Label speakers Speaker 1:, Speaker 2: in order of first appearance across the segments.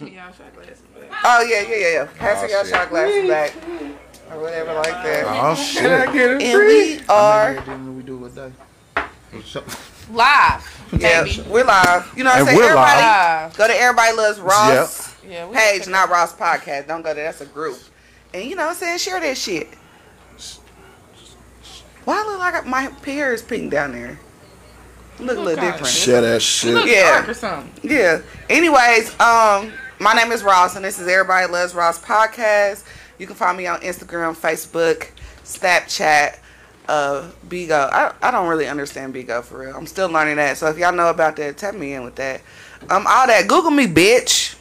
Speaker 1: Y'all shot glasses back.
Speaker 2: Oh yeah, yeah, yeah, yeah. Passing
Speaker 3: Oh,
Speaker 2: y'all
Speaker 3: shit.
Speaker 2: shot glasses back or whatever like that.
Speaker 4: Can I
Speaker 3: Oh shit.
Speaker 4: get a
Speaker 2: And we
Speaker 4: Or
Speaker 2: are,
Speaker 4: we do with that.
Speaker 1: Live.
Speaker 2: yeah,
Speaker 1: Baby.
Speaker 2: we're live. You know what I'm
Speaker 3: And
Speaker 2: saying?
Speaker 3: we're
Speaker 2: Everybody,
Speaker 1: Live.
Speaker 2: go to Everybody Loves Ross
Speaker 1: Yeah, we
Speaker 2: page, not Ross podcast. Don't go there. That's a group. And you know what I'm saying? Share that shit. Why I look like my hair is pink down there? Look a little
Speaker 1: Okay.
Speaker 2: different.
Speaker 3: Share that
Speaker 1: Look
Speaker 3: shit.
Speaker 2: Yeah.
Speaker 1: dark or something.
Speaker 2: Yeah. Anyways, um, my name is Ross, and this is Everybody Loves Ross podcast. You can find me on Instagram, Facebook, Snapchat, uh, Bigo. I, I don't really understand Bigo for real. I'm still learning that. So if y'all know about that, tap me in with that. Um, all that. Google me, bitch.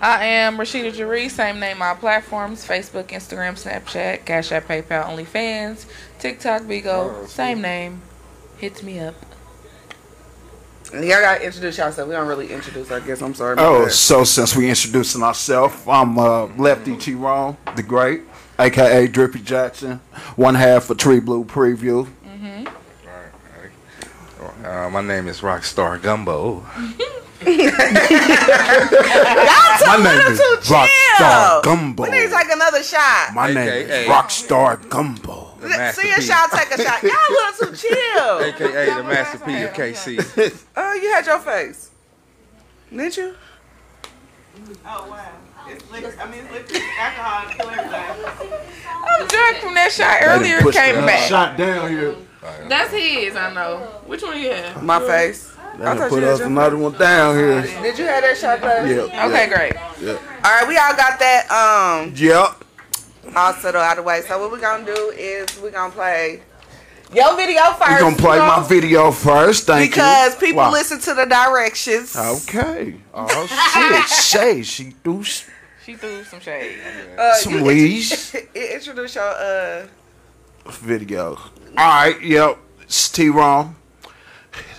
Speaker 1: I am Rashida Jaree, same name on platforms Facebook, Instagram, Snapchat, Cash App, PayPal, OnlyFans, TikTok, Bigo, same name. Hit me up.
Speaker 2: And y'all gotta introduce yourself. We don't really introduce our guests. I'm sorry. About
Speaker 3: Oh,
Speaker 2: that.
Speaker 3: so since we introducing ourselves, I'm uh, Lefty T. Ron, the Great, aka Drippy Jackson, one half of Tree Blue Preview.
Speaker 4: Uh, my name is Rockstar Gumbo.
Speaker 3: My name is
Speaker 2: Chill.
Speaker 3: Rockstar Gumbo.
Speaker 2: We need to take another shot.
Speaker 3: My name
Speaker 4: AKA.
Speaker 3: is Rockstar Gumbo.
Speaker 4: The
Speaker 2: See a
Speaker 4: masterpiece.
Speaker 2: shot, take a shot. Y'all a little too chill.
Speaker 4: AKA the Master P of KC.
Speaker 2: Oh, you had your face. Didn't you?
Speaker 5: Oh wow. It's liquor. I mean, it's liquor. Alcohol kill everything.
Speaker 1: I was drunk from that shot earlier,
Speaker 3: pushed
Speaker 1: came
Speaker 3: the
Speaker 1: back.
Speaker 3: Shot down here.
Speaker 1: That's his, I know. Which one you have?
Speaker 2: My face.
Speaker 3: Let
Speaker 2: thought
Speaker 3: put
Speaker 2: you
Speaker 3: us
Speaker 2: was
Speaker 3: another one down here.
Speaker 2: Did you have that shot glass?
Speaker 3: Yeah.
Speaker 1: Okay, great.
Speaker 2: All right, we all got that um
Speaker 3: Yep.
Speaker 2: all settled out of the way. So what we're gonna do is we're gonna play your video 1st
Speaker 3: You gonna play my video first? Thank you.
Speaker 2: because people
Speaker 3: Why?
Speaker 2: listen to the directions.
Speaker 3: Okay. Oh shit. Shay, she do s-
Speaker 1: She threw some shade.
Speaker 2: Uh,
Speaker 3: some
Speaker 2: you
Speaker 3: leash.
Speaker 2: intro- introduce your uh
Speaker 3: video. All right, yep. It's T Rom,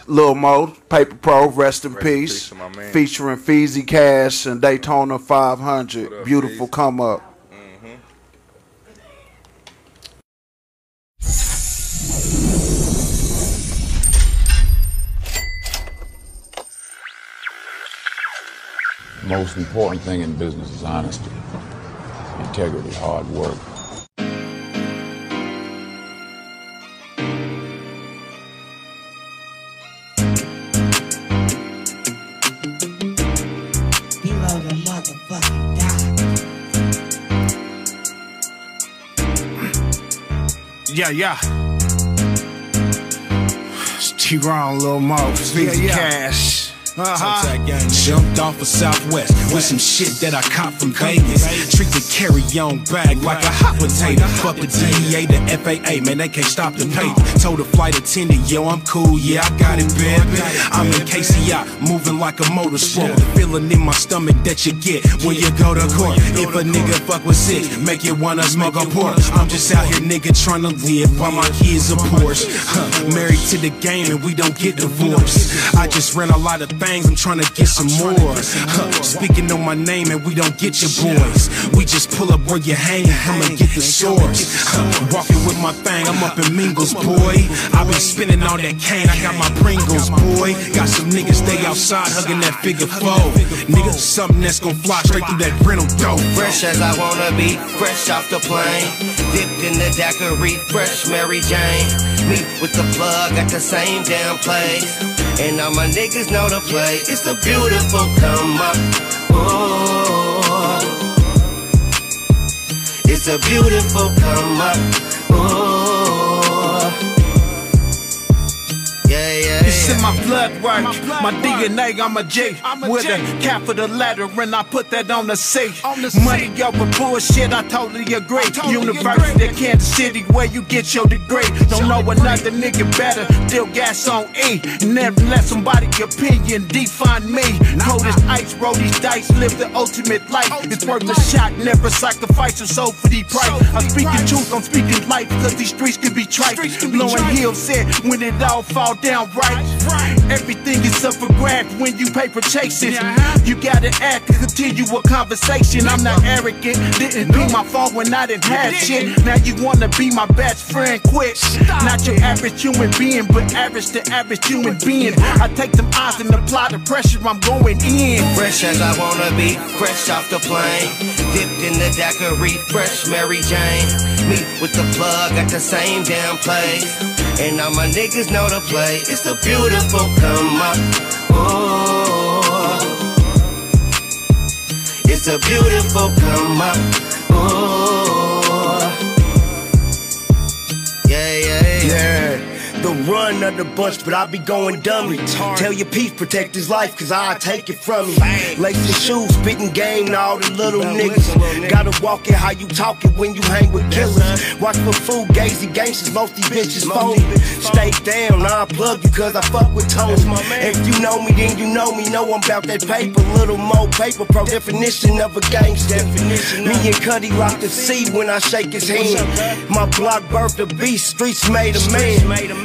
Speaker 3: Lil Mo, Paper Pro, rest
Speaker 4: Rest in
Speaker 3: in
Speaker 4: peace
Speaker 3: peace,
Speaker 4: to my man.
Speaker 3: featuring Feezy Cash and Daytona 500.
Speaker 4: What up,
Speaker 3: Beautiful
Speaker 4: Feezy?
Speaker 3: come up.
Speaker 6: Most important thing in business is honesty, integrity, hard work.
Speaker 7: Below the motherfucking dock.
Speaker 8: Yeah, yeah. T Ron, Lil Mo, Speedy Cash. Uh-huh. Jumped off of Southwest with some shit that I caught from Vegas. Treat the carry on bag like a hot potato. Fuck the DEA, the FAA, man, they can't stop the paper. Told the flight attendant, yo, I'm cool, yeah, I got it, baby. I'm in KCI, moving like a motor sport. The feeling in my stomach that you get when you go to court. If a nigga fuck with six, make you wanna smoke a port. I'm just out here, nigga, trying to live while my kids are Porsche. Huh, married to the game and we don't get divorced. I just ran a lot of things, I'm trying to get some more. Huh, speaking on my name and we don't get your boys. We just pull up where you hang, I'ma get the source. Huh, walking with my thing, I'm up in Mingles, boy. I've been spinning all that cane, I got my Pringles, boy. Got some niggas, they outside hugging that figure four. Nigga, something that's gonna fly straight through that rental dope.
Speaker 9: fresh as I wanna be, fresh off the plane. Dipped in the daiquiri, fresh Mary Jane. Meet with the plug at the same damn place. And all my niggas know the play. It's a beautiful come up. Ooh. It's a beautiful come up. Ooh. Yeah, yeah,
Speaker 8: It's
Speaker 9: yeah.
Speaker 8: in my blood work. My, DNA, I'm a G.
Speaker 4: I'm a
Speaker 8: with
Speaker 4: G.
Speaker 8: a capital letter, and I put that on the C.
Speaker 4: On the C.
Speaker 8: Money over bullshit, I totally agree.
Speaker 4: totally
Speaker 8: University
Speaker 4: agree.
Speaker 8: of Kansas City, where you get your degree. Don't know another nigga better. Still gas on E. Never let somebody opinion define me. Cold as ice, roll these dice, live the ultimate life. It's worth a shot, never sacrifice your soul for the price. I'm speaking truth, I'm speaking life, cause these streets can be trite. Blowing Hill said, when it all fall downright. Everything is up for grab when you paper chase it. You gotta act and continue a conversation. I'm not arrogant. Didn't be my fault when I didn't have shit. Now you wanna be my best friend? Quit. Not your average human being, but average to average human being. I take them odds and apply the pressure I'm going in.
Speaker 9: Fresh as I wanna be, fresh off the plane. Dipped in the daiquiri, fresh Mary Jane. Meet with the plug at the same damn place. And all my niggas know the play. It's the beautiful come up. Ooh. It's a beautiful come up. Ooh. Yeah, yeah, yeah.
Speaker 10: Yeah, the run of the bunch, but I be going dummy. Tell your peace, protect his life, cause I take it from you. Lace the shoes, spitting game to all the little niggas. Gotta walk it how you talk it when you hang with killers. Watch for food, gazy gangsters, most these bitches phony. Stay down, I unplug you cause I fuck with Tony. If you know me, then you know me, know I'm about that paper. Little more paper, pro definition of a gangster. Me and Cuddy rock the sea when I shake his hand. My block birthed a beast, streets made a man.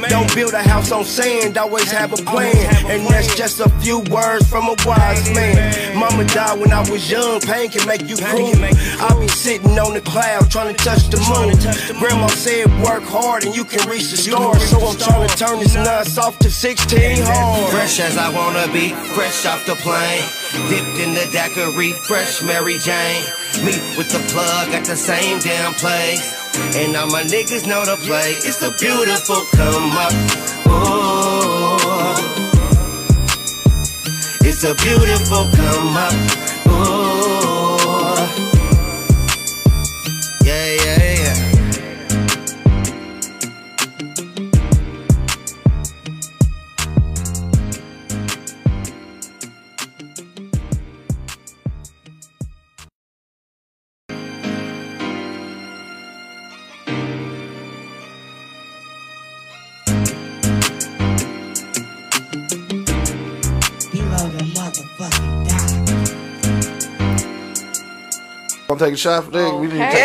Speaker 10: Don't build a house on sand, always have a plan. And that's just a few words from a wise man. Mama died when I was young, pain can make you cruel. I be sitting on the cloud trying to touch the moon. Grandma said, work hard and you can reach the stars. So I'm trying to turn this nine soft to 16 hard.
Speaker 9: Fresh as I wanna be, fresh off the plane. Dipped in the daiquiri, fresh Mary Jane. Meet with the plug at the same damn place. And all my niggas know the play. It's the beautiful come up. Ooh. It's a beautiful come up. Ooh. Yeah, yeah, yeah.
Speaker 7: Below the motherfucking die.
Speaker 3: Gonna take a shot for that. We need to take
Speaker 2: Okay.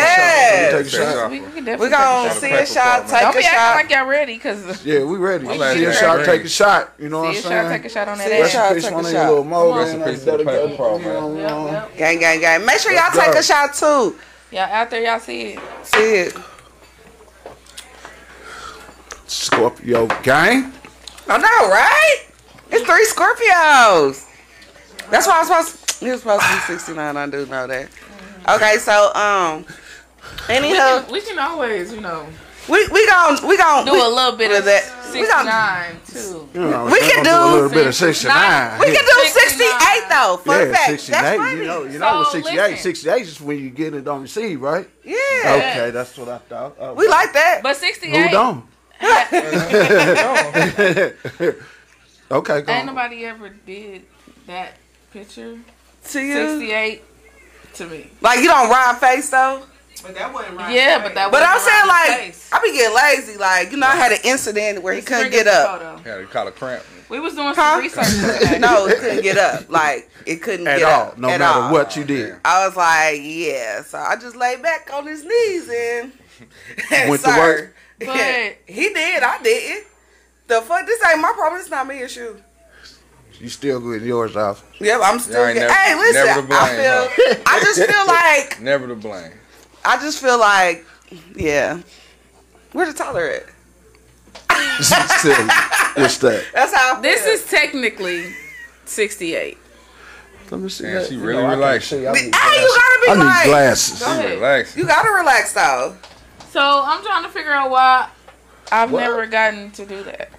Speaker 3: a shot. We need to take a shot.
Speaker 1: We, we can definitely
Speaker 2: We're
Speaker 1: take
Speaker 2: Uh, gonna
Speaker 1: a shot.
Speaker 2: see a shot, take
Speaker 1: Don't
Speaker 2: a
Speaker 1: be
Speaker 2: shot.
Speaker 1: acting like y'all ready, cause see
Speaker 3: Yeah, we ready.
Speaker 4: glad
Speaker 3: See
Speaker 4: you
Speaker 3: a shot,
Speaker 4: ready.
Speaker 3: take a shot. You know what I'm
Speaker 1: a
Speaker 3: saying?
Speaker 1: shot, take a shot on that
Speaker 2: See a
Speaker 1: ass.
Speaker 2: shot.
Speaker 3: Rest in peace,
Speaker 2: take
Speaker 3: my
Speaker 2: a
Speaker 3: nigga
Speaker 2: shot.
Speaker 3: Lil Mo.
Speaker 4: Rest in
Speaker 3: man.
Speaker 4: peace to the paper pro, man.
Speaker 3: You know,
Speaker 1: Yep, yep.
Speaker 2: Gang, gang, gang. Make sure y'all
Speaker 3: Let's
Speaker 2: take
Speaker 3: go.
Speaker 2: a shot too.
Speaker 1: Y'all out there, y'all see it.
Speaker 2: See it.
Speaker 3: Scorpio gang.
Speaker 2: I know, right? It's three Scorpios. That's why I'm supposed. He was supposed to be 69. I do know that. Okay, so um,
Speaker 1: We
Speaker 2: anyhow,
Speaker 1: can, we can always, you know,
Speaker 2: we we gon' we gon'
Speaker 1: do a little bit
Speaker 2: with
Speaker 1: of
Speaker 2: that. We
Speaker 1: six
Speaker 2: gon'
Speaker 1: nine too.
Speaker 3: You know,
Speaker 2: We can
Speaker 3: gonna a
Speaker 2: do
Speaker 3: little bit of 69.
Speaker 1: 69.
Speaker 2: we can do
Speaker 1: 69.
Speaker 2: 68 though. For a
Speaker 3: yeah,
Speaker 2: fact,
Speaker 3: 68.
Speaker 2: that's funny.
Speaker 3: you know, you know,
Speaker 1: So,
Speaker 3: with 68,
Speaker 1: listen.
Speaker 3: 68 is when you get it on the seed, right?
Speaker 2: Yeah,
Speaker 3: Okay, that's what I thought. Oh,
Speaker 2: we like that.
Speaker 1: But sixty
Speaker 3: Who
Speaker 1: eight
Speaker 3: don't? okay, go.
Speaker 1: ain't
Speaker 3: on.
Speaker 1: nobody ever did that picture.
Speaker 2: to you,
Speaker 1: Sixty eight to me.
Speaker 2: like you don't ride face though.
Speaker 5: But that wasn't right.
Speaker 1: Yeah, but that
Speaker 2: But I'm
Speaker 1: wasn't
Speaker 2: saying
Speaker 1: right
Speaker 2: like
Speaker 1: face.
Speaker 2: I be getting lazy. Like you know, I had an incident where he
Speaker 1: Just
Speaker 2: couldn't
Speaker 1: bring
Speaker 2: get
Speaker 1: the
Speaker 2: up.
Speaker 1: photo.
Speaker 4: Yeah, they call it cramp.
Speaker 1: We was doing
Speaker 2: Huh?
Speaker 1: some research today.
Speaker 2: no, it couldn't get up. Like it couldn't
Speaker 3: at
Speaker 2: get
Speaker 3: all,
Speaker 2: up
Speaker 3: no
Speaker 2: at
Speaker 3: matter
Speaker 2: all.
Speaker 3: what you did.
Speaker 2: I was like, yeah. So I just lay back on his knees and
Speaker 3: Went to
Speaker 2: Sir,
Speaker 3: work?
Speaker 1: But-
Speaker 2: he did. I didn't. The fuck? This ain't my problem. It's not me issue.
Speaker 3: You still good yours off.
Speaker 2: Yep, I'm still.
Speaker 4: ain't
Speaker 2: get-
Speaker 4: never-
Speaker 2: hey, listen.
Speaker 4: never to blame,
Speaker 2: I feel. I just feel like.
Speaker 4: Never to blame.
Speaker 2: I just feel like. Yeah. Where the Tyler at?
Speaker 3: Silly. What's that?
Speaker 2: That's how. I
Speaker 1: This
Speaker 2: feel.
Speaker 1: is technically sixty eight.
Speaker 3: Let me see.
Speaker 4: Man,
Speaker 3: that.
Speaker 4: she
Speaker 3: You
Speaker 4: really
Speaker 3: know, I can't
Speaker 4: relaxed.
Speaker 3: see. I
Speaker 2: Hey,
Speaker 3: need
Speaker 2: you
Speaker 3: glasses.
Speaker 2: gotta be
Speaker 3: I
Speaker 2: like.
Speaker 3: need glasses.
Speaker 1: Go ahead.
Speaker 4: Relax.
Speaker 2: You gotta relax though.
Speaker 1: So I'm trying to figure out why I've
Speaker 3: What?
Speaker 1: never gotten to do that.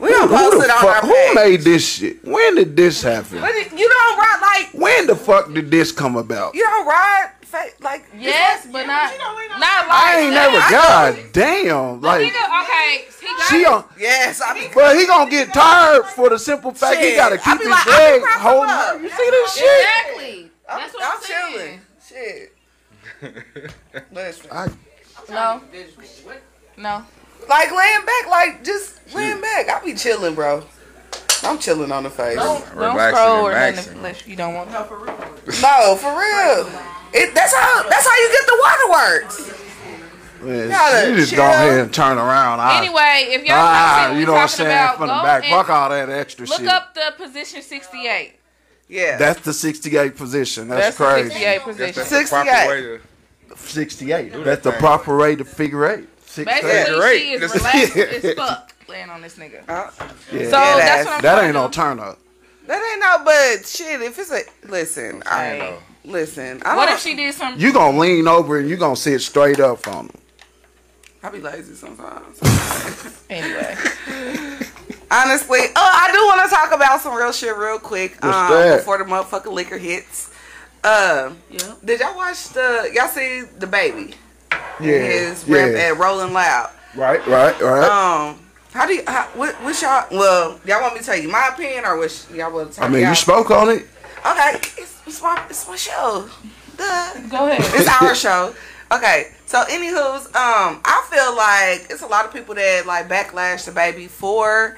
Speaker 2: We don't
Speaker 3: Who
Speaker 2: post
Speaker 3: the
Speaker 2: it on
Speaker 3: fuck?
Speaker 2: our page.
Speaker 3: Who made this shit? When did this happen?
Speaker 2: But it- you don't ride like
Speaker 3: When the fuck did this come about?
Speaker 2: you don't ride fa- like this
Speaker 1: Yes,
Speaker 2: one-
Speaker 1: but
Speaker 2: Yeah,
Speaker 1: not
Speaker 2: you don't- we don't-
Speaker 1: not like
Speaker 3: I ain't never.
Speaker 1: that.
Speaker 3: God damn. Like
Speaker 1: Nigga, okay, he
Speaker 3: she
Speaker 1: got
Speaker 3: on.
Speaker 2: Yes, I mean,
Speaker 3: But he gonna get tired for the simple fact he
Speaker 2: Shit.
Speaker 3: gotta
Speaker 2: I
Speaker 3: keep
Speaker 2: be
Speaker 3: his
Speaker 2: like, I be
Speaker 3: leg
Speaker 2: propped
Speaker 3: holding.
Speaker 2: up.
Speaker 3: up. You see this
Speaker 1: it.
Speaker 3: shit?
Speaker 1: exactly. That's what I'm, saying.
Speaker 2: chilling. Shit. Listen.
Speaker 3: I,
Speaker 1: No, no.
Speaker 2: Like laying back, like just laying back. I be chilling, bro. I'm chilling on the face.
Speaker 1: Don't, don't
Speaker 4: Relaxing
Speaker 1: scroll
Speaker 4: and
Speaker 1: or nothing
Speaker 4: maxing.
Speaker 1: unless you don't want. to.
Speaker 2: No, for real. It, that's how that's how you get the waterworks.
Speaker 3: Man,
Speaker 2: Y'all
Speaker 3: she just
Speaker 2: chill.
Speaker 3: go ahead and turn around. I,
Speaker 1: Anyway, if y'all
Speaker 3: ah,
Speaker 1: don't see what
Speaker 3: you
Speaker 1: we're
Speaker 3: know what I'm
Speaker 1: talking
Speaker 3: saying,
Speaker 1: about,
Speaker 3: from the
Speaker 1: go
Speaker 3: back,
Speaker 1: and
Speaker 3: fuck all that extra
Speaker 1: Look
Speaker 3: shit.
Speaker 1: up the position 68.
Speaker 2: Yeah.
Speaker 3: That's the 68 position. That's,
Speaker 1: the
Speaker 3: crazy.
Speaker 1: 68 position.
Speaker 4: That's the proper way to
Speaker 3: 68.
Speaker 4: Do that
Speaker 3: That's the
Speaker 4: thing.
Speaker 3: proper way to figure eight. Six
Speaker 1: Basically,
Speaker 4: Great.
Speaker 1: she is
Speaker 4: This-
Speaker 1: relaxed as fuck laying on this nigga.
Speaker 2: Uh,
Speaker 3: Yeah.
Speaker 1: So that's what
Speaker 3: that
Speaker 1: I'm trying
Speaker 3: ain't
Speaker 1: to-
Speaker 3: no turn up.
Speaker 2: That ain't no, but shit, if it's a. Listen, I
Speaker 1: Hey.
Speaker 2: know. Listen, I
Speaker 1: What
Speaker 2: don't-
Speaker 1: if she did something?
Speaker 3: You gonna lean over and you gonna sit straight up on them.
Speaker 2: I be lazy sometimes.
Speaker 1: Anyway.
Speaker 2: Honestly, oh, I do want to talk about some real shit real quick
Speaker 3: What's
Speaker 2: um,
Speaker 3: that?
Speaker 2: before the motherfucking liquor hits. Um, Did y'all watch the? Y'all see the baby?
Speaker 3: Yeah,
Speaker 2: His
Speaker 3: yeah.
Speaker 2: rap at Rolling Loud.
Speaker 3: Right, right, right.
Speaker 2: Um, how do you? How, what, what's y'all? Well, y'all want me to tell you my opinion or what sh- y'all want to talk?
Speaker 3: I mean,
Speaker 2: y'all?
Speaker 3: you spoke on it.
Speaker 2: Okay, it's, it's my it's my show. Duh.
Speaker 1: Go ahead.
Speaker 2: It's our show. Okay. So anywho's, um, I feel like it's a lot of people that like backlash the baby for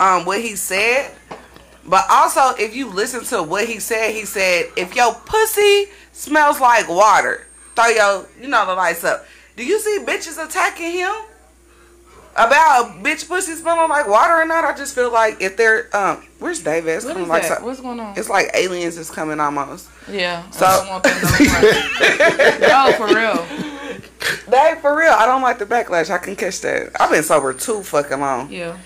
Speaker 2: um what he said. But also if you listen to what he said, he said, if your pussy smells like water, throw your you know the lights up. Do you see bitches attacking him? About a bitch pussy smelling like water or not? I just feel like if they're um where's Dave? It's
Speaker 1: What
Speaker 2: kinda
Speaker 1: is
Speaker 2: like
Speaker 1: that?
Speaker 2: some-
Speaker 1: What's going on?
Speaker 2: it's like aliens is coming almost.
Speaker 1: Yeah.
Speaker 2: So-
Speaker 1: I don't want that no, for real.
Speaker 2: That for real. I don't like the backlash. I can catch that. I've been sober too fucking long.
Speaker 1: Yeah.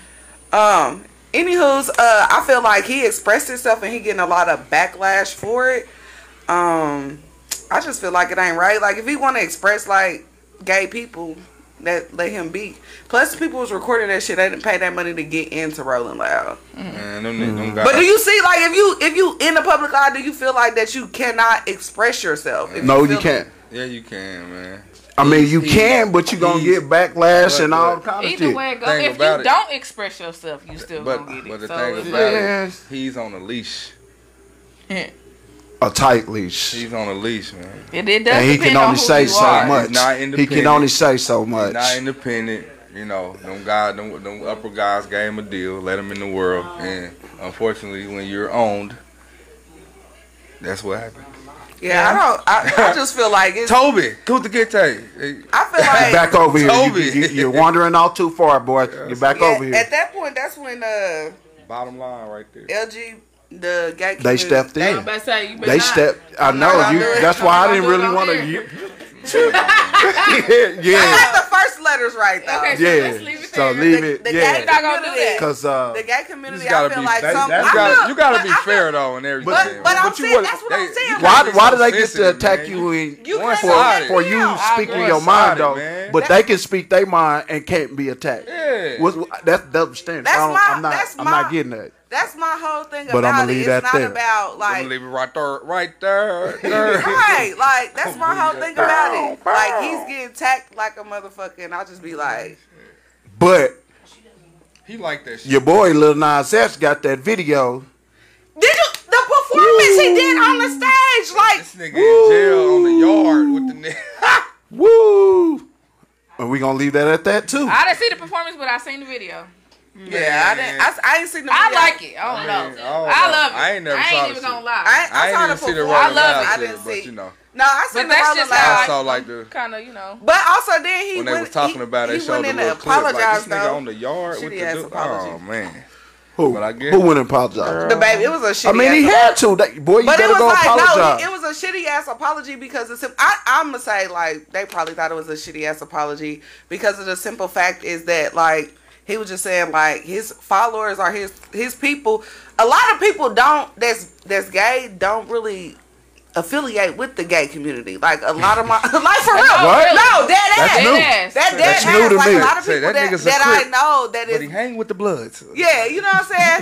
Speaker 2: Um. Anywho's, uh, I feel like he expressed himself and he getting a lot of backlash for it. Um, I just feel like it ain't right. Like if he want to express like gay people, that let him be. Plus, the people was recording that shit. They didn't pay that money to get into Rolling Loud.
Speaker 4: man. Them, niggas- them guys.
Speaker 3: Uh-huh.
Speaker 2: But do you see, like, if you if you in the public eye, do you feel like that you cannot express yourself? If
Speaker 3: No, you
Speaker 2: feel-
Speaker 3: can't.
Speaker 4: Yeah, you can, man.
Speaker 3: I mean, you
Speaker 4: Easy.
Speaker 3: can, but you gonna get backlash
Speaker 4: But-
Speaker 3: and all
Speaker 4: but-
Speaker 3: kind of
Speaker 1: Either
Speaker 3: shit.
Speaker 1: way, it go.
Speaker 4: Thing
Speaker 1: If you
Speaker 4: about it-
Speaker 1: don't express yourself, you still
Speaker 4: But
Speaker 1: gonna get it.
Speaker 4: but the
Speaker 1: so
Speaker 4: thing
Speaker 1: it's
Speaker 4: about it,
Speaker 3: Yes.
Speaker 4: he's on a leash.
Speaker 1: like,
Speaker 3: A tight leash,
Speaker 4: He's on a leash, man.
Speaker 1: it, it does
Speaker 3: and he
Speaker 1: depend
Speaker 3: can
Speaker 1: on
Speaker 3: only
Speaker 1: who
Speaker 3: say
Speaker 1: you
Speaker 3: so
Speaker 1: are.
Speaker 3: much.
Speaker 4: He's not
Speaker 3: He can
Speaker 4: independent.
Speaker 3: only say so much.
Speaker 4: Not independent. You know, them guys, them, them upper guys gave him a deal, let him in the world, and unfortunately, when you're owned, that's what happened.
Speaker 2: Yeah, I don't. I, I just feel like it's.
Speaker 4: Toby, good to get you.
Speaker 2: I feel like
Speaker 3: back over here. You,
Speaker 4: Toby.
Speaker 3: you, you're wandering all too far, boy. You're back
Speaker 2: Yeah,
Speaker 3: over here.
Speaker 2: At that point, that's when uh,
Speaker 4: Bottom line, right there.
Speaker 2: LG, the gay
Speaker 3: They stepped
Speaker 1: I'm
Speaker 3: in.
Speaker 1: about to say you better
Speaker 3: They
Speaker 1: not.
Speaker 3: stepped. I know
Speaker 2: not
Speaker 3: you.
Speaker 2: doing it.
Speaker 3: That's why I didn't
Speaker 1: I'm
Speaker 3: really
Speaker 1: not
Speaker 3: want
Speaker 1: doing
Speaker 3: to. yeah,
Speaker 2: I
Speaker 3: yeah,
Speaker 2: got the first letters right though.
Speaker 1: Okay, so let's leave
Speaker 3: yeah.
Speaker 1: it
Speaker 3: So
Speaker 1: there.
Speaker 3: leave
Speaker 2: The,
Speaker 3: it.
Speaker 2: the
Speaker 3: Yeah,
Speaker 2: gay
Speaker 1: Not gonna do
Speaker 2: community,
Speaker 1: that.
Speaker 3: because uh,
Speaker 2: the gay
Speaker 4: You
Speaker 2: community,
Speaker 4: just
Speaker 2: I
Speaker 4: gotta
Speaker 2: feel
Speaker 4: be,
Speaker 2: like
Speaker 4: that-
Speaker 2: some.
Speaker 4: that's
Speaker 2: I
Speaker 4: gotta-
Speaker 2: feel-
Speaker 4: you gotta be
Speaker 2: but I feel-
Speaker 4: fair though and everything.
Speaker 2: But, but I'm
Speaker 3: But you
Speaker 2: saying
Speaker 3: wouldn't-
Speaker 2: that's what I'm
Speaker 4: they-
Speaker 2: saying.
Speaker 3: why?
Speaker 2: like,
Speaker 3: Why do they get to
Speaker 4: sensitive,
Speaker 3: attack
Speaker 4: man.
Speaker 3: you in
Speaker 2: You
Speaker 3: for
Speaker 2: can't let
Speaker 3: for
Speaker 2: them
Speaker 3: you
Speaker 2: down.
Speaker 3: speaking
Speaker 4: agree.
Speaker 3: your mind though?
Speaker 4: Man.
Speaker 3: But they can speak their mind and can't be attacked.
Speaker 4: Yeah.
Speaker 3: What's- that's double standard.
Speaker 2: That's
Speaker 3: I don't,
Speaker 2: my-
Speaker 3: I'm not.
Speaker 2: that's
Speaker 3: I'm
Speaker 2: my-
Speaker 3: not getting that.
Speaker 2: that's my whole thing
Speaker 3: But I'ma
Speaker 2: about it.
Speaker 3: leave
Speaker 2: It's
Speaker 3: that
Speaker 2: not
Speaker 3: there.
Speaker 2: about
Speaker 4: I'm gonna
Speaker 2: like.
Speaker 4: leave it right there, right there. there.
Speaker 2: Right, like that's my whole thing about it. Like he's getting tacked like a motherfucker, and I'll just be like,
Speaker 3: But
Speaker 4: He like that shit.
Speaker 3: your boy Lil Nas X got that video.
Speaker 2: "Did you the performance he did on the stage? Like
Speaker 4: This nigga in jail on the yard with the nigga.
Speaker 3: Woo! And we gonna leave that at that too.
Speaker 1: I didn't see the performance, but I seen the video.
Speaker 2: Yeah, I didn't. I, s- I ain't seen the.
Speaker 1: I
Speaker 2: video.
Speaker 1: like it. I don't
Speaker 4: Man,
Speaker 1: know.
Speaker 4: I don't
Speaker 1: I
Speaker 4: know.
Speaker 1: love it.
Speaker 4: I ain't never
Speaker 1: I
Speaker 4: saw
Speaker 1: ain't
Speaker 4: the
Speaker 1: even
Speaker 4: shit.
Speaker 1: gonna lie.
Speaker 2: I, I,
Speaker 4: I
Speaker 2: saw
Speaker 4: ain't
Speaker 2: the
Speaker 4: even see the
Speaker 2: performance.
Speaker 4: rolling
Speaker 1: I love
Speaker 4: out
Speaker 2: I
Speaker 1: it.
Speaker 4: shit,
Speaker 2: didn't
Speaker 4: but
Speaker 2: see.
Speaker 4: you know.
Speaker 2: No, I seen
Speaker 1: But
Speaker 2: the
Speaker 1: that's
Speaker 2: Rolling
Speaker 1: just
Speaker 2: Loud.
Speaker 1: how
Speaker 4: I
Speaker 1: I-
Speaker 4: saw like the
Speaker 1: Kind of, you know.
Speaker 2: But also, then he
Speaker 4: when they
Speaker 2: went,
Speaker 4: was talking
Speaker 2: he,
Speaker 4: about it,
Speaker 2: he
Speaker 4: they showed
Speaker 2: went
Speaker 4: the
Speaker 2: in to
Speaker 4: little clip like this
Speaker 2: apologize
Speaker 4: nigga on
Speaker 2: though.
Speaker 4: the yard with the
Speaker 2: Shitty ass
Speaker 4: dude.
Speaker 2: apology.
Speaker 4: Oh man.
Speaker 3: who
Speaker 4: But I get
Speaker 3: who
Speaker 4: it.
Speaker 3: wouldn't apologize?
Speaker 2: The baby, it was a shitty.
Speaker 3: I mean,
Speaker 2: ass
Speaker 3: he had to. That, boy, you
Speaker 2: But it
Speaker 3: better
Speaker 2: was
Speaker 3: go
Speaker 2: like
Speaker 3: apologize.
Speaker 2: no, it was a shitty ass apology because it's. I I'm gonna say like they probably thought it was a shitty ass apology because of the simple fact is that like he was just saying like his followers are his his people. A lot of people don't that's that's gay don't really affiliate with the gay community. Like a lot of my like for real,
Speaker 3: What?
Speaker 2: no dead ass.
Speaker 3: That's new.
Speaker 1: Dead
Speaker 2: That dead
Speaker 3: That's
Speaker 2: ass,
Speaker 3: new to
Speaker 2: like
Speaker 3: me.
Speaker 2: a lot of
Speaker 4: Say, that
Speaker 2: people that, that,
Speaker 4: nigga's a
Speaker 2: I
Speaker 4: crip.
Speaker 2: know that
Speaker 4: But he
Speaker 2: is.
Speaker 4: hang with the bloods.
Speaker 2: Yeah, you know what I'm saying.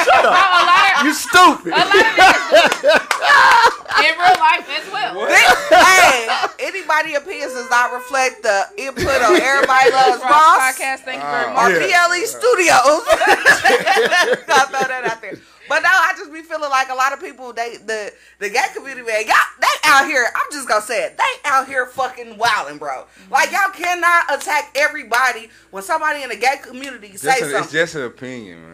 Speaker 1: Oh, a lot
Speaker 3: you stupid.
Speaker 1: of a lot of niggas do it in real life as well.
Speaker 2: hey, anybody opinions does not reflect the input of everybody loves
Speaker 1: Ross
Speaker 2: Ross
Speaker 1: podcast. Thank you
Speaker 4: Ah.
Speaker 1: very
Speaker 2: or
Speaker 1: much.
Speaker 2: PLE Studios. I throw that out there. But no, I just be feeling like a lot of people, they the the gay community, man, y'all they out here. I'm just gonna say it, they out here fucking wilding, bro. Like y'all cannot attack everybody when somebody in the gay community say
Speaker 4: Just a-
Speaker 2: something.
Speaker 4: it's just an opinion, man.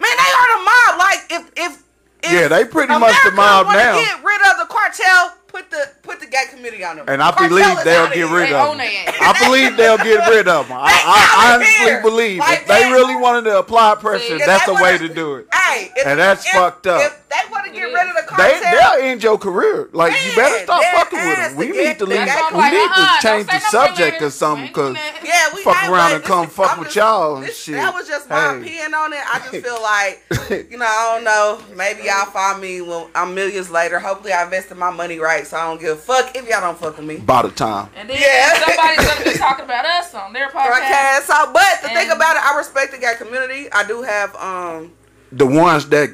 Speaker 2: man, they are the mob. Like if if, if
Speaker 3: Yeah, they pretty much the
Speaker 2: America
Speaker 3: mob
Speaker 2: wanna
Speaker 3: now.
Speaker 2: Get rid of the cartel. Put the put the gay community city on them.
Speaker 3: And I
Speaker 2: Cartel
Speaker 3: believe
Speaker 2: is
Speaker 3: they'll
Speaker 2: outta
Speaker 3: get
Speaker 2: here.
Speaker 3: rid
Speaker 2: They
Speaker 3: of
Speaker 2: own
Speaker 3: them.
Speaker 2: they ass.
Speaker 3: I believe they'll get rid of them. I, I
Speaker 2: outta here.
Speaker 3: honestly believe
Speaker 2: Like
Speaker 3: if they
Speaker 2: that.
Speaker 3: really wanted to apply pressure,
Speaker 2: if
Speaker 3: that's
Speaker 2: they
Speaker 3: a
Speaker 2: wanna-
Speaker 3: way to do it.
Speaker 2: Hey, if,
Speaker 3: And that's
Speaker 2: if-
Speaker 3: fucked up.
Speaker 2: If they want to get rid of the
Speaker 3: They,
Speaker 2: cartel,
Speaker 3: they'll end your career. Like you better stop
Speaker 2: their
Speaker 3: fucking with
Speaker 2: ass
Speaker 3: them. We
Speaker 2: to
Speaker 3: need
Speaker 2: get
Speaker 3: to leave.
Speaker 2: the gate.
Speaker 3: We need
Speaker 1: uh-uh,
Speaker 2: uh-huh,
Speaker 3: to change the subject or something because
Speaker 2: yeah, we
Speaker 3: fuck
Speaker 2: ain't
Speaker 3: around
Speaker 2: like-
Speaker 3: and come fuck with y'all and shit.
Speaker 2: That was just my
Speaker 3: Hey.
Speaker 2: opinion on it. I just feel like, you know, I don't know. Maybe y'all find me when I'm millions later. Hopefully, I invested my money right, so I don't give a fuck if y'all don't fuck with me.
Speaker 3: By the time.
Speaker 1: And then
Speaker 2: Yeah.
Speaker 1: somebody's gonna be talking about us on their podcast.
Speaker 2: Podcast. So, but the thing
Speaker 1: And-
Speaker 2: about it, I respect the gay community. I do have um
Speaker 3: The ones that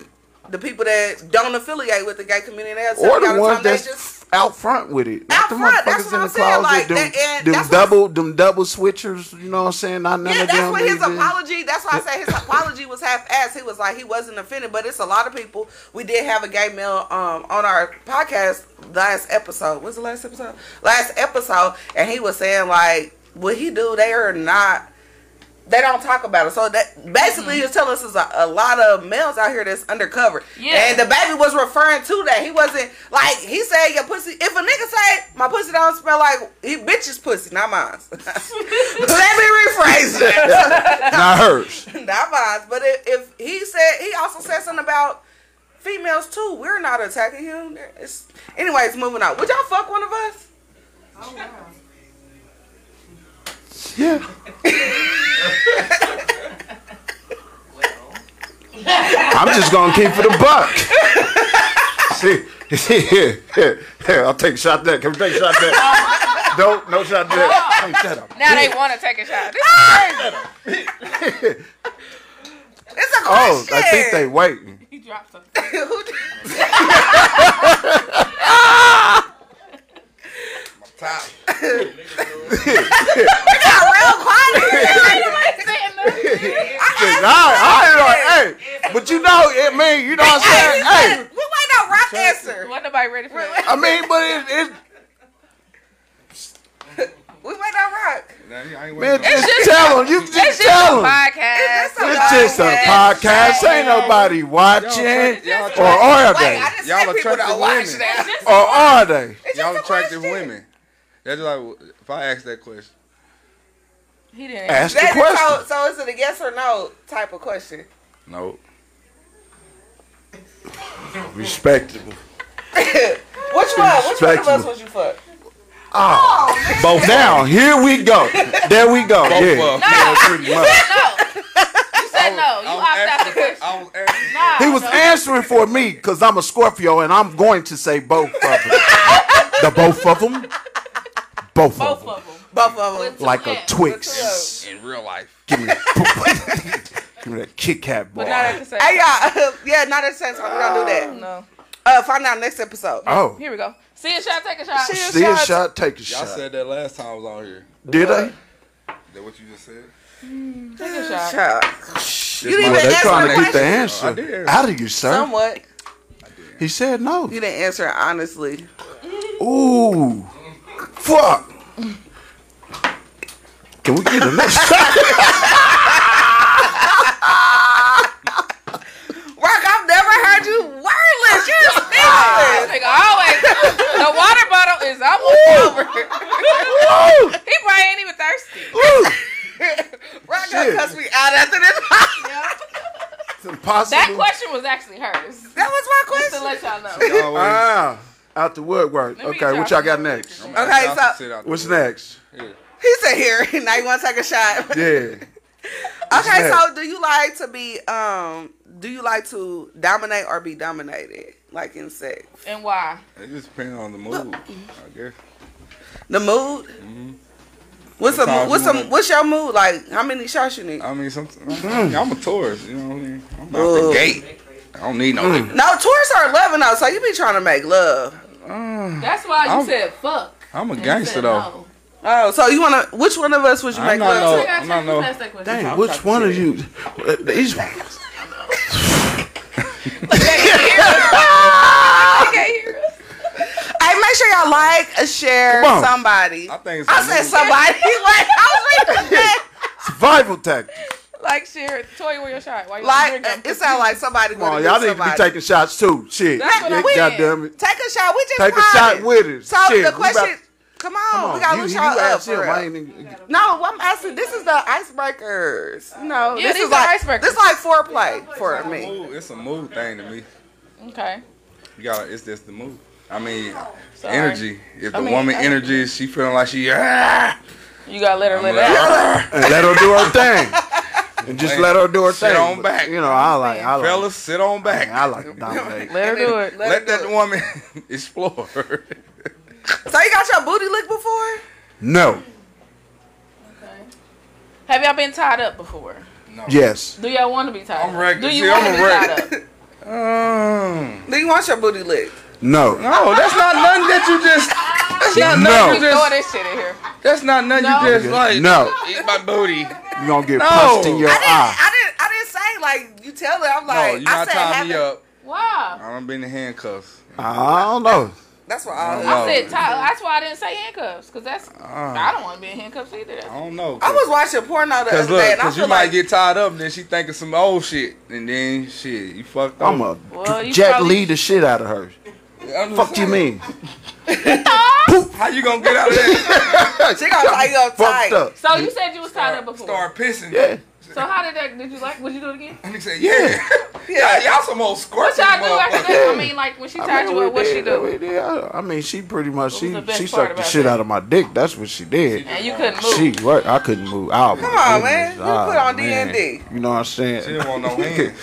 Speaker 2: the people that don't affiliate with the gay community. They'll tell
Speaker 3: or
Speaker 2: me all
Speaker 3: the
Speaker 2: the
Speaker 3: ones
Speaker 2: time, they
Speaker 3: that's
Speaker 2: just
Speaker 3: out front with it. Not
Speaker 2: Out
Speaker 3: the
Speaker 2: front, that's
Speaker 3: motherfuckers
Speaker 2: what
Speaker 3: in the
Speaker 2: I'm saying,
Speaker 3: closet,
Speaker 2: like,
Speaker 3: them,
Speaker 2: that- and
Speaker 3: them
Speaker 2: that's what-
Speaker 3: double them double switchers, you know what I'm saying? Not none
Speaker 2: Yeah,
Speaker 3: of them.
Speaker 2: that's what his
Speaker 3: really-
Speaker 2: apology. That's why I say his apology was half-assed. He was like he wasn't offended, but it's a lot of people. We did have a gay male um on our podcast last episode. Was the last episode? Last episode, and he was saying like, what he do? They are not. They don't talk about it. So that basically he was telling us is a, a lot of males out here that's undercover.
Speaker 1: Yeah.
Speaker 2: And the baby was referring to that. He wasn't like he said your pussy. If a nigga say my pussy don't smell like he bitch's pussy, not mine. Let me rephrase it.
Speaker 3: Not hers.
Speaker 2: not mine. But if, if he said, he also said something about females too. We're not attacking him. It's, anyways, moving on. Would y'all fuck one of us?
Speaker 3: Yeah. I'm just gonna keep it a buck. See, here, here, here, I'll take a shot at that. Can we take a shot at that? no, no shot at that. Take that up.
Speaker 1: Now they want to take a shot. This is crazy.
Speaker 2: It's a
Speaker 3: Oh,
Speaker 2: question.
Speaker 3: I think they waiting.
Speaker 1: He dropped something.
Speaker 2: Who did- It got real quiet.
Speaker 3: I, I, ain't like, hey, but you know, it mean, you know what I'm saying? Hey,
Speaker 2: we wait on rock answer.
Speaker 1: Wasn't nobody ready for that.
Speaker 3: I mean, but it,
Speaker 2: We wait on rock.
Speaker 3: it man, just tell them. You just
Speaker 1: It's just
Speaker 3: tell
Speaker 1: a
Speaker 3: them.
Speaker 1: podcast.
Speaker 2: It's just a
Speaker 3: It's just a podcast. Ain't nobody watching, or are
Speaker 2: Wait,
Speaker 3: they?
Speaker 2: I just
Speaker 4: Y'all
Speaker 2: said people
Speaker 4: attractive
Speaker 2: don't watch
Speaker 4: women.
Speaker 2: that.
Speaker 3: Or are they?
Speaker 4: Y'all attractive women. That's like if I ask that question.
Speaker 1: He didn't.
Speaker 3: Ask the
Speaker 2: That is so,
Speaker 3: question.
Speaker 2: so is it a yes or no type of question?
Speaker 4: No.
Speaker 3: Respectable.
Speaker 2: Which one? Which one of us
Speaker 3: Respectable.
Speaker 2: would you fuck?
Speaker 3: Oh, both now. Here we go. There we go. Yeah.
Speaker 4: pretty much.
Speaker 1: No. You said
Speaker 4: Oh,
Speaker 1: no. You opted out the question.
Speaker 4: I was asking.
Speaker 1: Nah,
Speaker 3: He was answering for me because I'm a Scorpio and I'm going to say both of them. the both of them. Both, of
Speaker 1: both
Speaker 3: them.
Speaker 1: of them.
Speaker 2: Both of them.
Speaker 3: Like
Speaker 1: Yeah.
Speaker 3: a Twix.
Speaker 4: In real life.
Speaker 3: Give me, that- give me that Kit Kat
Speaker 1: But not
Speaker 3: bar.
Speaker 1: at the same
Speaker 2: Hey
Speaker 1: time.
Speaker 2: y'all, yeah, not at the same time. We don't do that.
Speaker 1: No.
Speaker 2: Uh, find out next episode.
Speaker 3: Oh,
Speaker 1: Here we go. See a shot, take a shot.
Speaker 2: See-
Speaker 3: see a
Speaker 2: shots.
Speaker 3: shot, take a
Speaker 4: Y'all
Speaker 3: shot.
Speaker 4: said that last time I was on here.
Speaker 3: Did I?
Speaker 4: Is that what you just said?
Speaker 1: Take a shot.
Speaker 2: Child. You
Speaker 4: my-
Speaker 2: didn't
Speaker 3: Well,
Speaker 2: even
Speaker 3: they're
Speaker 2: answer
Speaker 3: trying
Speaker 2: the
Speaker 3: to get the
Speaker 2: question.
Speaker 4: I did.
Speaker 3: answer out of you, sir.
Speaker 2: Somewhat.
Speaker 3: He said no.
Speaker 2: You didn't answer it honestly.
Speaker 3: Ooh, fuck. Can we get a next
Speaker 2: Rock, I've never heard you wordless. You're
Speaker 1: This
Speaker 2: speechless.
Speaker 1: nigga always. The water bottle is almost over.
Speaker 3: Woo!
Speaker 1: He probably ain't even thirsty.
Speaker 3: Woo!
Speaker 2: Rock gonna
Speaker 3: Shit.
Speaker 2: cuss me out after this.
Speaker 3: It's impossible.
Speaker 1: That question was actually hers.
Speaker 2: that was my
Speaker 1: Just to
Speaker 2: question.
Speaker 1: let y'all know.
Speaker 4: Always.
Speaker 3: Ah, out the woodwork.
Speaker 1: Let me
Speaker 3: Okay, what y'all got
Speaker 1: drop-
Speaker 3: next?
Speaker 2: Okay,
Speaker 1: Uh,
Speaker 4: Y'all
Speaker 2: so-
Speaker 4: sit out the
Speaker 3: What's
Speaker 4: room.
Speaker 3: next?
Speaker 2: He said here. Now you wanna take a shot.
Speaker 3: Yeah.
Speaker 2: Okay,
Speaker 3: next?
Speaker 2: so do you like to be um do you like to dominate or be dominated? Like in sex?
Speaker 1: And why?
Speaker 4: It just depends on the mood, I guess.
Speaker 2: The mood? What's a,
Speaker 4: Sometimes
Speaker 2: what's
Speaker 4: you
Speaker 2: a,
Speaker 4: wanna-
Speaker 2: what's your mood? Like how many shots you need?
Speaker 4: I mean, some, I'm a tourist, you know what I mean? I'm out
Speaker 2: Ooh.
Speaker 4: the gate. I don't need no.
Speaker 2: No, tourists are loving us, so you be trying to make love.
Speaker 1: That's why you
Speaker 4: I'm-
Speaker 1: said fuck.
Speaker 4: I'm a
Speaker 1: And you
Speaker 4: gangster,
Speaker 1: said
Speaker 4: though.
Speaker 2: Oh, so you wanna which one of us would you
Speaker 4: I'm
Speaker 2: make
Speaker 4: not
Speaker 1: No.
Speaker 2: love
Speaker 4: no-
Speaker 1: I
Speaker 2: to?
Speaker 4: I'm
Speaker 1: gotta change
Speaker 4: not
Speaker 1: this
Speaker 4: no-
Speaker 1: next question.
Speaker 3: Dang, which one of you? uh, These ones.
Speaker 1: You can't hear us.
Speaker 2: Hey, make sure y'all like, uh, share
Speaker 3: Come on.
Speaker 2: somebody.
Speaker 4: I think it's
Speaker 2: I
Speaker 4: a
Speaker 2: said
Speaker 4: mood.
Speaker 2: somebody. What? I was reading that.
Speaker 3: Survival tactics.
Speaker 1: Like, share. Toy, where your shot? Why you
Speaker 2: Like
Speaker 1: drinking?
Speaker 2: uh, it sounds like somebody.
Speaker 3: Come on,
Speaker 2: wanna
Speaker 3: y'all
Speaker 2: do
Speaker 3: need to be
Speaker 2: somebody.
Speaker 3: taking shots too. Shit.
Speaker 1: That's what I'm
Speaker 3: God damn it.
Speaker 2: Take a shot. We just
Speaker 3: Take a
Speaker 2: popping.
Speaker 3: shot with it.
Speaker 2: So
Speaker 3: Shit,
Speaker 2: the
Speaker 3: we about-
Speaker 2: question Come on, we gotta
Speaker 3: you,
Speaker 2: look
Speaker 3: you
Speaker 2: y'all up
Speaker 3: asked
Speaker 2: for
Speaker 3: him.
Speaker 2: real.
Speaker 3: I ain't even-
Speaker 2: No, I'm asking. This is the icebreakers. No,
Speaker 1: Yeah,
Speaker 2: this
Speaker 1: these
Speaker 2: is
Speaker 1: are
Speaker 2: like
Speaker 1: icebreakers.
Speaker 2: this is like foreplay for me.
Speaker 4: Mood, it's a mood thing to me.
Speaker 1: Okay.
Speaker 4: You gotta, it's just the mood. I mean,
Speaker 1: Sorry.
Speaker 4: energy. If the
Speaker 1: I mean,
Speaker 4: woman
Speaker 1: I-
Speaker 4: energy is, she feeling like she, ah,
Speaker 1: You gotta let her
Speaker 4: I'm
Speaker 1: let it out.
Speaker 3: and let her do her thing. And just let her do her
Speaker 4: Sit
Speaker 3: thing.
Speaker 4: on
Speaker 3: But,
Speaker 4: back.
Speaker 3: You know, I like, I like,
Speaker 4: "Ah, fellas, sit on
Speaker 3: I,
Speaker 4: back.
Speaker 3: mean, I like to dominate.
Speaker 1: Let her do it.
Speaker 4: Let, that woman explore.
Speaker 2: So you got your booty licked before?
Speaker 3: No.
Speaker 1: Have y'all been tied up before?
Speaker 3: Yes.
Speaker 1: Do y'all want to be tied
Speaker 4: I'm
Speaker 1: up?
Speaker 4: wrecked.
Speaker 1: Do you
Speaker 4: See,
Speaker 1: want to
Speaker 4: I'm
Speaker 1: be
Speaker 4: a wreck.
Speaker 1: tied up?
Speaker 4: um,
Speaker 2: Do you want your booty licked?
Speaker 3: No.
Speaker 4: no, that's not nothing that you just. That's not
Speaker 3: No.
Speaker 4: nothing
Speaker 1: You
Speaker 4: you
Speaker 1: throw
Speaker 4: just.
Speaker 1: this shit in here.
Speaker 4: That's not nothing you just like.
Speaker 3: No.
Speaker 4: Eat my booty.
Speaker 3: You're going to get
Speaker 4: No.
Speaker 3: punched in your
Speaker 2: I didn't.
Speaker 3: eye.
Speaker 2: I didn't. I didn't say like you tell her. I'm
Speaker 4: No,
Speaker 2: like
Speaker 4: you
Speaker 2: I
Speaker 4: not
Speaker 2: said.
Speaker 4: tying me
Speaker 2: having-
Speaker 4: up.
Speaker 1: Wow.
Speaker 4: I done been in handcuffs.
Speaker 3: I don't know.
Speaker 2: That's what all.
Speaker 4: No.
Speaker 1: I said tied. That's why I didn't say handcuffs, because that's. I don't want to be in handcuffs either.
Speaker 4: Um, I don't know.
Speaker 2: I was watching porno the
Speaker 4: Cause
Speaker 2: other
Speaker 4: look,
Speaker 2: day, and I
Speaker 4: cause
Speaker 2: feel
Speaker 4: you might
Speaker 2: like
Speaker 4: get tied up, and then she thinking some old shit, and then shit, you fucked up.
Speaker 3: I'm a
Speaker 1: Well, you
Speaker 3: Jack
Speaker 1: probably-
Speaker 3: Lee the shit out of her.
Speaker 4: I'm just
Speaker 3: Fuck you
Speaker 4: saying,
Speaker 3: mean?
Speaker 4: How you gonna get out of that?
Speaker 2: she gonna tie you up
Speaker 3: Fucked
Speaker 2: tight.
Speaker 3: up.
Speaker 1: So you said you was tied up before.
Speaker 4: Start pissing.
Speaker 3: Yeah.
Speaker 1: So how did that? Did you like? Would you do it again?
Speaker 4: And he said, yeah, yeah, y'all some old
Speaker 1: What
Speaker 4: squirt.
Speaker 1: y'all do after that? I mean, like when she
Speaker 3: I
Speaker 1: tied
Speaker 3: mean,
Speaker 1: you
Speaker 3: we
Speaker 1: up, what she
Speaker 3: did, we
Speaker 1: do?
Speaker 3: did. I I mean, she pretty much
Speaker 1: What was
Speaker 3: she
Speaker 1: the best
Speaker 3: she
Speaker 1: part
Speaker 3: sucked the
Speaker 1: about
Speaker 3: shit
Speaker 1: that?
Speaker 3: out of my dick. That's what she did.
Speaker 1: And you couldn't move.
Speaker 3: She what? I couldn't move. Oh, Come
Speaker 2: on, man. You put on D&D.
Speaker 3: You know what I'm
Speaker 4: She
Speaker 3: saying?
Speaker 4: didn't want no hands.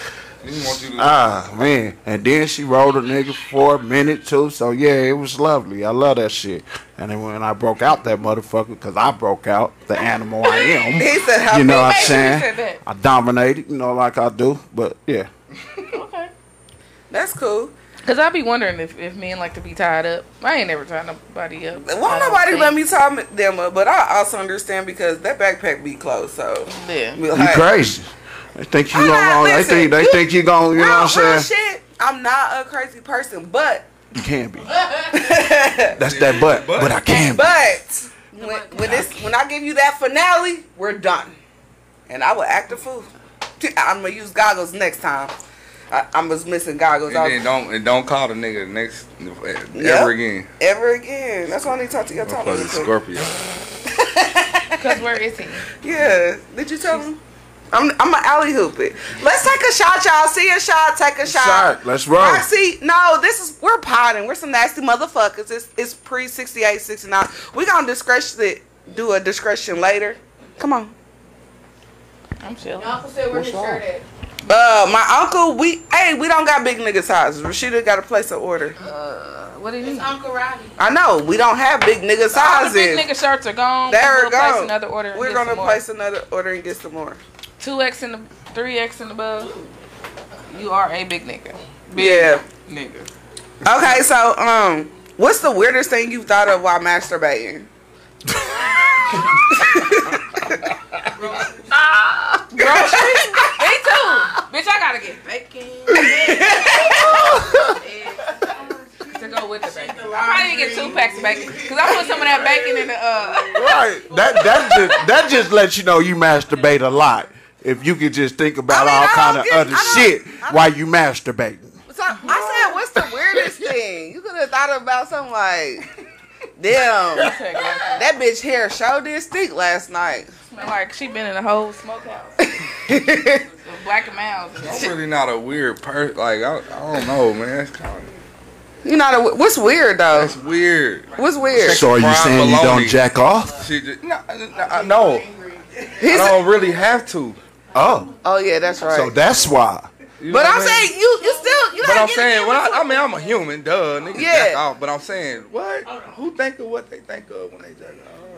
Speaker 4: She didn't want you to.
Speaker 3: Ah man, and then she rolled a nigga for a minute too. So yeah, it was lovely. I love that shit. And then when I broke out that motherfucker, because I broke out the animal I am.
Speaker 2: He said, "How
Speaker 3: You know what I'm
Speaker 1: Make sure you said
Speaker 3: saying?
Speaker 1: that.
Speaker 3: I dominated, you know, like I do. But yeah,
Speaker 1: Okay.
Speaker 2: that's cool."
Speaker 1: Cause I be wondering if, if men like to be tied up. I ain't never tied nobody up.
Speaker 2: Won't nobody let me tie me- them up, but I also understand because that backpack be closed, so.
Speaker 1: Yeah.
Speaker 2: You
Speaker 3: you crazy. They think you
Speaker 2: I'm not-
Speaker 3: gonna. They
Speaker 2: listen,
Speaker 3: think they
Speaker 2: you-
Speaker 3: think you gonna. You know
Speaker 2: real,
Speaker 3: what
Speaker 2: real
Speaker 3: I'm saying?
Speaker 2: "Oh, shit. I'm not a crazy person, but
Speaker 3: You can be. That's that butt.
Speaker 4: But-
Speaker 3: But I can be.
Speaker 2: but when when this when I give you that finale, we're done, and I will act a fool. I'm gonna use goggles next time. I, I was missing goggles
Speaker 4: And
Speaker 2: I
Speaker 4: then
Speaker 2: was,
Speaker 4: don't and don't call the nigga the next
Speaker 2: Yeah.
Speaker 4: ever again.
Speaker 2: ever again. That's why I need to talk to your top.
Speaker 4: Motherfucker Scorpio.
Speaker 1: Cause where is he?
Speaker 2: Yeah, did you tell him? I'm I'm gonna alley hoop it. Let's take a shot, y'all. See a shot, take a shot.
Speaker 3: Shot. Let's roll.
Speaker 2: Roxy, no, this is we're potting. We're some nasty motherfuckers. It's it's pre 68, 69. We gonna discretion it. Do a discretion later. Come on.
Speaker 1: I'm chilling.
Speaker 11: Uncle said where his shirt at.
Speaker 2: Uh, my uncle, we hey, we don't got big nigga sizes. Rashida got to place an order.
Speaker 1: What do you mean?
Speaker 11: Uncle Rodney.
Speaker 2: I know we don't have big nigga
Speaker 1: All the
Speaker 2: sizes.
Speaker 1: big nigga shirts are gone.
Speaker 2: there
Speaker 1: we'll
Speaker 2: we go.
Speaker 1: Place another order. and
Speaker 2: We're
Speaker 1: get
Speaker 2: gonna
Speaker 1: some more.
Speaker 2: place another order and get some more.
Speaker 1: two X and the three X and above. You are a big nigga.
Speaker 2: Yeah.
Speaker 1: Nigga.
Speaker 2: Okay, so um, what's the weirdest thing you thought of while masturbating?
Speaker 1: Me too. Bitch, I gotta get bacon. to go with the bacon. I probably need to get two packs of bacon. Cause I put some of that bacon in the uh
Speaker 3: Right. That that just that just lets you know you masturbate a lot. If you could just think about
Speaker 2: I mean,
Speaker 3: all
Speaker 2: I
Speaker 3: kind of
Speaker 2: don't get-
Speaker 3: other
Speaker 2: I don't-
Speaker 3: shit
Speaker 2: I don't-
Speaker 3: while you masturbating.
Speaker 2: So I said, what's the weirdest thing you could have thought about? Something like, damn, that bitch hair showed this stink last night.
Speaker 1: smell like she been in a whole smokehouse. With Black and mouths. and
Speaker 4: I'm really not a weird person. Like I, I don't know, man. It's kind of
Speaker 2: You know the- what's weird though?
Speaker 4: it's weird.
Speaker 2: What's weird?
Speaker 3: So are you
Speaker 4: Fried
Speaker 3: saying you
Speaker 4: bologna.
Speaker 3: don't jack off?
Speaker 4: She just, no, no, no, I
Speaker 2: His-
Speaker 4: don't really have to.
Speaker 3: Oh,
Speaker 2: oh yeah, that's right.
Speaker 3: so that's why.
Speaker 4: You know what
Speaker 2: but I'm
Speaker 4: I mean?
Speaker 2: saying you, you still, you
Speaker 4: But
Speaker 2: gotta
Speaker 4: I'm
Speaker 2: get
Speaker 4: saying,
Speaker 2: it
Speaker 4: when I, I mean, I'm a human, duh, nigga.
Speaker 2: Yeah.
Speaker 4: Jack off, but I'm saying, what? Who think of what they think of when they jack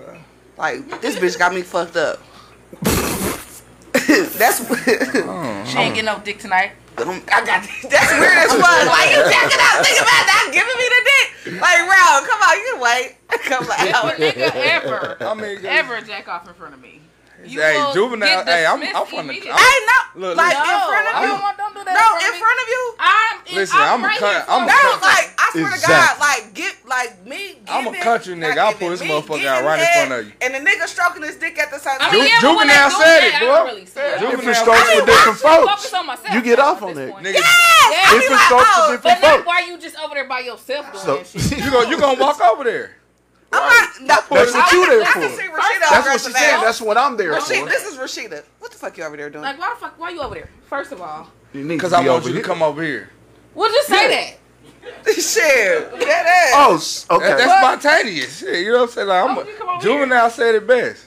Speaker 4: off?
Speaker 2: like this bitch got me fucked up. that's
Speaker 1: shit. She ain't getting no dick tonight.
Speaker 2: Um, I got that's weird as fuck. Like you jacking out, think about that, giving me the dick. Like, round, come on, you can wait. Come
Speaker 1: But
Speaker 2: on.
Speaker 1: nigga ever
Speaker 4: I mean, 'cause-
Speaker 1: ever jack off in front of me. You
Speaker 4: Hey,
Speaker 1: will
Speaker 4: juvenile-
Speaker 1: get
Speaker 4: hey, I'm- I'm
Speaker 1: dismissed
Speaker 4: from the-
Speaker 1: immediately.
Speaker 4: I'm-
Speaker 2: Hey, no,
Speaker 4: Look,
Speaker 2: like
Speaker 1: no,
Speaker 2: in front of
Speaker 1: I
Speaker 2: you.
Speaker 1: don't want them to do that.
Speaker 2: No,
Speaker 1: in front
Speaker 2: in
Speaker 1: of me.
Speaker 2: front of you.
Speaker 1: I'm in,
Speaker 4: Listen,
Speaker 1: I'm,
Speaker 4: I'm a
Speaker 1: right
Speaker 4: cut-
Speaker 1: here
Speaker 4: I'm a
Speaker 1: for
Speaker 2: No,
Speaker 1: you.
Speaker 4: cut-
Speaker 2: like I swear to God,
Speaker 3: Exactly.
Speaker 2: like get like me.
Speaker 4: I'm a
Speaker 2: giving-
Speaker 4: country
Speaker 2: not
Speaker 4: nigga. I'll
Speaker 2: giving,
Speaker 4: pull this
Speaker 2: me
Speaker 4: motherfucker
Speaker 2: giving
Speaker 4: out right in
Speaker 2: head,
Speaker 4: front of you.
Speaker 2: And the nigga stroking his dick at the same
Speaker 1: I
Speaker 2: time.
Speaker 3: Ju-
Speaker 1: mean, yeah, but when
Speaker 3: juvenile
Speaker 1: they do
Speaker 3: said
Speaker 1: that,
Speaker 3: it,
Speaker 1: I don't
Speaker 3: boy.
Speaker 1: really see it.
Speaker 3: Different
Speaker 4: Juvenile-
Speaker 3: strokes
Speaker 4: I
Speaker 3: for
Speaker 4: ain't
Speaker 3: different
Speaker 1: Focus
Speaker 3: folks.
Speaker 1: on myself.
Speaker 3: You get
Speaker 1: now
Speaker 3: off
Speaker 1: at
Speaker 3: on
Speaker 1: this
Speaker 3: that.
Speaker 1: point.
Speaker 4: Nigga,
Speaker 2: yes,
Speaker 1: Different
Speaker 2: be
Speaker 3: Different
Speaker 2: like,
Speaker 3: strokes
Speaker 2: oh,
Speaker 3: for
Speaker 1: But
Speaker 3: different
Speaker 1: not
Speaker 3: folks.
Speaker 1: why you just over there by yourself doing
Speaker 3: So
Speaker 1: that shit.
Speaker 4: You gonna you gonna walk over there?
Speaker 2: I'm not. No,
Speaker 3: That's what you there
Speaker 2: I
Speaker 3: for.
Speaker 2: can see Rashida
Speaker 3: That's
Speaker 2: all
Speaker 3: what
Speaker 2: dressed
Speaker 3: she's
Speaker 2: up
Speaker 3: saying.
Speaker 2: as-
Speaker 3: That's what I'm there for.
Speaker 2: Rashida, this is Rashida. What the fuck you over there doing?
Speaker 1: Like, why the fuck? Why you over there? First of all,
Speaker 4: Because I want you to come over here.
Speaker 1: well, just say
Speaker 4: Yeah.
Speaker 1: that.
Speaker 2: Shit. That
Speaker 3: Oh, s- okay.
Speaker 4: That, that's spontaneous. Shit, you know what I'm saying? Like, I'm a, juvenile said it best.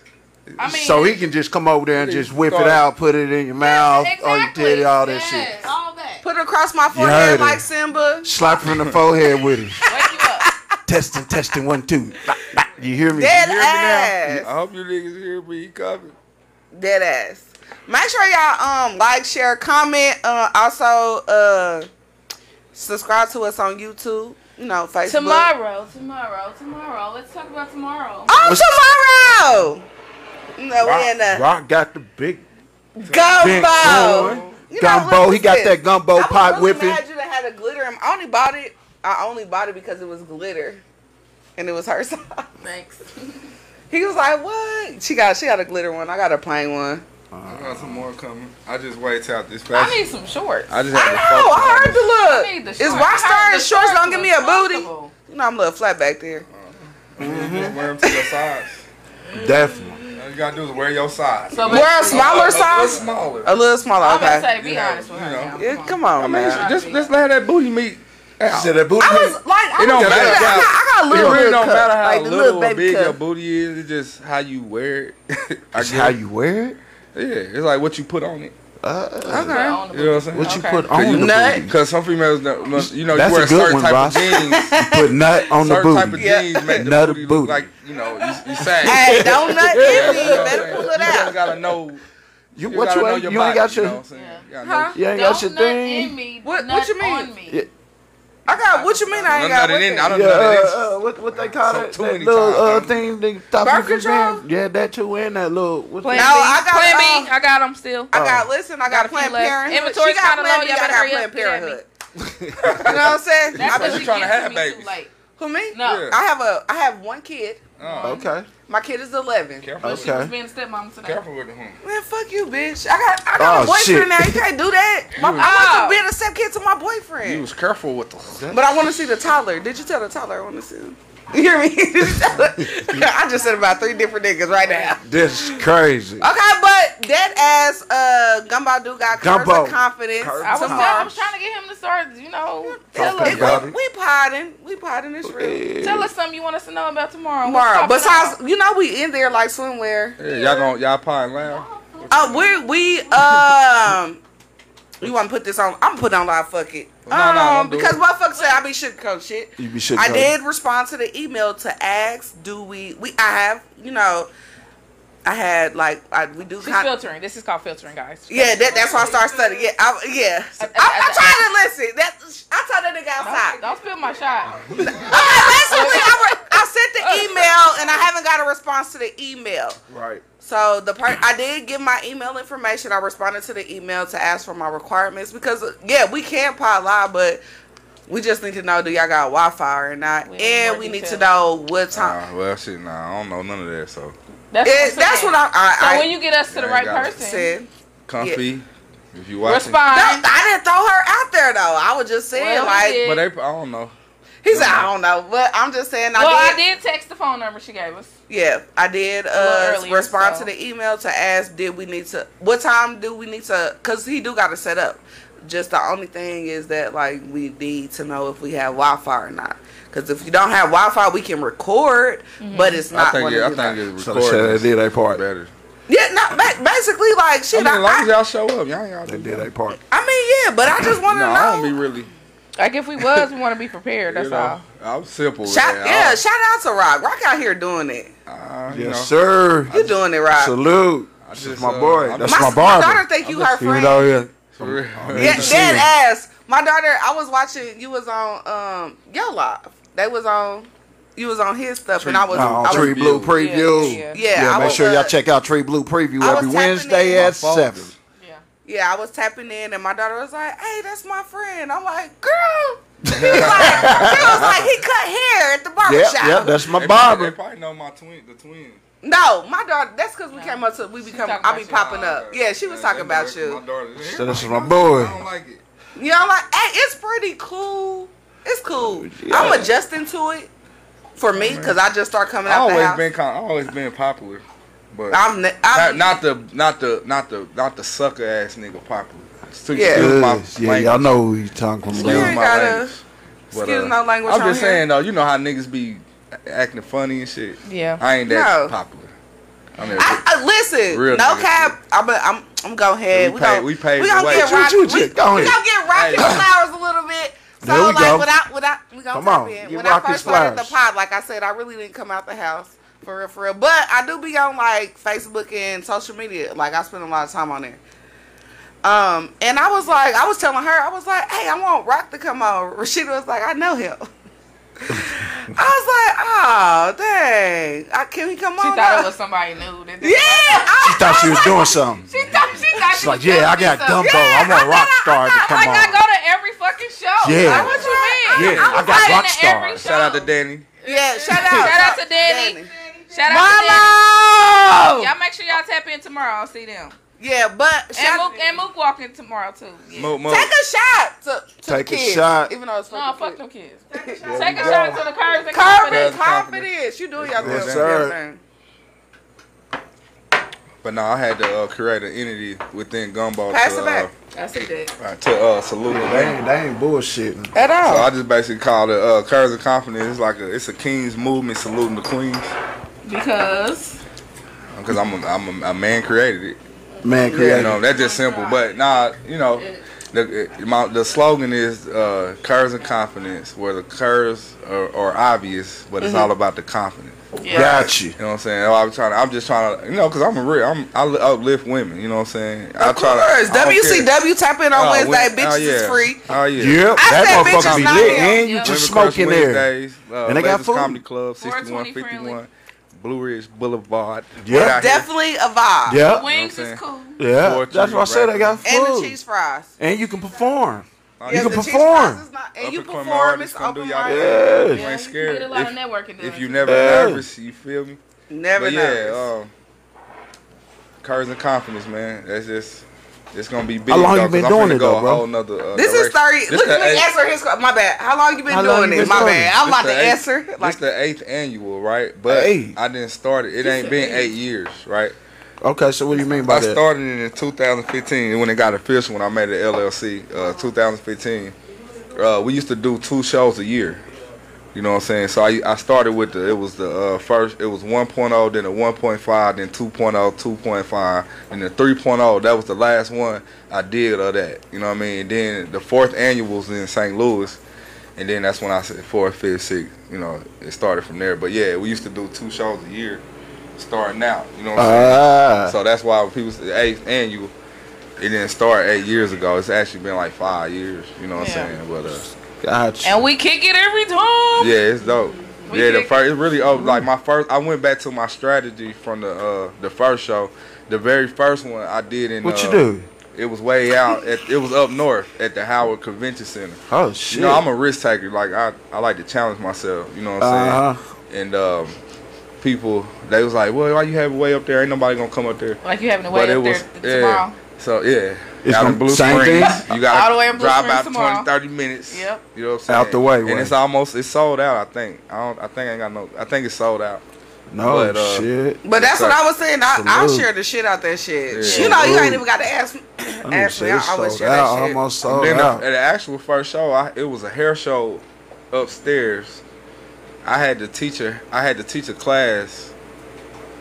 Speaker 1: I mean,
Speaker 3: so he can just come over there and just whip it
Speaker 4: Start-
Speaker 3: out, put it in your mouth, or your titty, all that
Speaker 1: yes,
Speaker 3: shit.
Speaker 1: all that.
Speaker 2: Put it across my
Speaker 3: heard
Speaker 2: forehead
Speaker 3: it.
Speaker 2: like Simba.
Speaker 3: Slap her in the forehead with it.
Speaker 1: Wake you up.
Speaker 3: testing, testing, one, two. Bah, bah. You hear me?
Speaker 2: Dead
Speaker 3: You hear me now?
Speaker 2: ass.
Speaker 4: I hope you niggas hear me coming.
Speaker 2: Dead ass. Make sure y'all um like, share, comment. Uh, also uh subscribe to us on YouTube. You know, Facebook.
Speaker 1: Tomorrow, tomorrow, tomorrow. Let's talk about tomorrow.
Speaker 2: Oh, tomorrow. No, we in
Speaker 3: Rock,
Speaker 2: the
Speaker 3: Rock got the big big
Speaker 2: uh, gumbo.
Speaker 3: one.
Speaker 2: You know,
Speaker 3: Gumbo,
Speaker 2: look
Speaker 3: he
Speaker 2: at
Speaker 3: got
Speaker 2: this.
Speaker 3: that gumbo
Speaker 2: I was
Speaker 3: pot
Speaker 2: really
Speaker 3: whipping.
Speaker 2: Mad you done had a glitter. in- I only bought it. I only bought it because it was glitter, and it was her size.
Speaker 1: Thanks.
Speaker 2: He was like, "What?" She got she got a glitter one. I got a plain one.
Speaker 4: I got some more coming. I just wait till this
Speaker 1: I
Speaker 4: fashion.
Speaker 1: need some shorts.
Speaker 4: I just
Speaker 2: I
Speaker 4: had to
Speaker 2: know.
Speaker 4: focus on
Speaker 2: I
Speaker 4: this.
Speaker 2: heard the look.
Speaker 1: I need the
Speaker 2: It's
Speaker 1: shorts. I
Speaker 2: rockstar
Speaker 1: heard
Speaker 2: and
Speaker 1: the
Speaker 2: shorts gonna
Speaker 1: shorts
Speaker 2: give me a
Speaker 1: was
Speaker 2: booty.
Speaker 1: comfortable.
Speaker 2: You know I'm a little flat back there.
Speaker 4: You just wear them to your size.
Speaker 3: Definitely.
Speaker 4: All you gotta do is wear your size.
Speaker 1: So
Speaker 2: Wear a smaller
Speaker 4: A little
Speaker 2: size.
Speaker 4: smaller.
Speaker 2: A little smaller.
Speaker 1: I'm gonna
Speaker 2: Okay.
Speaker 1: say, be
Speaker 4: You know,
Speaker 1: honest with her.
Speaker 4: you know.
Speaker 1: now.
Speaker 2: Yeah,
Speaker 1: on.
Speaker 2: come on, man.
Speaker 4: Just, just let that booty meat out.
Speaker 3: Said that booty
Speaker 2: I was
Speaker 3: meat.
Speaker 2: like, I
Speaker 4: It don't
Speaker 2: was
Speaker 4: matter
Speaker 2: really- I
Speaker 4: how-
Speaker 2: got, I got a
Speaker 4: It
Speaker 2: little
Speaker 4: really
Speaker 2: hood
Speaker 4: don't
Speaker 2: cup,
Speaker 4: matter how
Speaker 2: like the
Speaker 4: little or big
Speaker 2: cup.
Speaker 4: your booty is. It's just how you wear it. I
Speaker 3: That's
Speaker 4: guess.
Speaker 3: how you wear it.
Speaker 4: Yeah, it's like what you put on it.
Speaker 3: Uh,
Speaker 1: Put on the
Speaker 4: You know what I'm saying?
Speaker 3: what you
Speaker 1: Okay.
Speaker 3: put on
Speaker 4: you
Speaker 3: the
Speaker 2: Nut.
Speaker 3: booty?
Speaker 4: Because some females, don't, must- you know,
Speaker 3: That's
Speaker 4: you wear
Speaker 3: a
Speaker 4: a
Speaker 3: good
Speaker 4: certain
Speaker 3: one,
Speaker 4: type
Speaker 3: Ross.
Speaker 4: of jeans.
Speaker 3: Put nut on the
Speaker 4: certain type of
Speaker 3: booty.
Speaker 4: jeans make the
Speaker 3: Nut
Speaker 4: booty,
Speaker 3: booty.
Speaker 4: look like you know you, you sang.
Speaker 2: Hey, don't nut in me.
Speaker 4: You know what I'm
Speaker 2: Better
Speaker 4: saying?
Speaker 2: pull it
Speaker 4: You just
Speaker 2: out.
Speaker 4: gotta know.
Speaker 3: You
Speaker 4: You
Speaker 3: what
Speaker 4: gotta
Speaker 3: you
Speaker 4: know
Speaker 3: ain't,
Speaker 4: your
Speaker 3: you ain't
Speaker 4: body,
Speaker 3: got your.
Speaker 4: You know what I'm saying? You gotta know
Speaker 2: Huh?
Speaker 3: You ain't
Speaker 1: Don't
Speaker 3: got your
Speaker 1: nut in
Speaker 3: thing.
Speaker 1: me.
Speaker 2: What-
Speaker 1: nut
Speaker 2: what you mean?
Speaker 1: on me.
Speaker 3: Yeah.
Speaker 2: I got what you mean? I ain't
Speaker 4: Don't nut
Speaker 2: got
Speaker 4: it in. I
Speaker 2: what
Speaker 4: don't
Speaker 3: Yeah,
Speaker 4: know that it's-
Speaker 3: uh, uh, what what they call
Speaker 4: So
Speaker 3: it?
Speaker 4: too
Speaker 3: That
Speaker 4: many
Speaker 3: little uh,
Speaker 4: times,
Speaker 3: thing they top
Speaker 2: Birth
Speaker 3: of his
Speaker 2: control?
Speaker 3: hand? Yeah, that too, and that little. What's
Speaker 1: Plan
Speaker 2: No,
Speaker 3: that?
Speaker 1: B.
Speaker 2: I got,
Speaker 1: Plan B.
Speaker 2: uh,
Speaker 1: I got them still.
Speaker 2: I got listen. I got,
Speaker 1: Got a few
Speaker 2: Planned
Speaker 1: left.
Speaker 2: Parenthood.
Speaker 1: Inventory's
Speaker 2: She got
Speaker 1: kinda
Speaker 2: Planned
Speaker 1: low.
Speaker 2: B,
Speaker 1: Y'all
Speaker 2: I
Speaker 1: better
Speaker 2: got
Speaker 1: hurry
Speaker 2: Planned
Speaker 1: up and get at me.
Speaker 2: Parenthood. you know what I'm saying?
Speaker 1: That's
Speaker 2: I
Speaker 4: what
Speaker 1: because
Speaker 2: bet
Speaker 4: you
Speaker 1: she
Speaker 2: you-
Speaker 4: tryna
Speaker 1: trying to
Speaker 4: have
Speaker 1: have babies.
Speaker 4: babies.
Speaker 1: Too late.
Speaker 2: Who me?
Speaker 1: No.
Speaker 4: Yeah.
Speaker 2: I have a I have one kid.
Speaker 4: Oh,
Speaker 3: Okay.
Speaker 2: My kid is 11.
Speaker 4: Careful,
Speaker 1: But
Speaker 4: with
Speaker 1: she was
Speaker 3: Okay.
Speaker 1: being a stepmom today.
Speaker 4: careful with the home.
Speaker 2: Man, fuck you, bitch. I got I got
Speaker 3: Oh,
Speaker 2: a boyfriend
Speaker 3: shit.
Speaker 2: now. You can't do that. My, I
Speaker 1: Oh.
Speaker 2: want to be a step kid to my boyfriend.
Speaker 4: You was careful with the.
Speaker 2: But I want to see the toddler. Did you tell the toddler I want to see him? You hear me? I just said about three different niggas right now.
Speaker 3: This is crazy.
Speaker 2: Okay, but dead ass uh, Gumbo do got curves
Speaker 3: Gumbo.
Speaker 2: of confidence.
Speaker 3: Curves
Speaker 1: I was,
Speaker 3: Come
Speaker 1: tell-
Speaker 3: on.
Speaker 1: I was trying to get him to start, you know, tell
Speaker 3: Talking
Speaker 1: us,
Speaker 3: about-
Speaker 2: It- we, we potting. We potting this real.
Speaker 1: tell us something you want us to know about tomorrow. What's
Speaker 2: Tomorrow.
Speaker 1: popping
Speaker 2: Besides,
Speaker 1: off?
Speaker 2: you know we in there like swimwear.
Speaker 4: Yeah, y'all going y'all pine loud.
Speaker 2: Uh, we we um. You want to put this on? I'm putting on live. Fuck it.
Speaker 4: No, no, don't
Speaker 2: um,
Speaker 4: do
Speaker 2: because
Speaker 4: it.
Speaker 2: motherfuckers said I be shit coach shit.
Speaker 3: You be shit.
Speaker 2: I
Speaker 3: covered.
Speaker 2: did respond to the email to ask, do we we I have you know, I had like I we do
Speaker 1: she's
Speaker 2: kind
Speaker 1: filtering. This is called filtering, guys.
Speaker 2: yeah that, that's why I started studying yeah I, yeah I,
Speaker 1: I- I-
Speaker 2: am trying to listen that I told that nigga
Speaker 1: Don't,
Speaker 2: outside
Speaker 1: don't spill Oh my shot.
Speaker 2: okay listen we- I, re- I sent the email and I haven't got a response to the email
Speaker 3: Right.
Speaker 2: so the part I did give my email information I responded to the email to ask for my requirements because uh, yeah we can pot live but. We just need to know do y'all got Wi Fi or not,
Speaker 1: We need
Speaker 2: and
Speaker 1: more
Speaker 2: we need to
Speaker 1: details.
Speaker 2: know what time.
Speaker 4: Uh, well, shit, nah, I don't know none of that. So
Speaker 1: That's what,
Speaker 2: It, that's what I.
Speaker 1: So
Speaker 2: I, I
Speaker 1: when you get us to the
Speaker 4: Yeah,
Speaker 1: right
Speaker 4: got it.
Speaker 1: person,
Speaker 2: said.
Speaker 4: comfy. If you watching,
Speaker 2: No,
Speaker 1: respond.
Speaker 2: I didn't throw her out there though. I was just saying,
Speaker 1: Well,
Speaker 2: like,
Speaker 1: he did.
Speaker 4: but they, I don't know.
Speaker 2: he said, I don't know, but I'm just saying, I,
Speaker 1: well,
Speaker 2: did,
Speaker 1: I did text the phone number she gave us.
Speaker 2: Yeah, I did uh,
Speaker 1: little earlier,
Speaker 2: respond
Speaker 1: so.
Speaker 2: to the email to ask, did we need to? What time do we need to? Cause he do got to set up. Just the only thing is that like we need to know if we have Wi-Fi or not. Cause if you don't have Wi-Fi, we can record,
Speaker 1: Mm-hmm.
Speaker 2: but it's
Speaker 4: I
Speaker 2: not.
Speaker 4: think
Speaker 2: one
Speaker 4: yeah, I
Speaker 2: of
Speaker 4: think
Speaker 2: you
Speaker 4: it's
Speaker 3: So they said
Speaker 4: recorded.
Speaker 3: they did their part.
Speaker 4: better.
Speaker 2: yeah, no, ba- basically like
Speaker 4: I
Speaker 2: shit.
Speaker 4: mean,
Speaker 2: I,
Speaker 4: as long as
Speaker 2: I,
Speaker 4: y'all show up, y'all ain't gotta
Speaker 3: They
Speaker 4: do
Speaker 3: did
Speaker 4: nothing.
Speaker 3: their part.
Speaker 2: I mean, yeah, but I just want to
Speaker 4: No,
Speaker 2: know.
Speaker 4: I don't be really.
Speaker 1: Like if we was, we want to be prepared. That's
Speaker 4: you know,
Speaker 1: all.
Speaker 4: I'm simple. with
Speaker 2: Shout,
Speaker 4: that.
Speaker 2: yeah, shout out to Rock. Rock out here doing it.
Speaker 4: I, I, you
Speaker 3: Yes,
Speaker 4: know,
Speaker 3: sir.
Speaker 2: You doing it, Rock.
Speaker 3: Salute.
Speaker 4: I
Speaker 3: This is
Speaker 4: just,
Speaker 3: my
Speaker 4: uh,
Speaker 3: boy.
Speaker 4: I'm
Speaker 3: That's
Speaker 2: my,
Speaker 3: my,
Speaker 2: my
Speaker 3: barber.
Speaker 2: daughter think you her
Speaker 3: Even
Speaker 2: friend.
Speaker 3: though, yeah.
Speaker 4: for real.
Speaker 2: yeah,
Speaker 3: to see
Speaker 2: dead
Speaker 3: him.
Speaker 2: ass. My daughter. I was watching. You was on um Yo Live. They was on. You was on his stuff, and I was.
Speaker 3: Oh,
Speaker 2: I
Speaker 3: Tree
Speaker 2: was,
Speaker 3: Blue
Speaker 4: Yeah,
Speaker 3: Preview.
Speaker 1: yeah.
Speaker 2: Yeah, I
Speaker 3: make
Speaker 2: was,
Speaker 3: sure
Speaker 2: uh,
Speaker 3: y'all check out Tree Blue Preview
Speaker 2: I was
Speaker 3: every
Speaker 2: tapping
Speaker 3: Wednesday
Speaker 2: in.
Speaker 3: at
Speaker 4: My fault.
Speaker 3: seven.
Speaker 1: Yeah.
Speaker 2: yeah, I was tapping in, and my daughter was like, "Hey, that's my friend." I'm like, "Girl." She was like, she was like, he cut hair at the
Speaker 3: Yeah,
Speaker 2: barbershop.
Speaker 3: yeah, that's my
Speaker 4: They probably, they
Speaker 3: barber.
Speaker 4: probably know my twin, the twin.
Speaker 2: no, my daughter. That's because we came up to. We become.
Speaker 1: talking
Speaker 2: I be
Speaker 1: about you.
Speaker 2: popping up. Yeah, she was
Speaker 4: They
Speaker 2: talking
Speaker 4: know
Speaker 2: about
Speaker 4: it's
Speaker 2: you.
Speaker 4: My daughter.
Speaker 3: So this is my boy.
Speaker 4: I don't like it.
Speaker 2: You know, like, hey, it's pretty cool. It's cool. I'm adjusting to it. For me, because I just start coming
Speaker 4: I
Speaker 2: out the
Speaker 4: always
Speaker 2: house.
Speaker 4: been kind. I always been popular, but
Speaker 2: I'm ne- I'm-
Speaker 4: not, not the not the not the not the sucker ass nigga popular. Still-
Speaker 2: Yeah.
Speaker 4: still my
Speaker 3: Uh, yeah,
Speaker 4: language.
Speaker 3: y'all know who you talking from.
Speaker 4: Excuse
Speaker 3: though.
Speaker 4: my
Speaker 2: gotta-
Speaker 4: language. uh,
Speaker 2: excuse my language
Speaker 4: I'm
Speaker 2: on
Speaker 4: just
Speaker 2: here.
Speaker 4: saying though, you know how niggas be acting funny and shit.
Speaker 2: Yeah.
Speaker 4: I ain't that
Speaker 2: No.
Speaker 4: popular. I mean,
Speaker 2: I, I, listen,
Speaker 4: Real
Speaker 2: no
Speaker 4: nigga
Speaker 2: cap. I'm a, I'm I'm go ahead.
Speaker 4: We
Speaker 2: We,
Speaker 4: pay-
Speaker 2: gon-
Speaker 4: we pay
Speaker 2: we
Speaker 4: the
Speaker 2: gonna
Speaker 4: way.
Speaker 2: get
Speaker 4: Choo-
Speaker 2: rock,
Speaker 4: choo,
Speaker 2: we,
Speaker 4: chick, go
Speaker 2: we
Speaker 4: ahead.
Speaker 2: gonna get rocket
Speaker 4: Hey.
Speaker 2: flowers a little bit. So
Speaker 3: There we
Speaker 2: like
Speaker 3: go.
Speaker 2: without without we gonna
Speaker 3: Come
Speaker 2: tap
Speaker 3: on,
Speaker 2: in.
Speaker 3: get
Speaker 2: When I
Speaker 3: rocket
Speaker 2: first started the
Speaker 3: flowers.
Speaker 2: pod, like I said, I really didn't come out the house for real, for real. But I do be on like Facebook and social media. Like I spend a lot of time on there. Um, and I was like, I was telling her, I was like, hey, I want Rock to come on. Rashida was like, I know him. I was like, oh dang, I, can he come
Speaker 1: She
Speaker 2: on?
Speaker 1: thought
Speaker 2: up?"
Speaker 1: it was somebody new. That
Speaker 2: Yeah, I,
Speaker 3: She thought she was doing something.
Speaker 1: She thought she thought
Speaker 3: She's
Speaker 1: she
Speaker 3: like,
Speaker 1: was
Speaker 3: yeah, I got
Speaker 1: doing something.
Speaker 3: Dumbo. I want Rockstar to come
Speaker 1: like I
Speaker 3: on.
Speaker 1: go to every fucking show.
Speaker 3: Yeah.
Speaker 1: Like, what you mean?
Speaker 3: Yeah, I
Speaker 1: was
Speaker 3: got
Speaker 1: like in every
Speaker 3: Rockstar.
Speaker 1: show.
Speaker 4: shout out to Danny.
Speaker 2: Yeah, shout out.
Speaker 1: Shout out to Danny. Shout out to Danny.
Speaker 2: Milo!
Speaker 1: Y'all make sure y'all tap in tomorrow. I'll see them.
Speaker 2: Yeah, but
Speaker 1: And
Speaker 2: shout,
Speaker 1: Mook, and Mook walking tomorrow too. Yeah.
Speaker 4: Mo, Mo.
Speaker 2: take a shot to, to
Speaker 3: Take a
Speaker 2: the kids,
Speaker 3: shot.
Speaker 2: Even though it's
Speaker 1: No,
Speaker 2: fucking
Speaker 1: fuck
Speaker 2: kids.
Speaker 1: them kids.
Speaker 3: There
Speaker 1: Take
Speaker 3: we
Speaker 1: a
Speaker 3: go.
Speaker 1: shot to the curves and
Speaker 2: Curvy
Speaker 4: That's confidence.
Speaker 1: confidence.
Speaker 2: confidence. You do y'all
Speaker 4: Yes,
Speaker 3: sir.
Speaker 2: thing.
Speaker 4: But no, I had to uh, create an entity within Gumball
Speaker 2: Pass
Speaker 4: to,
Speaker 2: it back.
Speaker 1: I see that.
Speaker 4: Uh, to uh, salute him.
Speaker 3: They ain't, they ain't bullshitting.
Speaker 2: At
Speaker 4: So
Speaker 2: all.
Speaker 4: I just basically called it uh, Curves of Confidence. It's like a, it's a King's movement saluting the Queens
Speaker 1: Because
Speaker 4: because I'm a, I'm a, a man created it.
Speaker 3: Man, creative.
Speaker 4: You know, that's just simple. But nah, you know, the it- my, the slogan is uh, curves and confidence, where the curves are, are obvious, but
Speaker 2: Mm-hmm.
Speaker 4: it's all about the confidence.
Speaker 1: yeah.
Speaker 3: Got you.
Speaker 4: You know what I'm saying? Oh, I'm trying. To, I'm just trying to, you know, because I'm a real. I'm, I li- uplift women. You know what I'm saying? I
Speaker 2: Of
Speaker 4: try to-
Speaker 2: course.
Speaker 4: I don't care.
Speaker 2: WCW tap in on
Speaker 4: Oh,
Speaker 2: Wednesday.
Speaker 4: women-
Speaker 2: Bitches
Speaker 4: oh, yeah.
Speaker 2: is free.
Speaker 4: Oh yeah.
Speaker 3: Yep,
Speaker 2: I
Speaker 3: that
Speaker 2: said bitches
Speaker 3: motherfucker be
Speaker 2: not
Speaker 3: lit,
Speaker 2: here.
Speaker 3: and you
Speaker 1: Yeah.
Speaker 3: just
Speaker 4: Women Crush
Speaker 3: smoking there.
Speaker 4: Wednesdays, uh,
Speaker 3: And they got
Speaker 4: Legends
Speaker 3: food.
Speaker 4: Comedy Club,
Speaker 1: 420
Speaker 4: 6151 Blue Ridge Boulevard.
Speaker 3: Yeah.
Speaker 4: Right out here.
Speaker 2: Definitely a vibe.
Speaker 3: Yeah,
Speaker 1: Wings
Speaker 4: You know what I'm
Speaker 1: is cool.
Speaker 3: yeah.
Speaker 4: Four
Speaker 3: That's what I said. They got
Speaker 2: And the
Speaker 3: food,
Speaker 2: cheese fries.
Speaker 3: and you can perform.
Speaker 4: Oh,
Speaker 3: You
Speaker 2: Yes,
Speaker 4: yeah.
Speaker 3: can
Speaker 2: the cheese
Speaker 3: perform.
Speaker 2: fries is not- And
Speaker 4: Up
Speaker 2: you
Speaker 4: and coming
Speaker 2: perform.
Speaker 4: artists
Speaker 2: It's
Speaker 4: come
Speaker 2: open
Speaker 4: do y'all thing.
Speaker 2: mic.
Speaker 3: Yes.
Speaker 4: You
Speaker 1: Yeah,
Speaker 4: ain't
Speaker 1: you can
Speaker 4: scared.
Speaker 1: get a lot of
Speaker 4: If,
Speaker 1: networking done.
Speaker 4: if you never
Speaker 3: Yeah.
Speaker 4: nervous, you feel me?
Speaker 2: Never
Speaker 4: but
Speaker 2: know.
Speaker 4: yeah, um, courage and confidence, man. That's just it's gonna be big.
Speaker 3: long
Speaker 4: though,
Speaker 3: you been
Speaker 4: 'cause I'm
Speaker 3: doing
Speaker 4: finna
Speaker 3: it,
Speaker 4: go
Speaker 3: though,
Speaker 4: a
Speaker 3: bro?
Speaker 4: Whole nother, uh,
Speaker 2: This
Speaker 4: direction.
Speaker 2: is 30.
Speaker 4: This
Speaker 2: Look,
Speaker 4: the
Speaker 2: let me
Speaker 4: eighth-
Speaker 2: answer his My bad. How long you been
Speaker 3: How long
Speaker 2: doing
Speaker 3: you
Speaker 2: it?
Speaker 3: been
Speaker 2: My
Speaker 3: doing
Speaker 2: bad.
Speaker 3: it?
Speaker 2: I'm about
Speaker 4: this
Speaker 2: to
Speaker 4: the eighth-
Speaker 2: answer.
Speaker 4: This
Speaker 2: Like,
Speaker 4: the eighth annual, right? But
Speaker 3: Eight.
Speaker 4: I didn't start it. It ain't been eight years, right?
Speaker 3: Okay, so what do you mean by
Speaker 4: I
Speaker 3: that?
Speaker 4: started it in 2015 when it got official when I made it LLC. Uh, 2015. Uh, we used to do two shows a year. You know what I'm saying? So I, I started with the it was the uh, first it was 1.0 then a 1.5 then oh, 2.0 2.5 and the 3.0 oh. that was the last one I did of that. You know what I mean? And then the fourth annual was in St. Louis, and then that's when I said fourth, fifth, sixth. You know it started from there. But yeah, we used to do two shows a year, starting out. You know what I'm saying?
Speaker 1: Uh,
Speaker 3: Ah,
Speaker 4: So that's why when people say eighth annual, it didn't start eight years ago. It's actually been like five years. You know what
Speaker 1: Yeah.
Speaker 4: I'm saying? But uh,
Speaker 3: got you.
Speaker 1: And we kick it every time.
Speaker 4: yeah, it's dope.
Speaker 1: We
Speaker 4: yeah, the
Speaker 1: did-
Speaker 4: first it's really oh like my first. I went back to my strategy from the uh the first show. The very first one I did in
Speaker 3: What you
Speaker 4: uh,
Speaker 3: do?
Speaker 4: It was way out. At, it was up north at the Howard Convention Center.
Speaker 3: Oh shit.
Speaker 4: You know, I'm a risk taker. Like I, I like to challenge myself. You know what I'm
Speaker 3: Uh-huh.
Speaker 4: saying? And um, people, they was like, "Well, why you have it way up there? Ain't nobody gonna come up there."
Speaker 1: Like you having to wait up there tomorrow.
Speaker 4: yeah. So yeah,
Speaker 3: It's
Speaker 4: out
Speaker 3: gonna-
Speaker 4: in Blue
Speaker 3: same
Speaker 4: Springs,
Speaker 3: thing?
Speaker 4: you got
Speaker 1: All the way in Blue
Speaker 4: drive
Speaker 1: Springs
Speaker 4: about 20,
Speaker 1: tomorrow.
Speaker 4: 30 minutes.
Speaker 1: Yep.
Speaker 4: You know what I'm saying?
Speaker 3: Out the way,
Speaker 4: and
Speaker 3: way.
Speaker 4: it's almost it's sold out. I think I don't. I think I ain't got no. I think it's sold out.
Speaker 3: no
Speaker 4: but, uh,
Speaker 3: shit.
Speaker 2: But that's what
Speaker 4: Sorry.
Speaker 2: I was saying. I, I'll
Speaker 3: Salute.
Speaker 2: share the shit out that shit.
Speaker 4: Yeah.
Speaker 2: You know, you
Speaker 3: Salute.
Speaker 2: ain't even got to ask me.
Speaker 3: I
Speaker 2: ask me. I always
Speaker 3: sold
Speaker 2: share
Speaker 3: out.
Speaker 2: that shit.
Speaker 3: Almost sold
Speaker 4: then
Speaker 3: out.
Speaker 4: The, at the actual first show, I, it was a hair show upstairs. I had to teach a, I had to teach a class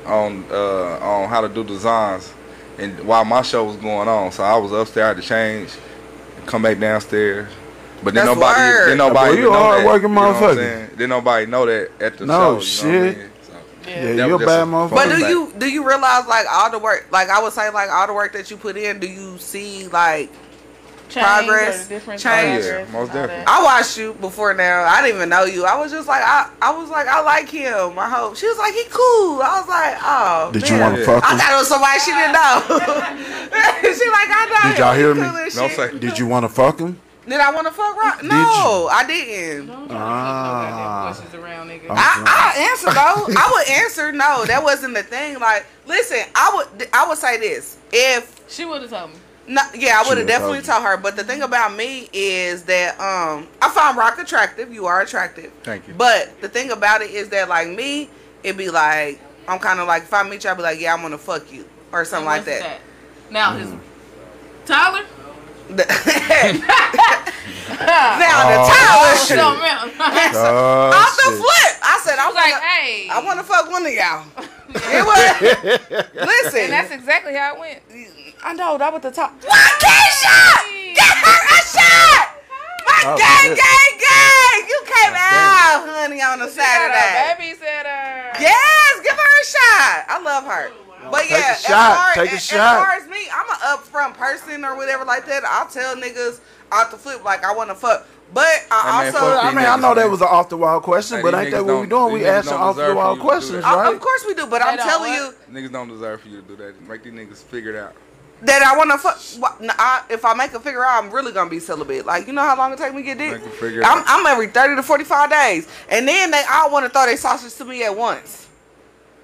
Speaker 4: on uh, on how to do designs, and while my show was going on, so I was upstairs. I had to change, and come back downstairs. But then
Speaker 2: That's
Speaker 4: nobody,
Speaker 2: word.
Speaker 4: then nobody,
Speaker 3: Boy, you
Speaker 4: even know
Speaker 3: hard
Speaker 4: that,
Speaker 3: working
Speaker 4: you know what I'm
Speaker 3: motherfucker.
Speaker 4: saying? Then nobody know that at the
Speaker 3: No
Speaker 4: show. you know what I
Speaker 3: shit.
Speaker 4: mean? So,
Speaker 3: yeah,
Speaker 4: that
Speaker 3: you're
Speaker 4: was
Speaker 3: a
Speaker 4: just
Speaker 3: bad
Speaker 4: a
Speaker 3: motherfucker.
Speaker 2: But
Speaker 4: fun
Speaker 2: do
Speaker 4: fact.
Speaker 2: you do you realize like all the work? Like I would say, like all the work that you put in. Do you see like
Speaker 1: Change
Speaker 2: Progress.
Speaker 1: or the difference in
Speaker 2: Change.
Speaker 1: progress
Speaker 4: Oh, Yeah, most
Speaker 1: and all that.
Speaker 2: I watched you before now? I didn't even know you. I was just like I I was like I like him. I hope she was like he cool. I was like oh.
Speaker 3: Did
Speaker 2: man.
Speaker 3: you want to
Speaker 4: Yeah.
Speaker 3: fuck
Speaker 2: I
Speaker 3: him?
Speaker 2: thought it was somebody she didn't know. she like I know.
Speaker 3: Did y'all
Speaker 2: him.
Speaker 3: hear
Speaker 2: He
Speaker 3: me?
Speaker 2: cool as
Speaker 4: No
Speaker 2: shit.
Speaker 4: say.
Speaker 3: Did you want to fuck him?
Speaker 2: Did I want to fuck rock?
Speaker 3: you?
Speaker 2: No, I didn't.
Speaker 1: Don't try to flip no
Speaker 3: Ah.
Speaker 1: goddamn questions around, nigga.
Speaker 3: Oh.
Speaker 2: I, I answer though. I would answer no. That wasn't the thing. Like, listen, I would I would say this. If
Speaker 1: She would have told me.
Speaker 2: No, yeah, I
Speaker 3: She
Speaker 2: would have
Speaker 3: would've
Speaker 2: definitely
Speaker 3: told
Speaker 2: told her. But the thing about me is that um, I find Rock attractive. You are attractive.
Speaker 3: Thank you.
Speaker 2: But the thing about it is that like me, it'd be like I'm kind of like if I meet you, I'd be like, yeah, I'm gonna fuck you or something like
Speaker 11: What's
Speaker 2: that.
Speaker 11: Now his Tyler.
Speaker 2: Now the
Speaker 3: Oh,
Speaker 2: Tyler
Speaker 3: shit.
Speaker 2: shit.
Speaker 4: Uh,
Speaker 3: Oh,
Speaker 2: Off the
Speaker 3: shit.
Speaker 2: flip, I said I was like, hey, I want to fuck one of y'all. It was- Listen.
Speaker 1: and that's exactly how it went.
Speaker 2: I know that was the top. Lakeisha, get her a shot. My
Speaker 1: Oh,
Speaker 2: gang,
Speaker 1: shit.
Speaker 2: gang, gang. You came out, honey, on a
Speaker 1: She got
Speaker 2: Saturday.
Speaker 1: a babysitter.
Speaker 2: Yes, give her a shot. I love her. But
Speaker 3: Take a
Speaker 2: yeah, as
Speaker 3: shot,
Speaker 2: far-
Speaker 3: take a
Speaker 2: as-
Speaker 3: shot.
Speaker 2: As far as me, I'm an upfront person or whatever like that. I'll tell niggas off the flip like I want to fuck. But I
Speaker 3: I,
Speaker 2: also,
Speaker 3: mean, I know that was an off the wall question,
Speaker 4: Hey,
Speaker 3: but
Speaker 4: these
Speaker 3: ain't that
Speaker 4: niggas
Speaker 3: what we
Speaker 4: don't-
Speaker 3: doing? We
Speaker 4: these niggas
Speaker 3: asking
Speaker 4: don't
Speaker 3: off the
Speaker 4: deserve for
Speaker 3: wall
Speaker 4: you to do
Speaker 3: questions,
Speaker 4: that.
Speaker 3: right?
Speaker 2: Of course we do, but I'm telling you
Speaker 4: Niggas don't deserve for you to do that. Make these niggas figure it out.
Speaker 2: that I want to fuck. wha- nah, I, if I make a figure out, I'm really gonna be celibate. Like you know how long it take me to get dick?
Speaker 4: Make them figure it
Speaker 2: I'm,
Speaker 4: out.
Speaker 2: I'm every 30 to 45 days. And then they all want to throw their sausage to me at once.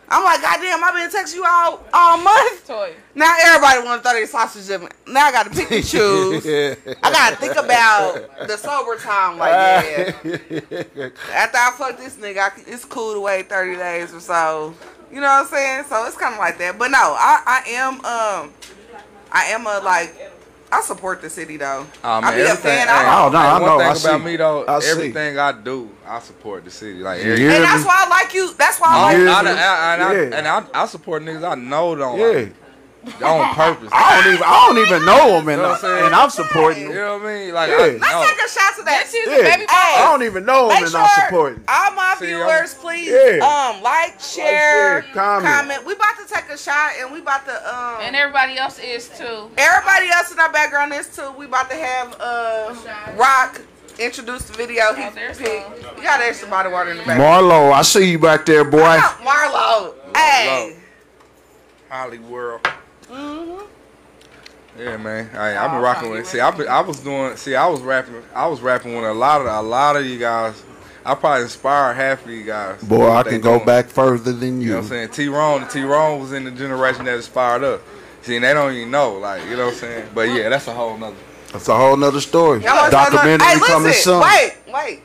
Speaker 2: I'm like, God damn, I've been texting you all, all month. Now everybody want to throw their sausage at me. Now I got to pick and choose. I got to think about the sober time. Like, yeah. After I fuck this nigga, I, can- it's cool to wait 30 days or so. You know what I'm saying? So it's kind of like that. But no, I, I am, um, I am a, like, I support the city, though.
Speaker 4: Oh,
Speaker 2: I
Speaker 4: man,
Speaker 2: be a
Speaker 4: everything-
Speaker 2: fan.
Speaker 4: hey,
Speaker 2: I
Speaker 3: Oh, no,
Speaker 4: hey,
Speaker 3: I
Speaker 4: one
Speaker 3: know,
Speaker 4: thing
Speaker 3: I
Speaker 4: about
Speaker 3: see.
Speaker 4: me though,
Speaker 3: I see.
Speaker 4: everything I do, I support the city. Like,
Speaker 3: You
Speaker 4: every-
Speaker 3: hear
Speaker 2: And that's why I like you. That's why I
Speaker 4: I,
Speaker 2: like
Speaker 4: don't-
Speaker 2: you.
Speaker 4: I, don't- I, and,
Speaker 3: Yeah.
Speaker 4: I, and I, I support niggas I know don't
Speaker 3: Yeah.
Speaker 4: like, on purpose.
Speaker 3: I don't even, I don't even know him,
Speaker 4: You
Speaker 3: and,
Speaker 4: know what I'm saying?
Speaker 3: and I'm supporting
Speaker 4: You
Speaker 3: him.
Speaker 4: know what I mean? Like,
Speaker 3: Yeah.
Speaker 4: I,
Speaker 3: Let's
Speaker 4: no.
Speaker 2: Take a shot to that.
Speaker 3: Yeah. I don't even know him,
Speaker 2: Make
Speaker 3: and
Speaker 2: sure
Speaker 3: I'm supporting.
Speaker 2: all my
Speaker 4: See,
Speaker 2: viewers, please,
Speaker 3: Yeah.
Speaker 2: um, like, share,
Speaker 3: share,
Speaker 2: comment.
Speaker 3: comment.
Speaker 2: We about to take a shot, and we about to um,
Speaker 11: And everybody else is too.
Speaker 2: everybody else in our background is too. We about to have uh, Rock introduce the video. He picked. You got extra bottle water in the back.
Speaker 3: Marlo, I see you back there, boy.
Speaker 2: Marlo, hey,
Speaker 4: Holly World.
Speaker 2: Mm-hmm.
Speaker 4: Yeah, man. I, I've been rocking with. See, I've been, I was doing. See, I was rapping. I was rapping with a lot of a lot of you guys. I probably inspired half of you guys. to do
Speaker 3: Boy, I
Speaker 4: what they
Speaker 3: can go
Speaker 4: doing.
Speaker 3: back further than
Speaker 4: You know
Speaker 3: you.
Speaker 4: what I'm saying? T Ron, T Ron was in the generation that inspired us. See, and they don't even know, like, you know what I'm saying? But yeah, that's a whole nother.
Speaker 3: That's a whole nother story.
Speaker 2: Y'all wanna talk about-
Speaker 3: Documentary
Speaker 2: hey,
Speaker 3: coming
Speaker 2: listen,
Speaker 3: soon.
Speaker 2: wait, wait.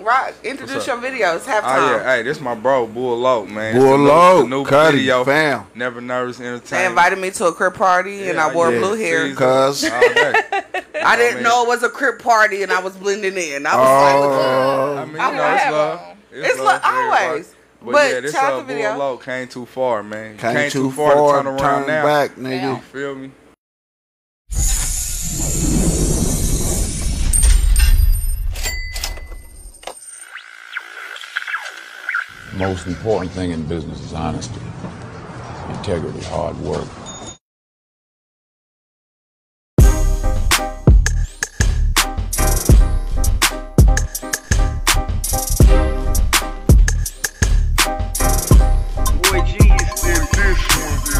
Speaker 2: Rock, introduce
Speaker 4: What's
Speaker 2: your
Speaker 4: up?
Speaker 2: videos. Halftime.
Speaker 4: Oh yeah, hey, this my bro, Bull Loke, man. It's
Speaker 3: Bull
Speaker 4: the new-
Speaker 3: Loke,
Speaker 4: the new
Speaker 3: Cuddy,
Speaker 4: video,
Speaker 3: fam.
Speaker 4: Never Nervous
Speaker 2: They
Speaker 4: Entertainment.
Speaker 2: invited me to a crib party, and I wore blue hair.
Speaker 3: Cuz.
Speaker 4: All day.
Speaker 2: I didn't
Speaker 4: man.
Speaker 2: know it was a crib party, and I was blending in. I was like, look at-
Speaker 3: Oh,
Speaker 4: I mean, you know, it's love.
Speaker 2: It's love
Speaker 4: for everybody.
Speaker 2: always.
Speaker 4: But,
Speaker 2: But
Speaker 4: yeah, this
Speaker 2: shout out
Speaker 4: uh,
Speaker 2: the video.
Speaker 4: Bull Low came too far, man. You
Speaker 3: came, too
Speaker 4: far,
Speaker 3: far,
Speaker 4: to turn around now.
Speaker 3: back, nigga.
Speaker 4: You feel me?
Speaker 6: Most important thing in business is honesty, integrity, hard work.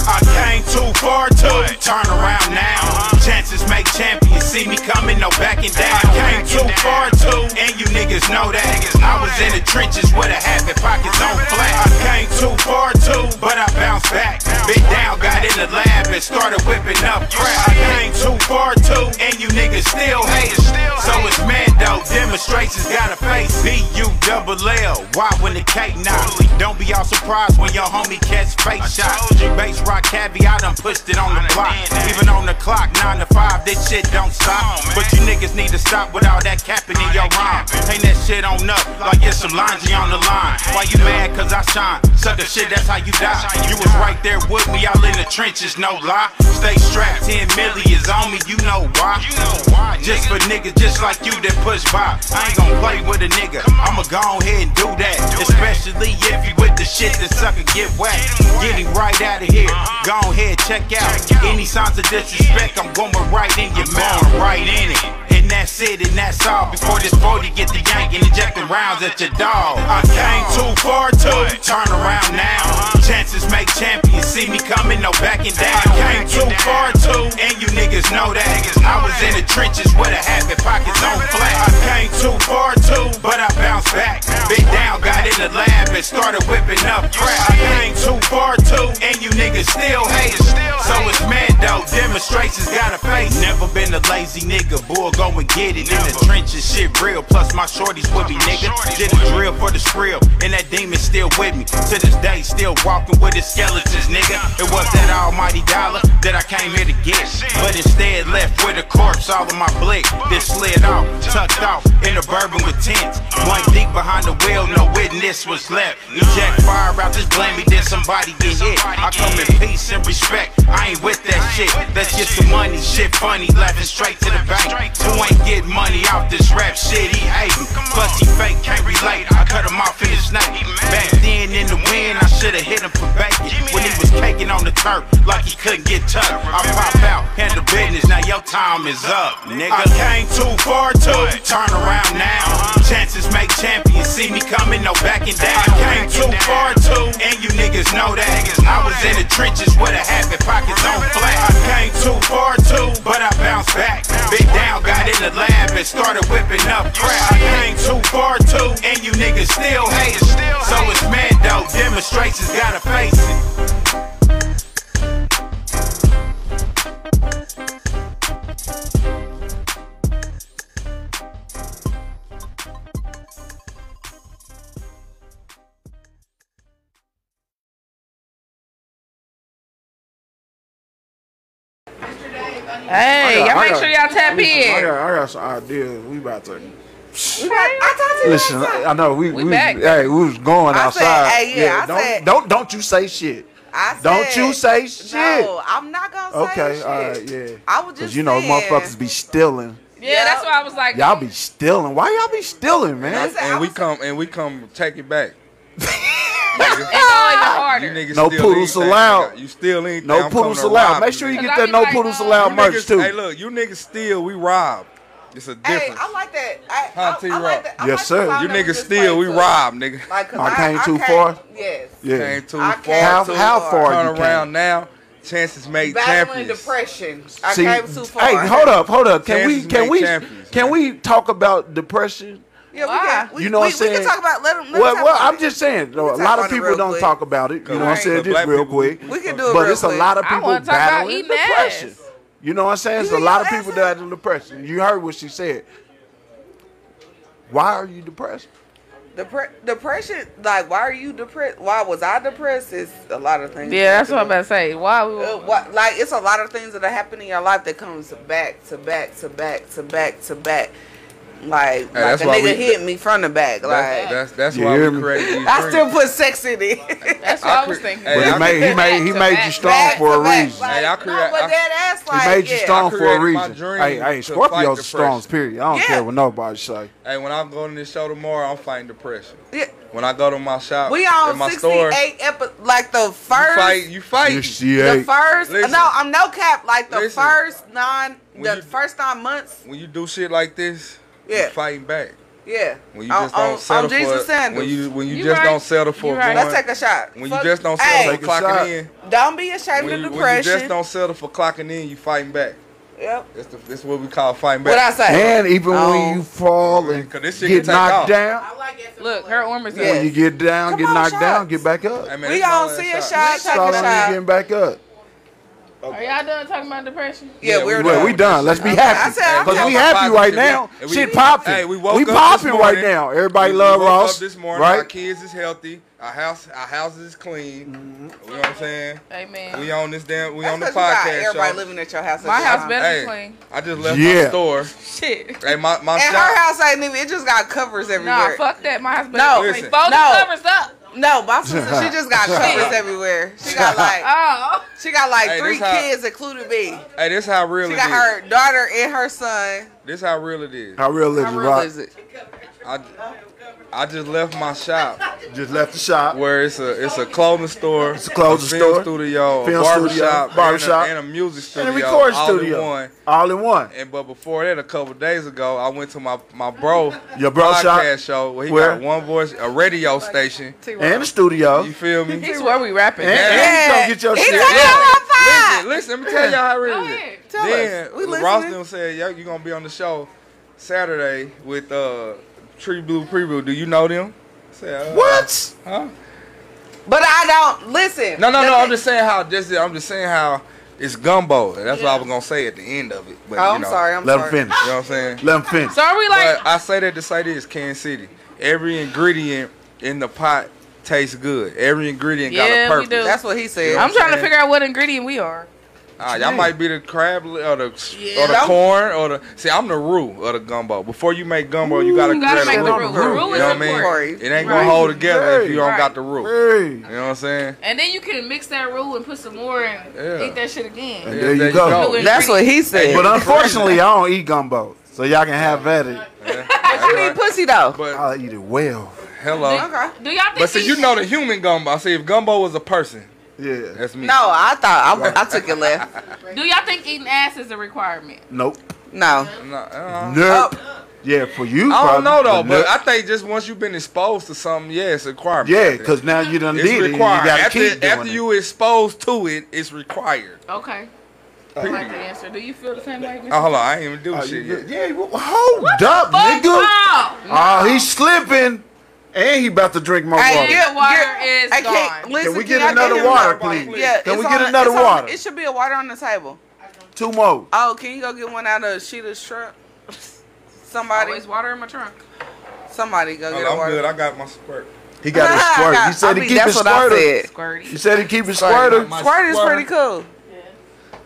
Speaker 8: I came too far to turn around now. Chances make champions. See me coming, no backing down. I came too far to, and you niggas know that. I was in the trenches with a half and pockets on flat. I came too far to, but I bounced back. Bit down, got in the lab and started whipping up crack. I came too far to, and you niggas still hate. So it's Mando. Demonstrations got a face. B U double L. Why when the cake not? Don't be all surprised when your homie catch fake shots. Base rock caveat, I done pushed it on the block. Even on the clock, nine to five, this shit don't stop. But you niggas need to stop with all that capping in your rhyme. Hang that shit on up like it's Solange on the line. Why you mad? Cause I shine. Suck the shit, that's how you die. You was right there with me, all in the trenches, no lie. Stay strapped, 10 milli is on me, you know why. You know why. Just for niggas just like you that push by. I ain't gonna play with a nigga. I'ma go ahead and do that. Especially if you with the shit that sucker get whack. Get him right out of here. Go ahead, check out. Any signs of disrespect, I'm going right in your mouth. Right in it. And that's it, and that's all. Before this 40 get the yank and injecting rounds at your dog. I came too far to Uh-huh. turn around now. Chances make champions. See me coming, no backing down. I came too far to, and you niggas know that. I was in the trenches with a half and pockets on flat. I came too far to, but I bounced back. Bit down, got in
Speaker 12: in the lab and started whipping up crap. I came too far too, and you niggas still hating. So it's Mando, demonstrations got a face. Never been a lazy nigga, boy, go and get it. In the trenches, shit real. Plus my shorties with me, nigga. Did a drill for the skrill, and that demon still with me. To this day, still walking with his skeletons, nigga. It was that almighty dollar that I came here to get. But instead, left with a corpse all in my blick. Then slid off, tucked off, in a bourbon with tints. One deep behind the wheel, no witness was left. Jack fire out this blammy, then somebody get hit. I come in peace and respect. I ain't with that shit. Let's get some money, shit funny, laughing straight to the bank. Who ain't get money off this rap shit? He hatin'. Plus he fake, can't relate. I cut him off in his neck. Back then in the wind, I should've hit him for bacon. When he was caking on the turf, like he couldn't get tucked. I pop out, handle business. Now your time is up, nigga. I came too far to turn around now. Chances make champions. See me coming, no backing down. Uh-huh. I came too far to, and you niggas know that. I was in the trenches with a half in pockets on flat. I came too far to, but I bounced back. Bit down, got in the lab and started whipping up crap. I came too far to, and you niggas still hating. So it's Mando. Demonstrations gotta face it.
Speaker 1: Hey,
Speaker 3: I got-
Speaker 1: y'all
Speaker 3: I
Speaker 1: make
Speaker 3: got-
Speaker 1: sure y'all tap
Speaker 3: listen, I
Speaker 1: in.
Speaker 3: got, I got some ideas. We about to.
Speaker 2: I talked to
Speaker 3: Listen,
Speaker 2: you last
Speaker 3: I
Speaker 2: time.
Speaker 3: know we,
Speaker 2: We
Speaker 3: we,
Speaker 2: back.
Speaker 3: hey we was going
Speaker 2: I said,
Speaker 3: outside.
Speaker 2: hey, yeah, I
Speaker 3: don't,
Speaker 2: said-
Speaker 3: don't don't you say shit.
Speaker 2: I said,
Speaker 3: don't you say shit.
Speaker 2: No, I'm not gonna say
Speaker 3: okay,
Speaker 2: shit.
Speaker 3: all right, yeah.
Speaker 2: I was
Speaker 3: 'Cause
Speaker 2: just
Speaker 3: you know
Speaker 2: saying.
Speaker 3: motherfuckers be stealing.
Speaker 1: Yeah, that's why I was like,
Speaker 3: Y'all be stealing. Why y'all be stealing, man?
Speaker 4: And, we come and we come take it back.
Speaker 1: it's going
Speaker 2: Ah!
Speaker 1: harder.
Speaker 4: You niggas
Speaker 3: No
Speaker 4: steal
Speaker 3: poodles
Speaker 4: anything.
Speaker 3: allowed.
Speaker 4: You steal anything.
Speaker 3: No
Speaker 4: I'm
Speaker 3: poodles
Speaker 4: coming to
Speaker 3: allowed.
Speaker 4: rob
Speaker 3: Make sure you
Speaker 1: Cause
Speaker 3: get
Speaker 1: I
Speaker 3: that
Speaker 1: be
Speaker 3: no
Speaker 1: like,
Speaker 3: poodles
Speaker 1: uh,
Speaker 3: allowed
Speaker 4: You
Speaker 3: merch
Speaker 4: niggas-
Speaker 3: too.
Speaker 4: Hey, look, you niggas steal, we rob. It's a
Speaker 2: Hey,
Speaker 4: difference.
Speaker 2: I like that. I,
Speaker 4: Huh,
Speaker 2: I,
Speaker 4: T-Rock?
Speaker 2: I like that. I
Speaker 3: Yes,
Speaker 2: like
Speaker 3: sir.
Speaker 2: the vibe
Speaker 4: you
Speaker 2: that we
Speaker 4: niggas
Speaker 2: just
Speaker 4: steal,
Speaker 2: played
Speaker 4: we
Speaker 2: too.
Speaker 4: rob, nigga.
Speaker 2: Like, 'cause
Speaker 3: I came too
Speaker 2: came-
Speaker 3: far?
Speaker 2: Yes.
Speaker 3: Yeah.
Speaker 4: Came too
Speaker 2: I
Speaker 4: far.
Speaker 2: came
Speaker 3: How-
Speaker 4: too
Speaker 3: how far you
Speaker 4: Turn
Speaker 3: came?
Speaker 4: around now. Chances made
Speaker 2: Battling
Speaker 4: champions.
Speaker 2: depression. I
Speaker 3: See,
Speaker 2: came too far.
Speaker 3: Hey, hold up, hold up. Can
Speaker 4: Kansas
Speaker 3: we can
Speaker 4: made
Speaker 3: we
Speaker 4: champions,
Speaker 3: can we talk about depression?
Speaker 2: Yeah, we can. We,
Speaker 3: you know
Speaker 2: we,
Speaker 3: what I'm saying?
Speaker 2: We can talk about. Let them.
Speaker 3: well, well, I'm just saying. though, a
Speaker 2: talk
Speaker 3: lot
Speaker 2: about
Speaker 3: of
Speaker 2: it
Speaker 3: people
Speaker 2: real
Speaker 3: don't
Speaker 2: quick.
Speaker 3: talk about it. You know what I'm
Speaker 4: Right.
Speaker 3: saying?
Speaker 4: The
Speaker 3: Just
Speaker 4: black
Speaker 3: real
Speaker 4: people-
Speaker 3: quick.
Speaker 2: We can do it.
Speaker 3: But
Speaker 2: real
Speaker 3: it's a
Speaker 2: quick.
Speaker 3: lot of
Speaker 1: I
Speaker 3: people
Speaker 1: wanna talk about
Speaker 3: battling
Speaker 1: eating ass.
Speaker 3: depression. You know what I'm saying? It's a
Speaker 2: Eating
Speaker 3: lot of
Speaker 2: your
Speaker 3: people
Speaker 2: ass
Speaker 3: that are depression. You heard what she said. Why are you depressed?
Speaker 2: Depre- depression. Like, why are you depressed? Why was I depressed? Is a lot of things.
Speaker 1: Yeah, that's what I'm about to say. Why we
Speaker 2: Uh, what, like it's a lot of things that happen in your life that comes back to back to back to back to back. Like,
Speaker 4: Hey,
Speaker 2: like
Speaker 4: that's
Speaker 2: a
Speaker 4: why
Speaker 2: nigga
Speaker 4: we-
Speaker 2: hit me from the back.
Speaker 4: That's,
Speaker 2: Like
Speaker 4: that's, that's
Speaker 3: You
Speaker 4: why
Speaker 3: hear
Speaker 4: we
Speaker 3: me?
Speaker 4: created these
Speaker 2: I still
Speaker 4: drinks.
Speaker 2: put sex in it.
Speaker 1: That's what I,
Speaker 4: I
Speaker 1: was
Speaker 4: cre-
Speaker 1: thinking.
Speaker 4: Hey,
Speaker 3: but he
Speaker 4: I
Speaker 3: made he made he
Speaker 1: to
Speaker 3: made you
Speaker 1: back
Speaker 3: strong
Speaker 2: Back
Speaker 3: for
Speaker 2: to
Speaker 3: a
Speaker 2: back,
Speaker 3: reason.
Speaker 2: Like,
Speaker 4: Hey, I create-
Speaker 2: no, but
Speaker 4: I-
Speaker 2: that ass like
Speaker 3: He made you
Speaker 2: yeah.
Speaker 3: strong for a
Speaker 4: created my
Speaker 3: reason.
Speaker 4: dream
Speaker 3: Hey, hey,
Speaker 4: to fight
Speaker 3: Scorpios are
Speaker 4: depression.
Speaker 3: strong. Period. I don't
Speaker 2: Yeah.
Speaker 3: care what nobody say.
Speaker 4: Hey, when I'm going to this show tomorrow, I'm fighting depression.
Speaker 2: Yeah.
Speaker 4: When I go to my shop,
Speaker 2: We
Speaker 4: at
Speaker 2: on
Speaker 4: my
Speaker 2: sixty
Speaker 4: store,
Speaker 2: eight epi- like the
Speaker 4: you
Speaker 2: first
Speaker 4: fight. You fight.
Speaker 3: You see,
Speaker 2: the
Speaker 3: hey,
Speaker 2: first
Speaker 4: Listen.
Speaker 2: no, I'm no cap, like the
Speaker 4: Listen.
Speaker 2: first nine
Speaker 4: When
Speaker 2: the
Speaker 4: you-
Speaker 2: first nine months.
Speaker 4: when you do shit like this,
Speaker 2: Yeah. Oh,
Speaker 4: you fighting back.
Speaker 2: Yeah.
Speaker 4: When you just don't
Speaker 2: on,
Speaker 4: settle
Speaker 2: on Jesus
Speaker 4: for
Speaker 2: Sandals.
Speaker 4: when you when you,
Speaker 1: You
Speaker 4: just
Speaker 1: right.
Speaker 4: don't settle for
Speaker 1: You right.
Speaker 4: going,
Speaker 2: Let's take a shot.
Speaker 4: when
Speaker 2: Fuck-
Speaker 4: you just don't settle
Speaker 2: hey,
Speaker 3: Take
Speaker 4: for
Speaker 3: a
Speaker 4: clocking
Speaker 3: shot.
Speaker 4: in,
Speaker 2: don't be ashamed
Speaker 4: when
Speaker 2: of
Speaker 4: you,
Speaker 2: depression.
Speaker 4: when you just don't settle for clocking in, you fighting back.
Speaker 2: Yep.
Speaker 4: That's the that's what we call fighting
Speaker 2: What I
Speaker 4: back.
Speaker 2: say?
Speaker 3: and even
Speaker 2: Oh.
Speaker 3: when you fall and
Speaker 4: 'Cause this shit
Speaker 3: get
Speaker 4: can take
Speaker 3: knocked
Speaker 4: off.
Speaker 3: down,
Speaker 11: I like it.
Speaker 1: Look, her arm is
Speaker 2: Yeah.
Speaker 3: when you get down,
Speaker 2: Come
Speaker 3: get
Speaker 2: on,
Speaker 3: knocked
Speaker 2: shots.
Speaker 3: down, get back up.
Speaker 4: Hey, man,
Speaker 2: we
Speaker 4: that's all
Speaker 2: gonna
Speaker 4: that
Speaker 2: see a
Speaker 4: shot.
Speaker 2: shot, take
Speaker 3: That's all
Speaker 2: a
Speaker 3: I need getting
Speaker 2: shot.
Speaker 3: back up.
Speaker 1: Are y'all done talking about depression?
Speaker 2: Yeah,
Speaker 4: Yeah,
Speaker 2: we're
Speaker 4: we
Speaker 3: Well,
Speaker 2: done.
Speaker 3: we done. Let's be
Speaker 2: I
Speaker 3: happy.
Speaker 2: said, I'm
Speaker 3: Because we
Speaker 2: talking
Speaker 3: happy right now.
Speaker 4: And we-
Speaker 3: Shit popping.
Speaker 4: Hey, we woke up
Speaker 3: popping
Speaker 4: this
Speaker 3: right
Speaker 4: morning.
Speaker 3: now. Everybody
Speaker 4: We-
Speaker 3: love
Speaker 4: we woke up
Speaker 3: Ross.
Speaker 4: this morning. Our
Speaker 3: Right?
Speaker 4: kids is healthy. Our house, our houses is clean. You know what I'm saying?
Speaker 1: Amen.
Speaker 4: We on this damn. We
Speaker 2: Mm-hmm. That's
Speaker 4: on the
Speaker 2: 'cause you got
Speaker 4: podcast.
Speaker 2: Everybody
Speaker 4: y'all.
Speaker 2: living at your house. at
Speaker 1: My
Speaker 2: your
Speaker 1: house better
Speaker 4: Hey,
Speaker 1: be clean.
Speaker 4: I just left
Speaker 3: Yeah.
Speaker 4: my store.
Speaker 1: Shit.
Speaker 4: Hey, my my
Speaker 2: And
Speaker 4: shop.
Speaker 2: her house ain't even. It just got covers
Speaker 1: Nah,
Speaker 2: everywhere.
Speaker 1: fuck that. My house better
Speaker 2: No,
Speaker 1: be
Speaker 4: listen.
Speaker 1: clean. Fold
Speaker 2: No.
Speaker 1: the covers up.
Speaker 2: no, my sister, she just got covers everywhere. She got like,
Speaker 1: Oh.
Speaker 2: she got like
Speaker 4: Hey,
Speaker 2: three
Speaker 4: this how-
Speaker 2: kids, including me.
Speaker 4: Hey, this how real
Speaker 2: She
Speaker 4: it
Speaker 2: got
Speaker 4: is.
Speaker 2: her daughter and her son.
Speaker 4: This how real it is.
Speaker 3: How real is
Speaker 2: How
Speaker 3: it,
Speaker 2: real
Speaker 3: Rock?
Speaker 2: is it?
Speaker 4: I, I just left my shop
Speaker 3: Just left the shop.
Speaker 4: where it's a it's a clothing store, it's
Speaker 3: a clothing
Speaker 4: film
Speaker 3: store,
Speaker 4: studio, a
Speaker 3: film
Speaker 4: barber
Speaker 3: studio,
Speaker 4: shop, and a-
Speaker 3: barbershop,
Speaker 4: and, a music studio,
Speaker 3: And a recording
Speaker 4: all
Speaker 3: studio.
Speaker 4: in one.
Speaker 3: All in one.
Speaker 4: And but before that, a couple days ago, I went to my my bro
Speaker 3: Your bro shop?
Speaker 4: podcast show where he
Speaker 3: Where?
Speaker 4: got one voice, a radio station.
Speaker 3: And the studio.
Speaker 4: You feel me?
Speaker 1: He's where we rapping.
Speaker 3: And-
Speaker 2: Yeah.
Speaker 3: and you come get your
Speaker 2: He
Speaker 3: shit.
Speaker 2: took
Speaker 3: Yeah.
Speaker 2: our vibe.
Speaker 4: Listen, listen, let me tell y'all how real
Speaker 1: Go
Speaker 4: it
Speaker 1: ahead.
Speaker 4: is.
Speaker 2: Tell us.
Speaker 4: then
Speaker 2: We
Speaker 4: Ross
Speaker 2: listening.
Speaker 4: them said, "Yo, you gonna be on the show Saturday with uh Tree Blue Preview. Do you know them?"
Speaker 2: What?
Speaker 4: Huh?
Speaker 2: But I don't listen.
Speaker 4: No, no, no. I'm just saying how this is. I'm just saying how it's gumbo. and That's what I was gonna say at the end of it. But,
Speaker 2: Oh,
Speaker 4: you
Speaker 2: I'm
Speaker 4: know,
Speaker 2: sorry, I'm Let 'em sorry. finish.
Speaker 4: You know what I'm saying?
Speaker 3: Let him finish.
Speaker 1: So are we like-
Speaker 4: But I say that to say this: Kansas City. Every ingredient in the pot tastes good. Every ingredient got a
Speaker 1: Yeah, we
Speaker 4: purpose.
Speaker 1: do.
Speaker 4: You know
Speaker 1: I'm
Speaker 4: what
Speaker 1: trying to
Speaker 4: saying?
Speaker 1: figure out what ingredient we are.
Speaker 4: Ah, y'all might be the crab li- or the or the
Speaker 1: Yeah.
Speaker 4: corn or the see. I'm the roux or the gumbo. Before you make gumbo, you gotta,
Speaker 1: you gotta
Speaker 4: create a
Speaker 1: make the roux. The
Speaker 4: You
Speaker 1: roux is
Speaker 4: know what I mean?
Speaker 1: important.
Speaker 4: It ain't gonna
Speaker 1: Right.
Speaker 4: hold together if you don't
Speaker 1: Right.
Speaker 4: got the roux. You know what I'm saying?
Speaker 11: And then you can mix that roux and put some more and
Speaker 4: Yeah.
Speaker 11: eat that shit again.
Speaker 3: And there you go.
Speaker 11: New That's what
Speaker 2: he said.
Speaker 3: But unfortunately, I don't eat gumbo, so y'all can have at it.
Speaker 2: But you eat pussy though.
Speaker 3: I'll eat it well.
Speaker 4: Hello.
Speaker 11: Do y'all
Speaker 4: But see, you know the human gumbo. See, if gumbo was a person,
Speaker 3: yeah,
Speaker 4: that's me.
Speaker 2: No, I thought I, I took it left.
Speaker 11: Do y'all think eating ass is a requirement?
Speaker 3: Nope.
Speaker 2: No.
Speaker 4: No. uh,
Speaker 2: Oh,
Speaker 3: Nope. Yeah, for you.
Speaker 4: I don't
Speaker 3: probably,
Speaker 4: know though, but
Speaker 3: nope.
Speaker 4: I think just once you've been exposed to something, yeah, it's a requirement.
Speaker 3: yeah, because now you done
Speaker 4: it's
Speaker 3: did it. and You
Speaker 4: required.
Speaker 3: gotta
Speaker 4: after
Speaker 3: keep doing
Speaker 4: after
Speaker 3: it.
Speaker 4: you exposed to it, it's required.
Speaker 11: Okay.
Speaker 2: Oh
Speaker 11: I like the answer. Do you feel the same way? Mr.
Speaker 4: Oh, hold on, I ain't even do shit yet.
Speaker 3: Yeah, well, hold up, nigga.
Speaker 11: fuck?
Speaker 4: Uh-huh.
Speaker 3: Oh, he's slipping, and he about to drink more water.
Speaker 11: water
Speaker 2: is I can't,
Speaker 3: gone.
Speaker 2: Listen,
Speaker 3: Can we get
Speaker 2: y'all
Speaker 3: another
Speaker 2: him
Speaker 3: water,
Speaker 2: another bottle,
Speaker 3: please?
Speaker 2: Yeah,
Speaker 3: Can we
Speaker 2: it's
Speaker 3: get
Speaker 2: on-
Speaker 3: another
Speaker 2: it's on-
Speaker 3: water?
Speaker 2: it should be a water on the table.
Speaker 3: Two more.
Speaker 2: Oh, can you go get one out of Sheeta's truck? Somebody. Always
Speaker 11: water in my trunk.
Speaker 2: Somebody go
Speaker 4: Hold
Speaker 2: get
Speaker 4: on,
Speaker 3: Oh,
Speaker 2: a
Speaker 4: I'm
Speaker 2: water.
Speaker 4: good. I got my squirt.
Speaker 3: He got a squirt. He said
Speaker 2: I
Speaker 3: he
Speaker 2: mean,
Speaker 3: keep
Speaker 2: that's
Speaker 3: his
Speaker 2: what I
Speaker 3: squirter.
Speaker 2: said.
Speaker 3: He said he keep his
Speaker 2: Squirt
Speaker 3: squirter.
Speaker 2: is pretty cool.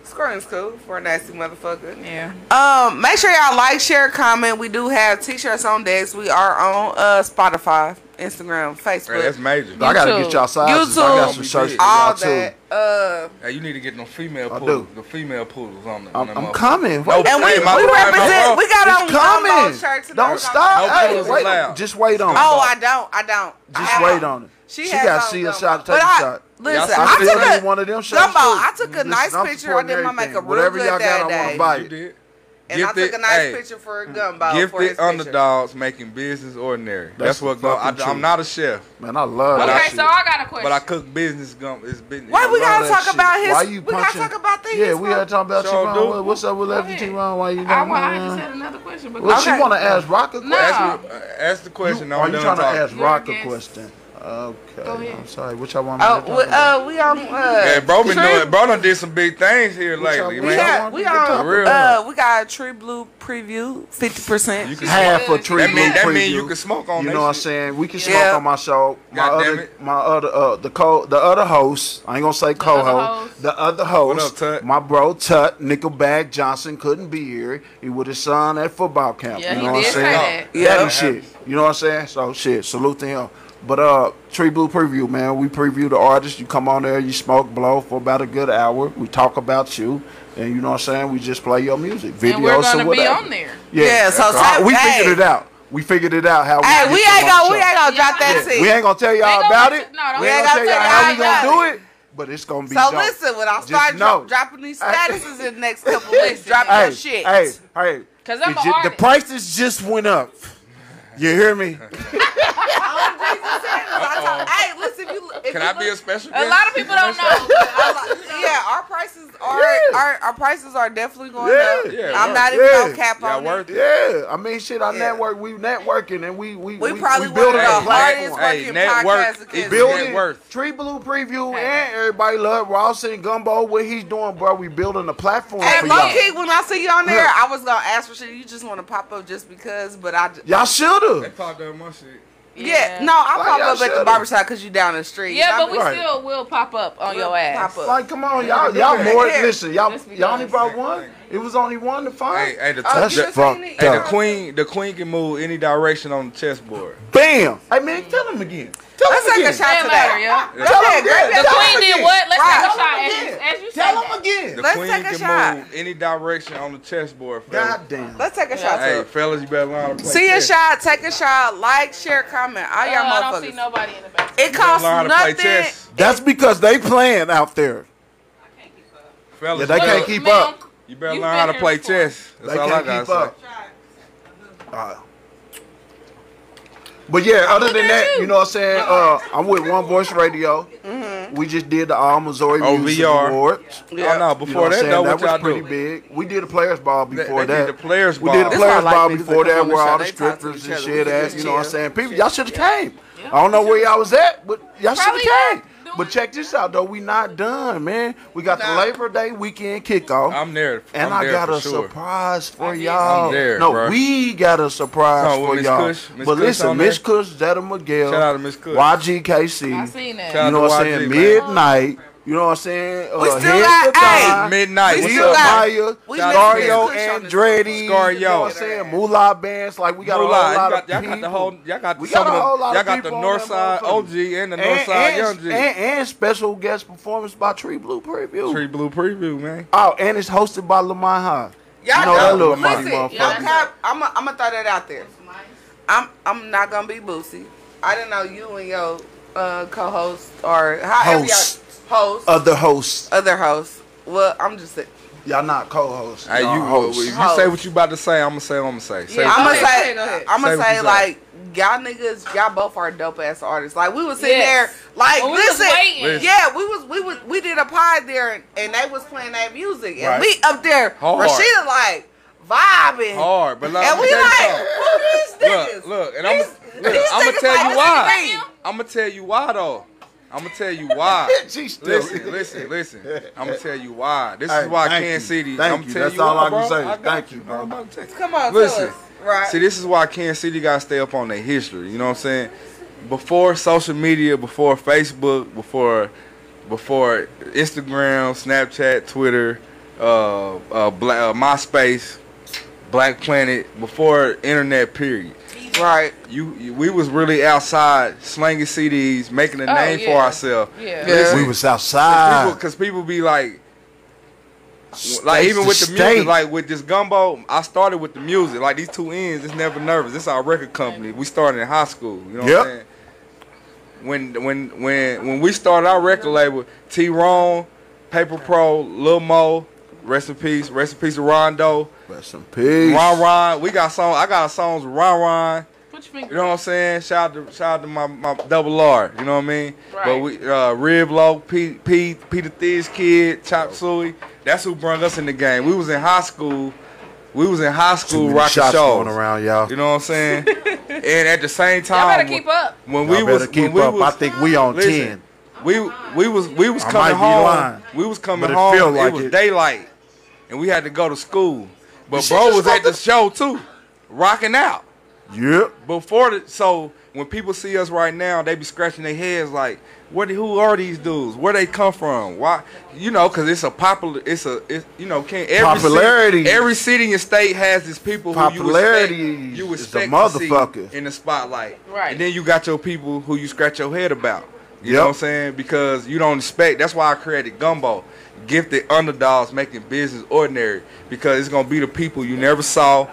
Speaker 2: Squirting's cool for a nasty motherfucker.
Speaker 11: Yeah.
Speaker 2: Um, make sure y'all like, share, comment. We do have t-shirts on decks. We are on uh Spotify, Instagram, Facebook.
Speaker 4: Hey, that's major.
Speaker 3: I gotta get y'all sizes. I got some shirts for
Speaker 2: all
Speaker 3: y'all too.
Speaker 2: that. Uh,
Speaker 4: Hey, you need to get them female
Speaker 3: I
Speaker 4: poodles. The female poodles on them.
Speaker 3: I'm,
Speaker 4: on them
Speaker 3: I'm
Speaker 4: motherfuckers.
Speaker 3: coming.
Speaker 4: No,
Speaker 2: and we,
Speaker 4: hey, my
Speaker 2: we
Speaker 4: bro, my bro.
Speaker 2: represent. We got on
Speaker 3: It's coming.
Speaker 2: combo shirts. and all
Speaker 3: Don't stop.
Speaker 4: No
Speaker 3: Hey,
Speaker 4: pillows
Speaker 3: wait.
Speaker 4: allowed.
Speaker 3: Just wait on.
Speaker 2: that.
Speaker 3: it.
Speaker 2: Oh, I don't. I don't. I
Speaker 3: Just
Speaker 2: have
Speaker 3: wait
Speaker 2: on.
Speaker 3: on it.
Speaker 2: She
Speaker 3: She,
Speaker 2: has
Speaker 3: got
Speaker 2: on
Speaker 3: to see a
Speaker 2: gumbo.
Speaker 3: shot, take
Speaker 2: But
Speaker 3: a
Speaker 2: I-
Speaker 3: shot.
Speaker 2: listen,
Speaker 3: I,
Speaker 2: I
Speaker 3: still
Speaker 2: took a-
Speaker 3: need one of them shots. too.
Speaker 2: Gumbo, I took a
Speaker 3: Listen,
Speaker 2: nice
Speaker 3: I'm
Speaker 2: picture. I
Speaker 3: supporting
Speaker 2: did my
Speaker 3: everything.
Speaker 2: makeup real
Speaker 3: Whatever
Speaker 2: good
Speaker 3: y'all
Speaker 2: that
Speaker 3: got, I
Speaker 2: day.
Speaker 3: want to buy
Speaker 4: You
Speaker 3: it.
Speaker 4: did.
Speaker 2: And I took
Speaker 4: Gifted-
Speaker 2: a nice
Speaker 4: hey,
Speaker 2: picture for a gumbo. for his
Speaker 4: Gifted
Speaker 2: picture.
Speaker 4: underdogs making business ordinary. That's,
Speaker 3: That's
Speaker 4: what
Speaker 3: the
Speaker 4: go. I,
Speaker 3: fucking
Speaker 4: I'm
Speaker 3: truth.
Speaker 4: not a chef,
Speaker 3: Man, I love
Speaker 4: But
Speaker 3: that
Speaker 4: I-
Speaker 11: Okay,
Speaker 3: shit.
Speaker 11: so I got a question.
Speaker 4: but I cook business gum. It's business.
Speaker 2: Wait, we
Speaker 3: I love
Speaker 2: gotta
Speaker 3: that
Speaker 2: talk
Speaker 3: shit.
Speaker 2: about his.
Speaker 3: Why you
Speaker 2: we gotta
Speaker 3: punching?
Speaker 2: talk about the
Speaker 3: Yeah,
Speaker 2: his
Speaker 3: we had talking about
Speaker 4: Sure
Speaker 3: T-Ron.
Speaker 4: do.
Speaker 3: What- What's up with Lefty T-Ron? Why you doing
Speaker 11: I, want, I just
Speaker 3: that?
Speaker 11: had another question. But
Speaker 3: Well, she
Speaker 11: Okay.
Speaker 3: want to ask Rock a question.
Speaker 4: Ask, me, uh, ask the question.
Speaker 3: You-
Speaker 4: I'm
Speaker 3: are you
Speaker 4: done
Speaker 3: trying to
Speaker 4: talking.
Speaker 3: ask Rock a
Speaker 11: guest.
Speaker 3: question? Okay.
Speaker 11: Go ahead.
Speaker 3: I'm sorry. What y'all want me to
Speaker 2: Oh,
Speaker 3: talk
Speaker 2: we,
Speaker 3: about?
Speaker 2: uh, we on. Uh,
Speaker 4: Yeah, bro, been
Speaker 2: Tree-
Speaker 4: doing, bro done did some big things here lately,
Speaker 3: y'all-
Speaker 2: We
Speaker 4: man.
Speaker 2: got we
Speaker 4: For
Speaker 2: on.
Speaker 4: real.
Speaker 2: Uh, we got a tree blue preview, fifty percent.
Speaker 4: You can
Speaker 3: Half a
Speaker 4: smoke.
Speaker 3: tree
Speaker 4: That mean,
Speaker 3: blue
Speaker 4: that mean
Speaker 3: preview.
Speaker 4: you can smoke on
Speaker 3: You
Speaker 4: that
Speaker 3: know what I'm
Speaker 4: shit.
Speaker 3: saying? We can
Speaker 2: Yeah.
Speaker 3: smoke on my show. My
Speaker 4: God damn
Speaker 3: other,
Speaker 4: it.
Speaker 3: my other, uh, the co, the other host. I ain't gonna say co-host.
Speaker 11: host.
Speaker 3: The other host.
Speaker 4: up, Tut?
Speaker 3: My bro Tut Nickelback Johnson couldn't be here. He with his son at football camp.
Speaker 11: Yeah,
Speaker 3: you
Speaker 11: he
Speaker 3: know what I'm
Speaker 11: did say
Speaker 3: saying?
Speaker 11: that.
Speaker 3: Daddy
Speaker 2: Yeah.
Speaker 3: shit. You know what I'm saying? So shit. Salute to him. But uh, Tree Blue Preview, man. We preview the artist. You come on there, you smoke, blow for about a good hour. We talk about you, and you know what I'm saying. We just play your music, videos,
Speaker 11: and we're gonna
Speaker 3: or
Speaker 11: be
Speaker 3: whatever.
Speaker 11: on there.
Speaker 3: Yeah,
Speaker 2: Yeah, so
Speaker 3: Uh,
Speaker 2: say-
Speaker 3: we
Speaker 2: hey.
Speaker 3: figured it out. We figured it out how.
Speaker 2: Hey,
Speaker 3: get
Speaker 2: we
Speaker 3: them
Speaker 2: ain't
Speaker 3: on
Speaker 2: gonna
Speaker 3: the
Speaker 2: we
Speaker 3: show.
Speaker 2: ain't gonna drop that
Speaker 3: We
Speaker 2: shit.
Speaker 3: ain't gonna tell
Speaker 11: We
Speaker 3: y'all
Speaker 11: ain't
Speaker 3: about
Speaker 11: gonna-
Speaker 3: it.
Speaker 11: no, don't
Speaker 3: we ain't
Speaker 2: worry
Speaker 3: gonna tell y'all
Speaker 2: about
Speaker 3: how we
Speaker 2: it.
Speaker 3: gonna do it. But it's gonna be.
Speaker 2: So
Speaker 3: dope.
Speaker 2: listen, when I
Speaker 3: Just
Speaker 2: start dro-
Speaker 3: know.
Speaker 2: dropping these
Speaker 3: Hey.
Speaker 2: statuses in the next couple weeks, drop
Speaker 3: Hey,
Speaker 2: your shit.
Speaker 3: hey, hey.
Speaker 11: 'Cause I'm
Speaker 3: It
Speaker 11: a
Speaker 3: ju- the
Speaker 11: artist.
Speaker 3: prices just went up. You hear me?
Speaker 2: I talk- hey, listen, if you, if
Speaker 4: Can
Speaker 2: you
Speaker 4: I be a
Speaker 2: look-
Speaker 4: special guest?
Speaker 11: A lot of people don't know.
Speaker 2: yeah, our prices are
Speaker 3: Yeah.
Speaker 2: our, our prices are definitely going
Speaker 3: Yeah.
Speaker 2: up.
Speaker 4: Yeah,
Speaker 2: I'm
Speaker 4: right.
Speaker 2: not even
Speaker 3: Yeah.
Speaker 2: gonna cap
Speaker 4: Y'all
Speaker 2: on it.
Speaker 4: worth it.
Speaker 3: Yeah, I mean, shit. I
Speaker 2: Yeah.
Speaker 3: network. We networking, and we we
Speaker 2: We probably
Speaker 3: we building
Speaker 2: one
Speaker 3: a
Speaker 2: of the
Speaker 3: platform.
Speaker 2: hardest
Speaker 4: Hey,
Speaker 2: working
Speaker 4: network
Speaker 2: podcasts. in
Speaker 4: is
Speaker 2: Kansas.
Speaker 4: built-
Speaker 3: building
Speaker 4: Net worth.
Speaker 3: Tree Blue Preview and everybody love Ross and Gumbo. What he's doing, bro? We building a platform
Speaker 2: Hey,
Speaker 3: for
Speaker 2: low
Speaker 3: y'all.
Speaker 2: key, when I see you on there,
Speaker 3: Yeah.
Speaker 2: I was gonna ask for shit. You just want to pop up just because, but I. j-
Speaker 3: Y'all shoulda.
Speaker 4: They popped up my shit.
Speaker 2: Yeah, no, I
Speaker 3: Why
Speaker 2: pop
Speaker 3: y'all
Speaker 2: up at the
Speaker 3: should've?
Speaker 2: barbershop because you down the street.
Speaker 11: Yeah,
Speaker 2: I
Speaker 11: but we
Speaker 2: mean,
Speaker 3: Right.
Speaker 11: still will pop up on your ass.
Speaker 2: pop up.
Speaker 3: Like, come on, y'all, y'all
Speaker 2: Yeah.
Speaker 3: more.
Speaker 2: Yeah.
Speaker 3: Listen, y'all,
Speaker 11: Just
Speaker 3: y'all only
Speaker 11: because.
Speaker 3: brought one. It was only one to
Speaker 4: Hey,
Speaker 3: find.
Speaker 4: hey, the,
Speaker 2: Oh,
Speaker 3: That's
Speaker 4: the-
Speaker 3: fucked
Speaker 4: hey, the
Speaker 3: up.
Speaker 4: queen, the queen can move any direction on the chessboard.
Speaker 3: Bam. Hey man, tell him again. Tell
Speaker 2: Let's
Speaker 3: him
Speaker 2: take a
Speaker 3: again.
Speaker 2: shot
Speaker 11: Damn
Speaker 2: to
Speaker 11: matter,
Speaker 2: that.
Speaker 11: yeah.
Speaker 2: Go ahead,
Speaker 3: Yeah.
Speaker 2: grab
Speaker 3: The
Speaker 2: that
Speaker 11: The
Speaker 2: shot.
Speaker 11: queen did what? Let's
Speaker 2: Right.
Speaker 11: take a shot as you,
Speaker 3: Again.
Speaker 11: as you
Speaker 3: Tell
Speaker 11: say
Speaker 3: him
Speaker 11: that.
Speaker 4: The
Speaker 3: again.
Speaker 2: Let's
Speaker 4: queen
Speaker 2: take a
Speaker 4: can
Speaker 2: shot.
Speaker 4: move any direction on the chessboard. fellas.
Speaker 3: God damn.
Speaker 2: Let's take a shot. to
Speaker 4: Hey,
Speaker 2: it.
Speaker 4: fellas, you better learn how to play
Speaker 2: See a
Speaker 4: chess.
Speaker 2: shot, take a shot, like, share, comment. All
Speaker 11: Oh,
Speaker 2: y'all
Speaker 11: I don't see
Speaker 2: motherfuckers.
Speaker 11: nobody in the back.
Speaker 4: You
Speaker 2: It
Speaker 4: better
Speaker 2: costs
Speaker 4: learn how to play
Speaker 2: nothing.
Speaker 4: chess.
Speaker 3: That's because they playing out there.
Speaker 4: Fellas,
Speaker 3: Yeah, they
Speaker 4: you
Speaker 3: can't
Speaker 4: better-
Speaker 3: keep
Speaker 11: Ma'am,
Speaker 3: up.
Speaker 4: You better
Speaker 11: you've
Speaker 4: learn how
Speaker 11: been
Speaker 4: to
Speaker 11: here
Speaker 4: play
Speaker 11: before.
Speaker 4: chess. That's
Speaker 3: They
Speaker 4: all I
Speaker 3: can't
Speaker 4: gotta
Speaker 3: keep
Speaker 4: say.
Speaker 3: up. Uh, but yeah, other than that, you know what I'm saying? Uh, I'm with One Voice Radio.
Speaker 2: Mm-hmm.
Speaker 3: We just did the All Missouri Music
Speaker 4: OVR.
Speaker 3: Awards.
Speaker 4: Oh, no,
Speaker 3: You know
Speaker 4: before
Speaker 3: what I'm
Speaker 4: that,
Speaker 3: saying?
Speaker 4: though,
Speaker 3: that
Speaker 4: what
Speaker 3: was
Speaker 4: y'all
Speaker 3: pretty
Speaker 4: do?
Speaker 3: big. We did a players ball before
Speaker 4: they
Speaker 3: that.
Speaker 4: did the players
Speaker 3: We did
Speaker 4: ball.
Speaker 3: a
Speaker 2: This
Speaker 3: players
Speaker 2: why I like
Speaker 3: ball
Speaker 2: niggas that
Speaker 3: before
Speaker 2: come
Speaker 3: that,
Speaker 2: on the
Speaker 3: where
Speaker 2: show,
Speaker 3: all the
Speaker 2: they talk to
Speaker 3: strippers
Speaker 2: each
Speaker 3: and
Speaker 2: other.
Speaker 3: shit
Speaker 2: We
Speaker 3: ass.
Speaker 2: just
Speaker 3: You know what I'm
Speaker 2: chill.
Speaker 3: saying? People, y'all should have came. I don't know where y'all was at, but y'all should
Speaker 1: Probably
Speaker 3: have came. But check this out, though. We not done, man. We got the Labor Day weekend kickoff.
Speaker 4: I'm there.
Speaker 3: And
Speaker 4: I'm
Speaker 3: I
Speaker 4: there
Speaker 3: got
Speaker 4: for
Speaker 3: a
Speaker 4: sure.
Speaker 3: surprise for y'all.
Speaker 4: there,
Speaker 3: no,
Speaker 4: bruh.
Speaker 3: we got a surprise
Speaker 4: No, with
Speaker 3: for
Speaker 4: Miss
Speaker 3: y'all.
Speaker 4: Kush. Miss
Speaker 3: but
Speaker 4: Kush
Speaker 3: listen,
Speaker 4: on
Speaker 3: Miss
Speaker 4: there.
Speaker 3: Kush, Zeta Miguel,
Speaker 4: Shout out to Miss Kush.
Speaker 3: YGKC.
Speaker 4: I seen that.
Speaker 3: You
Speaker 4: Shout
Speaker 3: know
Speaker 4: out
Speaker 3: what I'm
Speaker 4: to
Speaker 3: saying?
Speaker 4: YG, man.
Speaker 3: Midnight. You know what I'm saying?
Speaker 4: We
Speaker 3: Uh,
Speaker 4: still
Speaker 3: Head
Speaker 4: got-
Speaker 3: to Die,
Speaker 4: Hey, Midnight.
Speaker 3: We
Speaker 4: What's
Speaker 3: still
Speaker 4: up,
Speaker 3: got
Speaker 4: Mike?
Speaker 3: Maya,
Speaker 4: We listening to
Speaker 3: Dario
Speaker 4: Kush on this
Speaker 3: Andretti.
Speaker 4: Scario.
Speaker 3: You know what I'm saying? Moolah bands. Like we got a
Speaker 4: Moolah,
Speaker 3: whole
Speaker 4: you
Speaker 3: lot
Speaker 4: got-
Speaker 3: of
Speaker 4: y'all
Speaker 3: people.
Speaker 4: got the whole, y'all got,
Speaker 3: We
Speaker 4: some
Speaker 3: got a
Speaker 4: of
Speaker 3: whole
Speaker 4: the,
Speaker 3: lot
Speaker 4: y'all
Speaker 3: of
Speaker 4: got the
Speaker 3: people on
Speaker 4: North
Speaker 3: that
Speaker 4: Side
Speaker 3: motherfucker.
Speaker 4: OG and the North
Speaker 3: and,
Speaker 4: Side Young
Speaker 3: and,
Speaker 4: G.
Speaker 3: and, and special guest performance by Tree Blue Preview.
Speaker 4: Tree Blue Preview, man.
Speaker 3: Oh, and it's hosted by Lamont High.
Speaker 2: Y'all
Speaker 3: you know that little
Speaker 2: know,
Speaker 3: funny
Speaker 2: listen,
Speaker 3: motherfucker.
Speaker 2: y'all have, I'm going to throw that out there. I'm I'm not going to be Boosie. I didn't know you and your uh, co-host or however
Speaker 3: Host.
Speaker 2: y'all host,
Speaker 3: Other hosts.
Speaker 2: other host. Well, I'm just saying.
Speaker 3: Y'all not co-hosts.
Speaker 4: Hey,
Speaker 3: y'all
Speaker 4: you,
Speaker 3: hosts.
Speaker 4: if you say what you about to say, I'm gonna say what I'm gonna say. say
Speaker 2: I'm
Speaker 4: what
Speaker 2: gonna
Speaker 4: you
Speaker 2: say, I'm
Speaker 4: Say
Speaker 2: gonna
Speaker 4: what
Speaker 2: say,
Speaker 4: you say.
Speaker 2: like y'all niggas, y'all both are dope ass artists. Like we was sitting
Speaker 11: Yes.
Speaker 2: there, like
Speaker 11: When we was
Speaker 2: listen,
Speaker 11: waiting.
Speaker 2: yeah, we was we was we did a pod there, and, and they was playing that music, and
Speaker 4: Right.
Speaker 2: we up there,
Speaker 4: Hard.
Speaker 2: Rashida like vibing,
Speaker 4: Hard, but like,
Speaker 2: and we
Speaker 4: check this
Speaker 2: like,
Speaker 4: out.
Speaker 2: who these niggas?
Speaker 4: look, look, and I'm
Speaker 2: these
Speaker 4: look, I'm gonna
Speaker 2: niggas
Speaker 4: tell
Speaker 2: like
Speaker 4: you
Speaker 2: this
Speaker 4: why. I'm gonna tell you why though. I'm gonna tell you why.
Speaker 3: She still-
Speaker 4: listen, listen, listen. I'm gonna tell you why. This
Speaker 3: Hey,
Speaker 4: is why
Speaker 3: thank
Speaker 4: Kansas
Speaker 3: you.
Speaker 4: City.
Speaker 3: Thank
Speaker 4: I'm
Speaker 3: you.
Speaker 4: gonna tell
Speaker 3: That's
Speaker 4: you
Speaker 3: all
Speaker 4: why,
Speaker 3: I can
Speaker 4: bro.
Speaker 3: say.
Speaker 4: I got
Speaker 3: Thank you, bro.
Speaker 4: I'm about to tell you.
Speaker 2: Come on,
Speaker 4: Listen,
Speaker 2: tell us, right?
Speaker 4: See, this is why Kansas City got to stay up on their history. You know what I'm saying? Before social media, before Facebook, before before Instagram, Snapchat, Twitter, uh, uh, Bla- uh, MySpace, Black Planet, before internet period.
Speaker 2: Right.
Speaker 4: You, you we was really outside slanging CDs, making a
Speaker 3: Oh,
Speaker 4: name for
Speaker 3: yeah.
Speaker 4: ourselves.
Speaker 3: Yeah.
Speaker 4: Listen,
Speaker 3: We was outside.
Speaker 4: Because people, be like, like even
Speaker 3: to
Speaker 4: with the
Speaker 3: state.
Speaker 4: music, like with this gumbo, I started with the music. Like these two ends, it's never nervous. This our record company. We started in high school. You know
Speaker 3: Yep.
Speaker 4: what I'm saying? When when when when we started our record label, T Ron, Paper Pro, Lil Mo, rest in peace, rest in peace of Rondo.
Speaker 3: Rest in peace.
Speaker 4: Ron Ron. We got song I got songs with Ron Ron.
Speaker 11: Put your
Speaker 4: You
Speaker 11: finger.
Speaker 4: know what I'm saying? Shout out to shout out to my, my double R. You know what I mean?
Speaker 11: Right.
Speaker 4: But we uh, Rib Low, P, P, Peter Thiz Kid, Chop Suey. That's who brought us in the game. We was in high school. We was in high
Speaker 3: Too
Speaker 4: school
Speaker 3: many
Speaker 4: rocking
Speaker 3: shots
Speaker 4: shows.
Speaker 3: going around, y'all.
Speaker 4: You know what I'm saying? and at the same
Speaker 11: Y'all
Speaker 4: time,
Speaker 11: better keep up.
Speaker 4: when
Speaker 3: Y'all
Speaker 4: we
Speaker 3: better
Speaker 4: was
Speaker 3: keep
Speaker 4: when we
Speaker 3: up.
Speaker 4: was,
Speaker 3: I think we on
Speaker 4: listen,
Speaker 3: 10.
Speaker 4: We we was we was
Speaker 3: I
Speaker 4: coming
Speaker 3: might be
Speaker 4: home.
Speaker 3: lying,
Speaker 4: we was coming
Speaker 3: but it
Speaker 4: home.
Speaker 3: feel
Speaker 4: and
Speaker 3: like
Speaker 4: was
Speaker 3: it.
Speaker 4: daylight, and we had to go to school. But
Speaker 3: shit
Speaker 4: bro
Speaker 3: just
Speaker 4: was at
Speaker 3: fucked
Speaker 4: the show too, rocking out.
Speaker 3: Yep.
Speaker 4: Before the, so when people see us right now, they be scratching their heads like, "What? the- Who are these dudes? Where they come from? Why? You know, because it's a popular. It's a. It, you know, can every
Speaker 3: Popularity.
Speaker 4: City, every city and state has its people.
Speaker 3: Popularity
Speaker 4: who you
Speaker 3: is
Speaker 4: expect,
Speaker 3: a
Speaker 4: you expect to see
Speaker 3: motherfucker.
Speaker 4: in the spotlight.
Speaker 11: Right.
Speaker 4: And then you got your people who you scratch your head about. You know
Speaker 3: Yep.
Speaker 4: what I'm saying? Because you don't expect. That's why I created Gumbo. Gifted underdogs making business ordinary. Because it's gonna be the people you never saw,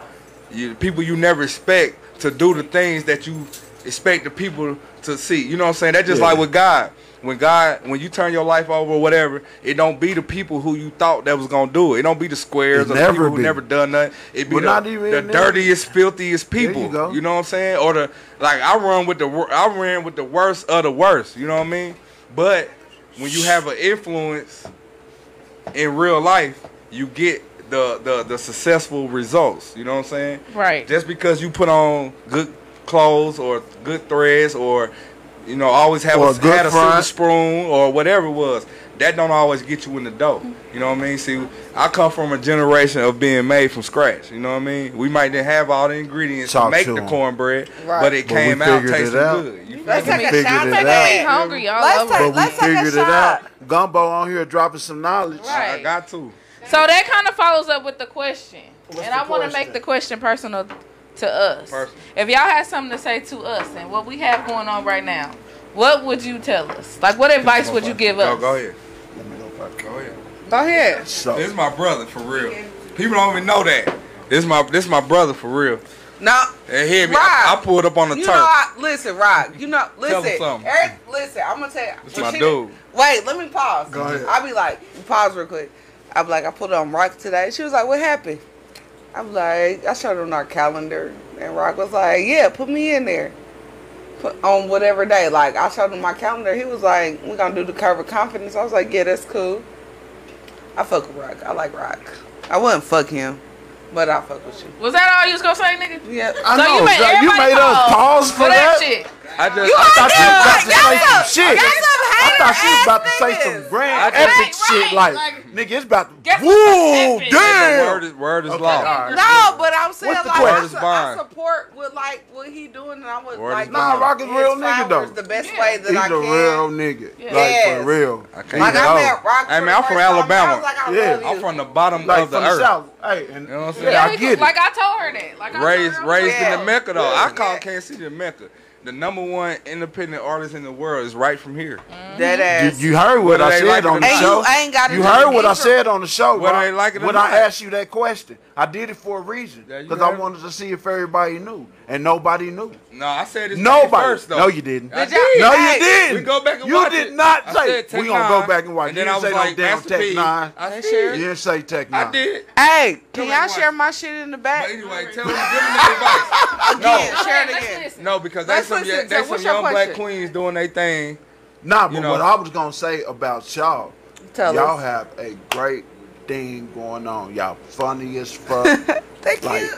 Speaker 4: you, people you never expect to do the things that you expect the people to see. You know what I'm saying? That's just
Speaker 3: Yeah.
Speaker 4: like with God. When God, when you turn your life over or whatever, it don't be the people who you thought that was gonna do it. It don't be the squares
Speaker 3: It
Speaker 4: or the people
Speaker 3: never
Speaker 4: who
Speaker 3: be.
Speaker 4: never done nothing. It be
Speaker 3: Well,
Speaker 4: the,
Speaker 3: not even
Speaker 4: the
Speaker 3: then.
Speaker 4: dirtiest, filthiest
Speaker 3: you
Speaker 4: people.
Speaker 3: go.
Speaker 4: You know what I'm saying? Or the like I run with the wor- I ran with the worst of the worst, you know what I mean? But when you have an influence in real life, you get the the the successful results, you know what I'm saying?
Speaker 1: Right.
Speaker 4: Just because you put on good clothes or good threads or you know always have
Speaker 3: Or
Speaker 4: a,
Speaker 3: a good
Speaker 4: had a silver
Speaker 3: front.
Speaker 4: spoon or whatever it was, that don't always get you in the dough. You know what I mean? See, I come from a generation of being made from scratch. You know what I mean? We might didn't have all the ingredients
Speaker 3: Talk
Speaker 4: to make
Speaker 3: to
Speaker 4: the
Speaker 3: 'em.
Speaker 4: cornbread,
Speaker 2: Right.
Speaker 4: but it
Speaker 3: But we
Speaker 4: came out
Speaker 3: figured it
Speaker 4: tasting
Speaker 3: out.
Speaker 4: good. You
Speaker 2: Let's
Speaker 4: feel
Speaker 2: take
Speaker 4: me?
Speaker 2: a
Speaker 3: figured
Speaker 2: shot.
Speaker 3: it
Speaker 2: Take
Speaker 3: out.
Speaker 2: a-
Speaker 1: Hungry all
Speaker 2: Let's
Speaker 1: over.
Speaker 2: take-
Speaker 3: But we
Speaker 2: let's take a
Speaker 3: figured it
Speaker 2: shot.
Speaker 3: out. Gumbo on here dropping some knowledge.
Speaker 4: I got to.
Speaker 1: So that kind of follows up with the question, and I
Speaker 3: the
Speaker 1: want to make the question personal to us.
Speaker 4: Personal.
Speaker 1: If y'all had something to say to us and what we have going on right now, what would you tell us? Like, what advice would you give
Speaker 4: Go,
Speaker 1: us?
Speaker 4: go ahead. Go ahead.
Speaker 1: Go ahead.
Speaker 3: So
Speaker 4: This is my brother for real. People don't even know that. This is my this is my brother for real.
Speaker 2: Now,
Speaker 4: And hear me, I,
Speaker 2: Rob,
Speaker 4: I pulled up on the
Speaker 2: you
Speaker 4: turf.
Speaker 2: know, I, listen, Rob, you know,
Speaker 4: Tell 'em
Speaker 2: listen,
Speaker 4: something.
Speaker 2: Eric, listen, I'm gonna tell you.
Speaker 4: This my
Speaker 2: Rashida-
Speaker 4: dude.
Speaker 2: Wait, let me pause.
Speaker 4: Go ahead.
Speaker 2: I'll be like, pause real quick. I'll be like, I put it on Rock today. She was like, what happened? I'm like, I showed her on our calendar, and Rock was like, yeah, put me in there. Put on whatever day. Like, I showed him my calendar. He was like, we're gonna do the cover confidence. I was like, yeah, that's cool. I fuck with Rock. I like Rock. I wouldn't fuck him. But I fuck with you.
Speaker 1: Was that all you was gonna say, nigga?
Speaker 2: Yeah.
Speaker 1: I so you made,
Speaker 3: you
Speaker 1: everybody
Speaker 3: made us pause for that.
Speaker 1: shit.
Speaker 4: I just
Speaker 1: You
Speaker 3: I thought
Speaker 1: all
Speaker 3: you was about
Speaker 1: good.
Speaker 3: to say some
Speaker 1: Y'all some-
Speaker 3: shit.
Speaker 1: y'all some
Speaker 3: I thought she was about to say some grand epic shit like, nigga, it's about to woo damn.
Speaker 4: Word is, word is law.
Speaker 2: No, but I'm saying
Speaker 4: What's the question?
Speaker 2: like I,
Speaker 4: Word is
Speaker 2: su- I
Speaker 4: bond.
Speaker 2: support what like what he doing, and I was
Speaker 4: Word
Speaker 2: like,
Speaker 4: is bond.
Speaker 2: give
Speaker 4: Nah,
Speaker 3: Rock is
Speaker 2: his
Speaker 3: real nigga,
Speaker 2: flowers
Speaker 3: though.
Speaker 2: The best way that
Speaker 3: He's
Speaker 2: I
Speaker 3: a
Speaker 2: can.
Speaker 3: real nigga.
Speaker 2: Yeah.
Speaker 3: Like
Speaker 2: Yes.
Speaker 3: for real.
Speaker 4: I
Speaker 2: Like, I met Rock
Speaker 4: Hey man,
Speaker 2: for the
Speaker 4: I'm from
Speaker 2: first time. I was
Speaker 4: Alabama.
Speaker 2: like, I
Speaker 3: Yeah.
Speaker 2: love you.
Speaker 4: I'm from the bottom
Speaker 3: Like
Speaker 4: of the
Speaker 3: from the
Speaker 4: earth.
Speaker 3: South. Hey, and
Speaker 4: You know what I'm saying?
Speaker 3: yeah,
Speaker 1: we
Speaker 3: I
Speaker 1: could-
Speaker 3: get it.
Speaker 1: Like I told her that. Like I
Speaker 4: raised
Speaker 1: told her, I was
Speaker 4: raised
Speaker 1: like,
Speaker 4: in the Mecca though. I call
Speaker 2: Yeah.
Speaker 4: Kansas City the Mecca. The number one independent artist in the world is right from here.
Speaker 2: Mm-hmm. Dead ass.
Speaker 3: You, you heard what
Speaker 4: Whether
Speaker 3: I
Speaker 4: they
Speaker 3: said
Speaker 4: like it
Speaker 3: on
Speaker 4: or
Speaker 3: the
Speaker 4: not.
Speaker 3: show.
Speaker 2: And you ain't gotta
Speaker 3: You
Speaker 2: do
Speaker 3: heard
Speaker 2: the
Speaker 3: what I
Speaker 2: intro.
Speaker 3: said on the show.
Speaker 4: Whether
Speaker 3: Rock,
Speaker 4: they like it or
Speaker 3: when
Speaker 4: not.
Speaker 3: I asked you that question, I did it for a reason
Speaker 4: Yeah, you
Speaker 3: because I
Speaker 4: heard.
Speaker 3: wanted to see if everybody knew, and nobody knew.
Speaker 4: No, I said this
Speaker 3: Nobody.
Speaker 4: first though.
Speaker 3: No, you didn't.
Speaker 4: I
Speaker 3: Did
Speaker 4: did.
Speaker 3: y'all- No, you
Speaker 4: Hey,
Speaker 3: didn't.
Speaker 4: We go back and
Speaker 3: You
Speaker 4: watch
Speaker 3: did
Speaker 4: it.
Speaker 3: not
Speaker 4: I
Speaker 3: say-
Speaker 4: said Tech
Speaker 3: We gonna go
Speaker 4: Nine,
Speaker 3: back and watch.
Speaker 4: And
Speaker 3: You
Speaker 4: then I
Speaker 3: didn't
Speaker 4: was
Speaker 3: say no
Speaker 4: like,
Speaker 3: damn
Speaker 4: Master
Speaker 3: Tech
Speaker 4: P.
Speaker 3: Nine.
Speaker 4: I
Speaker 3: You
Speaker 4: said,
Speaker 3: didn't say Tech Nine.
Speaker 4: I did.
Speaker 2: Hey, can
Speaker 4: Nobody
Speaker 2: y'all
Speaker 4: watched
Speaker 2: share my shit in the back?
Speaker 4: But anyway, tell them, give them the advice.
Speaker 2: Again,
Speaker 4: No,
Speaker 2: share it again.
Speaker 4: no, because they
Speaker 2: Let's
Speaker 4: some,
Speaker 2: listen
Speaker 4: yo-
Speaker 2: to-
Speaker 4: they
Speaker 2: what's
Speaker 4: some
Speaker 2: your
Speaker 4: young black
Speaker 2: question?
Speaker 4: queens doing their thing.
Speaker 3: Nah, but
Speaker 4: You know.
Speaker 3: what I was gonna say about y'all,
Speaker 2: Tell
Speaker 3: y'all
Speaker 2: us.
Speaker 3: have a great thing going on. Y'all funny as fuck.
Speaker 2: Thank
Speaker 3: like
Speaker 2: you.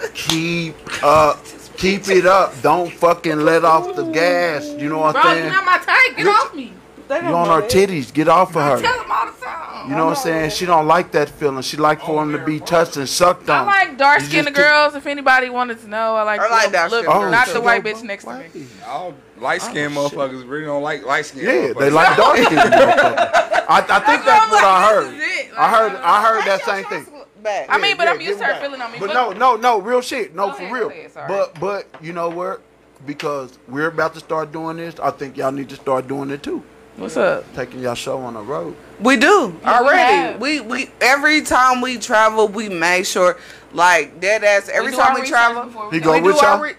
Speaker 3: keep up, keep it up. Don't fucking let off the gas. You know what
Speaker 11: Bro,
Speaker 3: I'm
Speaker 11: you're
Speaker 3: saying?
Speaker 11: not my type. Get
Speaker 3: You-
Speaker 11: off me.
Speaker 2: They
Speaker 3: You
Speaker 2: don't
Speaker 3: on
Speaker 2: know
Speaker 3: her
Speaker 2: that.
Speaker 3: titties? Get off of
Speaker 11: Tell
Speaker 3: her.
Speaker 11: them all the time.
Speaker 3: You know what I'm saying? She don't like that feeling. She
Speaker 4: Oh,
Speaker 3: like for him to be touched and sucked
Speaker 1: I
Speaker 3: on.
Speaker 1: like dark skinned
Speaker 3: You just-
Speaker 1: girls. If anybody wanted to know, I like,
Speaker 2: I like
Speaker 1: look,
Speaker 2: dark-skinned
Speaker 1: look,
Speaker 2: girls,
Speaker 1: not
Speaker 3: she
Speaker 1: the white
Speaker 3: don't
Speaker 1: bitch
Speaker 3: like
Speaker 1: next to me.
Speaker 3: white.
Speaker 4: All light skinned
Speaker 3: Oh, shit.
Speaker 4: motherfuckers really don't like light skinned.
Speaker 3: Yeah,
Speaker 4: motherfuckers.
Speaker 3: they like dark skinned motherfuckers. I, I think that's what I heard.
Speaker 1: That's it.
Speaker 3: I heard I heard that same thing.
Speaker 2: Back.
Speaker 1: I mean, but
Speaker 3: Yeah,
Speaker 1: I'm
Speaker 3: yeah,
Speaker 1: used to
Speaker 3: give
Speaker 1: her
Speaker 3: them
Speaker 1: feeling on me.
Speaker 3: But no, no, no, real shit. No,
Speaker 1: Go
Speaker 3: for
Speaker 1: ahead,
Speaker 3: real.
Speaker 1: go ahead, sorry.
Speaker 3: But but you know what? Because we're about to start doing this, I think y'all need to start doing it too.
Speaker 1: What's up?
Speaker 3: Taking y'all show on the road.
Speaker 2: We do
Speaker 1: Yeah, we
Speaker 2: already.
Speaker 1: have.
Speaker 2: We we every time we travel, we make sure like dead ass. Every
Speaker 1: do
Speaker 2: time
Speaker 1: our
Speaker 2: we
Speaker 1: research before
Speaker 2: travel,
Speaker 1: we
Speaker 3: He go.
Speaker 2: we do
Speaker 3: with y'all?
Speaker 2: our re-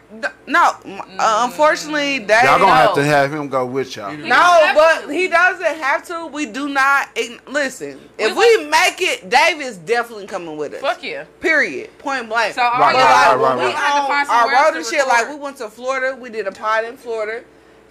Speaker 2: no. Uh, unfortunately,
Speaker 1: Mm.
Speaker 2: that
Speaker 3: Y'all gonna have
Speaker 1: no.
Speaker 3: to have him go with y'all.
Speaker 2: no, but he doesn't have to. We do not ign- listen. If
Speaker 1: We-
Speaker 2: we make it, David's definitely coming with us.
Speaker 1: Fuck yeah.
Speaker 2: Period. Point blank.
Speaker 1: So all
Speaker 3: Right,
Speaker 1: y'all,
Speaker 3: right, right,
Speaker 1: when
Speaker 3: right,
Speaker 1: we
Speaker 3: right.
Speaker 1: had to
Speaker 2: on
Speaker 1: find somewhere
Speaker 2: our road and
Speaker 1: else to
Speaker 2: shit. Like we
Speaker 1: record.
Speaker 2: went to Florida. We did a pod in Florida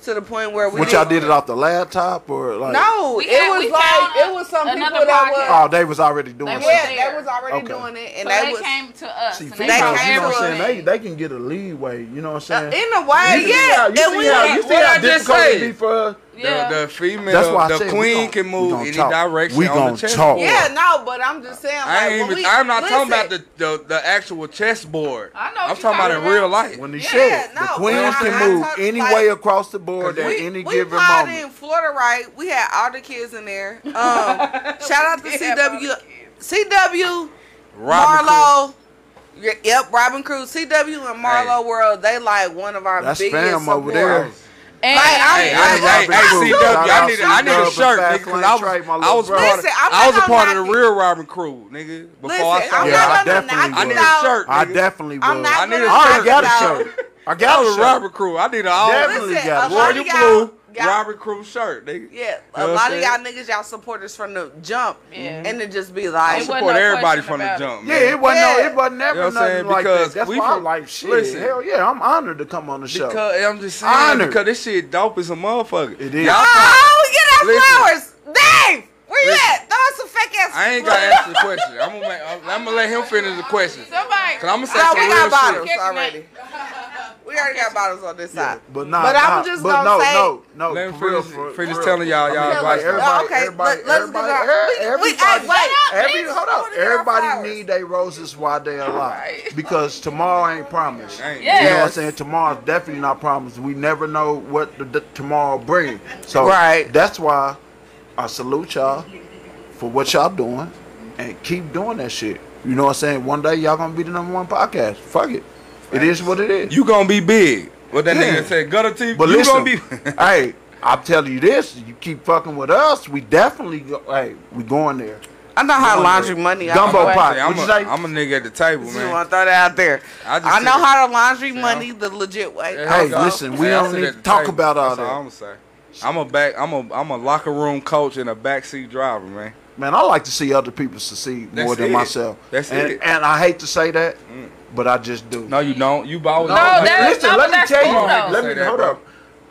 Speaker 2: to the point where we
Speaker 3: What y'all did it off the laptop or like?
Speaker 2: No,
Speaker 1: We
Speaker 2: it
Speaker 1: had-
Speaker 2: was
Speaker 1: we
Speaker 2: like
Speaker 1: found
Speaker 2: it was some people
Speaker 1: another
Speaker 2: that was.
Speaker 1: podcast.
Speaker 3: Oh, they was already doing
Speaker 1: They
Speaker 2: Yeah,
Speaker 3: something.
Speaker 1: were
Speaker 2: they was already
Speaker 3: Okay.
Speaker 2: doing it, and
Speaker 1: So
Speaker 2: they,
Speaker 1: they,
Speaker 2: was uh,
Speaker 1: came to us.
Speaker 3: See,
Speaker 1: and
Speaker 3: females,
Speaker 2: they
Speaker 3: you know
Speaker 2: came
Speaker 3: what I'm saying?
Speaker 2: everywhere.
Speaker 3: They, they can get a leeway. You know what
Speaker 2: uh,
Speaker 3: I'm saying?
Speaker 2: in a way,
Speaker 3: you
Speaker 2: yeah.
Speaker 3: See how,
Speaker 2: and
Speaker 3: you
Speaker 2: we
Speaker 3: see how,
Speaker 2: had-
Speaker 3: you see
Speaker 4: What
Speaker 3: how
Speaker 4: I just
Speaker 3: difficult it
Speaker 4: said.
Speaker 3: be for us.
Speaker 1: Yeah.
Speaker 4: The, the female,
Speaker 3: That's why I
Speaker 4: the
Speaker 3: said we
Speaker 4: queen
Speaker 3: gon-
Speaker 4: can
Speaker 3: we
Speaker 4: move
Speaker 3: gon'
Speaker 4: any
Speaker 3: talk.
Speaker 4: direction.
Speaker 3: We
Speaker 4: on
Speaker 3: gon'
Speaker 4: the chest
Speaker 3: talk.
Speaker 4: board.
Speaker 2: yeah, no, but I'm just saying. Like,
Speaker 4: I ain't
Speaker 2: when
Speaker 4: even,
Speaker 2: we-
Speaker 4: I'm not
Speaker 2: listen,
Speaker 4: talking about the, the, the actual chessboard.
Speaker 1: I know what
Speaker 4: I'm
Speaker 1: you
Speaker 4: talking about in
Speaker 1: talking
Speaker 4: real
Speaker 1: about.
Speaker 4: life.
Speaker 3: When he
Speaker 1: Yeah,
Speaker 3: said
Speaker 2: no,
Speaker 3: the queens
Speaker 2: but
Speaker 3: can
Speaker 2: I- I
Speaker 3: move
Speaker 2: talk-
Speaker 3: any
Speaker 2: like-
Speaker 3: way across the board at
Speaker 4: We-
Speaker 3: any
Speaker 2: we
Speaker 3: given
Speaker 2: potted
Speaker 3: moment.
Speaker 2: in Florida, right? We had all the kids in there. Um, shout out to
Speaker 1: Yeah, all the
Speaker 2: CW, CW,
Speaker 4: Robin
Speaker 2: Marlo. y- Yep, Robin Cruz, CW, and Marlo World. They like one of our
Speaker 3: That's
Speaker 2: biggest
Speaker 3: fam over there.
Speaker 2: supporters.
Speaker 1: And
Speaker 2: Like, I'm-
Speaker 4: Hey, hey,
Speaker 2: I-
Speaker 4: hey,
Speaker 3: Robin Crew.
Speaker 4: hey, CW,
Speaker 3: Shout
Speaker 4: I
Speaker 3: out
Speaker 4: need, a, I need
Speaker 3: CW
Speaker 4: a
Speaker 3: for
Speaker 4: shirt,
Speaker 3: Fast
Speaker 4: nigga,
Speaker 3: Lane
Speaker 4: because I was,
Speaker 3: Trade, my
Speaker 4: I was
Speaker 3: little
Speaker 4: part,
Speaker 2: brother.
Speaker 4: of,
Speaker 2: Listen, I'm
Speaker 4: I was a
Speaker 2: not
Speaker 4: part of
Speaker 2: gonna
Speaker 4: the
Speaker 2: knock it.
Speaker 4: real Robin Crew, nigga. Before
Speaker 2: Listen,
Speaker 4: I started,
Speaker 2: I'm
Speaker 3: Yeah, I
Speaker 2: not gonna
Speaker 3: definitely
Speaker 2: knock
Speaker 4: I
Speaker 3: would.
Speaker 4: need
Speaker 2: it out.
Speaker 4: a shirt.
Speaker 3: I
Speaker 4: nigga.
Speaker 3: definitely would.
Speaker 2: I'm
Speaker 3: I
Speaker 2: not
Speaker 4: I need
Speaker 2: gonna
Speaker 4: a
Speaker 2: knock
Speaker 3: already
Speaker 2: it
Speaker 3: got
Speaker 2: out.
Speaker 3: a shirt. I
Speaker 4: I
Speaker 3: got
Speaker 4: was
Speaker 3: a
Speaker 4: a
Speaker 3: shirt.
Speaker 4: Robin Crew. I need a all
Speaker 3: Definitely. got
Speaker 2: a
Speaker 3: it.
Speaker 2: lot
Speaker 4: royal
Speaker 2: of y'all-
Speaker 4: blue
Speaker 2: y'all-
Speaker 4: Robin Crew shirt, nigga.
Speaker 2: Yeah,
Speaker 4: You
Speaker 2: a
Speaker 4: know what
Speaker 2: lot
Speaker 4: I'm
Speaker 2: of y'all niggas, y'all supporters from the jump,
Speaker 1: Yeah.
Speaker 2: and it just
Speaker 4: I
Speaker 2: be
Speaker 1: It
Speaker 2: like,
Speaker 1: wasn't
Speaker 4: support
Speaker 1: no
Speaker 4: everybody
Speaker 1: question
Speaker 4: from the
Speaker 1: about it.
Speaker 4: jump.
Speaker 3: Yeah,
Speaker 4: man.
Speaker 3: it wasn't.
Speaker 2: Yeah.
Speaker 3: No, it wasn't never
Speaker 4: You know what I'm
Speaker 3: nothing
Speaker 4: saying?
Speaker 3: like
Speaker 4: Because
Speaker 3: that. That's
Speaker 4: we
Speaker 3: why I
Speaker 4: from-
Speaker 3: like shit.
Speaker 4: Listen.
Speaker 3: Hell yeah, I'm honored to come on the show.
Speaker 4: Because I'm just saying,
Speaker 3: Honored.
Speaker 4: because this shit dope as a motherfucker.
Speaker 3: It is.
Speaker 4: Y'all talk-
Speaker 2: oh, we get
Speaker 4: Listen.
Speaker 2: our flowers, Dave. Where you
Speaker 4: Listen.
Speaker 2: at? Throw us some fake ass.
Speaker 4: I ain't gotta answer the question. I'm gonna, make, I'm, I'm gonna let him finish the question.
Speaker 1: Somebody.
Speaker 4: Cause I'm gonna say
Speaker 2: No,
Speaker 4: some
Speaker 2: Oh, we
Speaker 4: real
Speaker 2: got bottles
Speaker 4: shit.
Speaker 2: already. we already got bottles on this
Speaker 3: Yeah,
Speaker 2: side.
Speaker 3: but nah,
Speaker 2: But
Speaker 3: nah,
Speaker 2: I'm just
Speaker 3: but
Speaker 2: gonna
Speaker 3: no,
Speaker 2: say-
Speaker 3: no, no,
Speaker 4: Let him
Speaker 3: for real,
Speaker 4: finish-
Speaker 3: for,
Speaker 4: finish
Speaker 3: for real.
Speaker 4: telling y'all
Speaker 3: I mean,
Speaker 4: y'all
Speaker 3: like
Speaker 4: advice.
Speaker 3: everybody,
Speaker 2: Okay,
Speaker 3: everybody,
Speaker 2: let- let's
Speaker 3: everybody,
Speaker 2: go.
Speaker 3: every-
Speaker 2: We- we-
Speaker 3: everybody,
Speaker 2: hey, wait up,
Speaker 3: every,
Speaker 2: bitch.
Speaker 3: hold on,
Speaker 2: I wanna get our flowers.
Speaker 3: everybody need their roses while they alive because tomorrow ain't promised.
Speaker 4: Ain't.
Speaker 3: You know what I'm
Speaker 2: Yes.
Speaker 3: saying? Tomorrow's definitely not promised. We never know what the, the tomorrow brings. So
Speaker 2: Right.
Speaker 3: that's why I salute y'all for what y'all doing and keep doing that shit. You know what I'm saying? One day y'all gonna be the number one podcast. Fuck it. It is what it is.
Speaker 4: You gonna be big. What that
Speaker 3: Yeah.
Speaker 4: nigga said, gutter teeth.
Speaker 3: But
Speaker 4: you
Speaker 3: listen,
Speaker 4: gonna be.
Speaker 3: hey, I'm telling you this. You keep fucking with us, we definitely go. Hey, we going there.
Speaker 2: I know how to
Speaker 3: Gumbo.
Speaker 2: laundry money.
Speaker 3: Gumbo
Speaker 2: I,
Speaker 3: pot. What'd
Speaker 4: I'm,
Speaker 3: you
Speaker 4: a,
Speaker 3: say?
Speaker 4: I'm a nigga at the table,
Speaker 2: just
Speaker 4: man.
Speaker 2: want to throw that out there.
Speaker 4: I
Speaker 2: I,
Speaker 4: just
Speaker 2: know
Speaker 4: said-
Speaker 2: how to laundry
Speaker 4: Yeah.
Speaker 2: money the legit way.
Speaker 4: That's
Speaker 3: Hey,
Speaker 4: all.
Speaker 2: Also,
Speaker 3: listen, we
Speaker 4: Hey, I
Speaker 3: don't
Speaker 4: sit
Speaker 3: need
Speaker 4: at
Speaker 3: to
Speaker 4: the
Speaker 3: talk
Speaker 4: table.
Speaker 3: about all
Speaker 4: That's all
Speaker 3: that.
Speaker 4: I'm gonna say. I'm a back. I'm a. I'm a locker room coach and a backseat driver, man.
Speaker 3: Man, I like to see other people succeed more
Speaker 4: That's
Speaker 3: than
Speaker 4: it.
Speaker 3: myself.
Speaker 4: That's
Speaker 3: and,
Speaker 4: it. Mm.
Speaker 3: And I hate to say that, but I just do.
Speaker 4: No, you don't. You always.
Speaker 1: No, that-
Speaker 3: listen, let
Speaker 1: no, but
Speaker 3: me
Speaker 1: that's
Speaker 3: tell
Speaker 1: cool,
Speaker 3: you.
Speaker 1: though.
Speaker 3: Let me
Speaker 4: Say that,
Speaker 3: hold
Speaker 4: bro.
Speaker 3: up.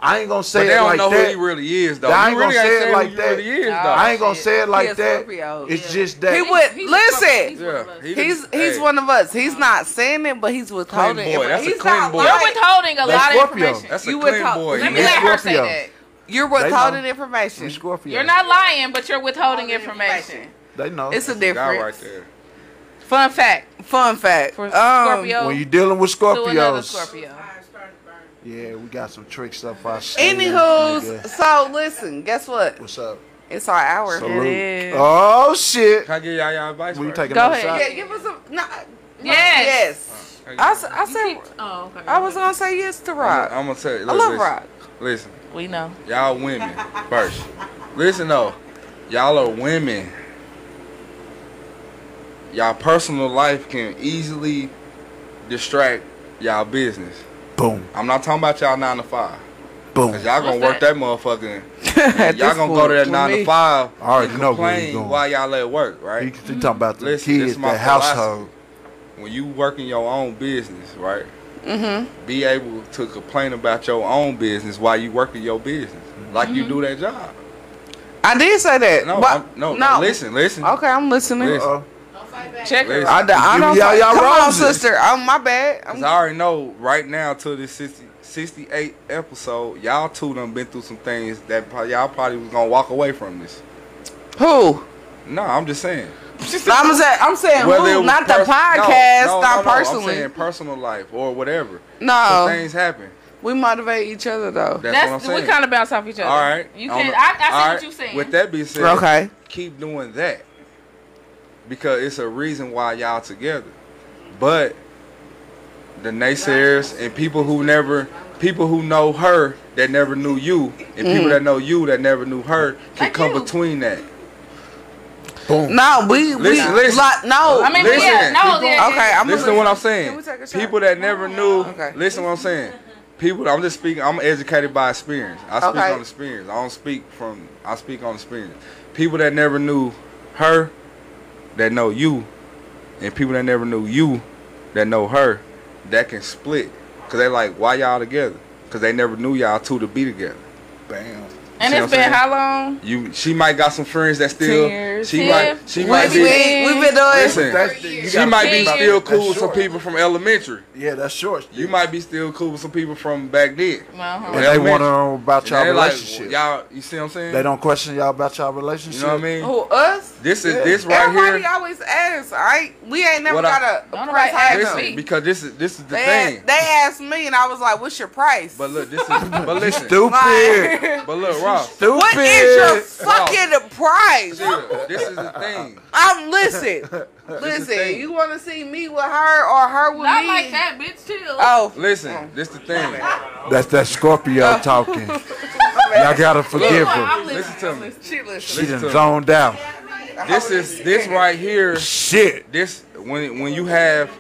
Speaker 3: I ain't gonna say
Speaker 4: But they
Speaker 3: it
Speaker 4: don't
Speaker 3: like
Speaker 4: know who
Speaker 3: that.
Speaker 4: he really is, though.
Speaker 3: I ain't
Speaker 4: You really
Speaker 3: gonna
Speaker 4: ain't
Speaker 3: say it
Speaker 4: saying
Speaker 3: like
Speaker 4: who you
Speaker 3: that.
Speaker 4: really is, though.
Speaker 3: I ain't gonna say it
Speaker 2: He a
Speaker 3: like that.
Speaker 2: Scorpio,
Speaker 3: It's just that
Speaker 2: he would listen. he's he's,
Speaker 3: hey.
Speaker 2: one of us. He's not saying it, but he's withholding.
Speaker 3: boy.
Speaker 2: it.
Speaker 3: That's a
Speaker 2: he's
Speaker 3: clean
Speaker 2: not
Speaker 3: boy.
Speaker 2: lying.
Speaker 3: You're withholding a That's lot of Scorpio. information. That's a
Speaker 2: You
Speaker 3: clean
Speaker 2: withhold-
Speaker 3: boy.
Speaker 2: Let me
Speaker 3: He's
Speaker 2: let her say
Speaker 3: Scorpio.
Speaker 2: that. You're
Speaker 3: They
Speaker 2: withholding
Speaker 3: know.
Speaker 2: information.
Speaker 3: We Scorpio.
Speaker 11: You're not lying, but you're withholding information.
Speaker 3: They know.
Speaker 2: It's a That's a guy difference. right
Speaker 4: there.
Speaker 2: Fun fact. Fun fact. Um, For
Speaker 11: Scorpio
Speaker 3: When you're dealing with
Speaker 11: to another
Speaker 3: Scorpios,
Speaker 11: Scorpio.
Speaker 3: yeah, we got some tricks up our sleeve.
Speaker 2: Anywho's,
Speaker 3: nigga.
Speaker 2: so listen, guess what?
Speaker 3: What's up?
Speaker 2: It's our hour.
Speaker 3: Salute.
Speaker 4: Uh,
Speaker 3: Oh shit!
Speaker 4: Can I give y'all y'all advice?
Speaker 3: We
Speaker 4: first?
Speaker 3: taking
Speaker 2: Go
Speaker 3: another
Speaker 2: ahead. Yeah,
Speaker 3: shot.
Speaker 2: give us a. No, yes.
Speaker 4: Yes.
Speaker 2: yes. I, s- I said.
Speaker 11: Oh,
Speaker 2: I was gonna say yes to Rob.
Speaker 4: I'm, gonna tell you.
Speaker 2: I love
Speaker 4: listen,
Speaker 2: Rob.
Speaker 4: Listen,
Speaker 2: We know.
Speaker 4: y'all women first. Listen though, y'all are women. Y'all personal life can easily distract y'all business.
Speaker 3: Boom.
Speaker 4: I'm not talking about y'all nine to five.
Speaker 3: Boom.
Speaker 4: Cause y'all gonna work
Speaker 3: What's
Speaker 4: that,
Speaker 3: that?
Speaker 4: motherfucker.
Speaker 3: At
Speaker 4: y'all
Speaker 3: this
Speaker 4: gonna go
Speaker 3: point,
Speaker 4: to that
Speaker 3: for
Speaker 4: nine
Speaker 3: me,
Speaker 4: to five
Speaker 3: I already
Speaker 4: and
Speaker 3: know where you
Speaker 4: complain
Speaker 3: going.
Speaker 4: while y'all at work, right?
Speaker 3: You talking about the
Speaker 4: Listen, this
Speaker 3: kids,
Speaker 4: is my
Speaker 3: the household.
Speaker 4: philosophy. When you work in your own business, right?
Speaker 2: Mm-hmm.
Speaker 4: Be able to complain about your own business while you working your business, like you do that job.
Speaker 2: I did say that.
Speaker 4: No,
Speaker 2: but-
Speaker 4: I'm- no, no, listen, listen.
Speaker 2: Okay, I'm listening.
Speaker 4: Listen.
Speaker 3: Oh,
Speaker 2: Check
Speaker 4: Listen.
Speaker 2: I, d- I
Speaker 4: Give
Speaker 2: don't.
Speaker 4: me y'all y'all
Speaker 2: Come on,
Speaker 4: roses.
Speaker 2: sister. Oh, my bad. I'm,
Speaker 4: Cause I already know right now till this 60, 68 episode, y'all two done been through some things that pro- y'all probably was gonna walk away from this.
Speaker 2: Who?
Speaker 4: No, I'm just saying.
Speaker 2: I'm, say, I'm saying
Speaker 4: Whether it
Speaker 2: who,
Speaker 4: was
Speaker 2: not the
Speaker 4: pers- no,
Speaker 2: podcast,
Speaker 4: no,
Speaker 2: not
Speaker 4: no, no,
Speaker 2: personally. Oh.
Speaker 4: I'm saying personal life or whatever.
Speaker 2: No.
Speaker 4: Some things happen.
Speaker 2: we motivate each other though.
Speaker 4: That's That's- what I'm saying.
Speaker 11: We kind of bounce off each other.
Speaker 4: All right.
Speaker 11: You
Speaker 4: On
Speaker 11: can.
Speaker 4: the-
Speaker 11: I, I see
Speaker 4: all
Speaker 11: what
Speaker 4: right.
Speaker 11: you're saying.
Speaker 4: With that being said,
Speaker 2: Okay.
Speaker 4: keep doing that because it's a reason why y'all together. But the naysayers and people who never, people who know her that never knew you, and people
Speaker 2: Mhm.
Speaker 4: that know you that never knew her can come between that.
Speaker 2: No, we
Speaker 4: Listen,
Speaker 2: we
Speaker 4: listen.
Speaker 2: like, no.
Speaker 4: I mean, Listen. yeah, no, yeah, yeah.
Speaker 2: Okay, I'm
Speaker 4: listen to
Speaker 2: gonna-
Speaker 4: what I'm saying. People that
Speaker 2: Oh,
Speaker 4: never knew. Listen to what I'm saying. People, I'm just speaking. I'm educated by experience. I speak
Speaker 2: Okay.
Speaker 4: on experience. I don't speak from. I speak on experience. People that never knew her, that know you, and people that never knew you, that know her, that can split. Cause they like, why y'all together? Cause they never knew y'all two to be together. Bam.
Speaker 11: and
Speaker 4: See what
Speaker 11: it's
Speaker 4: I'm
Speaker 11: been
Speaker 4: saying?
Speaker 11: how long?
Speaker 4: You, she might got some friends that still.
Speaker 11: years.
Speaker 4: she
Speaker 11: Ten.
Speaker 4: might, she
Speaker 11: We-
Speaker 4: might be.
Speaker 11: we- we've been doing-
Speaker 4: Listen,
Speaker 3: That's the- you
Speaker 4: she
Speaker 3: gotta
Speaker 4: might
Speaker 3: think
Speaker 4: be
Speaker 3: about
Speaker 4: still
Speaker 3: that.
Speaker 4: cool
Speaker 3: That's
Speaker 4: with some
Speaker 3: short.
Speaker 4: people from elementary.
Speaker 3: Yeah, that's short.
Speaker 4: You might be still cool with some people from back then.
Speaker 3: And they want to know about
Speaker 4: And
Speaker 3: y'all
Speaker 4: they like,
Speaker 3: relationship.
Speaker 4: y'all, you see what I'm saying?
Speaker 3: they don't question y'all about y'all relationship.
Speaker 4: You know what I mean?
Speaker 2: Who us?
Speaker 4: This is
Speaker 3: Yeah.
Speaker 4: this right
Speaker 2: Oh, Everybody
Speaker 4: here.
Speaker 2: always asks. I ain't- we ain't never
Speaker 4: What I-
Speaker 2: got a a
Speaker 11: Don't
Speaker 2: price
Speaker 11: nobody
Speaker 2: ask
Speaker 4: Listen,
Speaker 2: me.
Speaker 4: because this is this is the
Speaker 2: They,
Speaker 4: thing.
Speaker 2: asked, they asked me, and I was like, "What's your price?"
Speaker 4: But look, this is but listen.
Speaker 2: Stupid.
Speaker 4: But look, Ross.
Speaker 2: What is your fucking price?
Speaker 4: This is the thing.
Speaker 2: I'm listen,
Speaker 4: thing.
Speaker 2: listen. You want to see me with her or her with
Speaker 11: Not
Speaker 2: me?
Speaker 11: like that, bitch. Chill.
Speaker 4: Uh,
Speaker 2: Oh,
Speaker 4: Listen, this the thing.
Speaker 3: That's that Scorpio talking. y'all gotta forgive her.
Speaker 4: Listen to me.
Speaker 2: She listen.
Speaker 3: She done
Speaker 4: to
Speaker 3: zoned out.
Speaker 4: This is this right here.
Speaker 3: Shit.
Speaker 4: This when when you have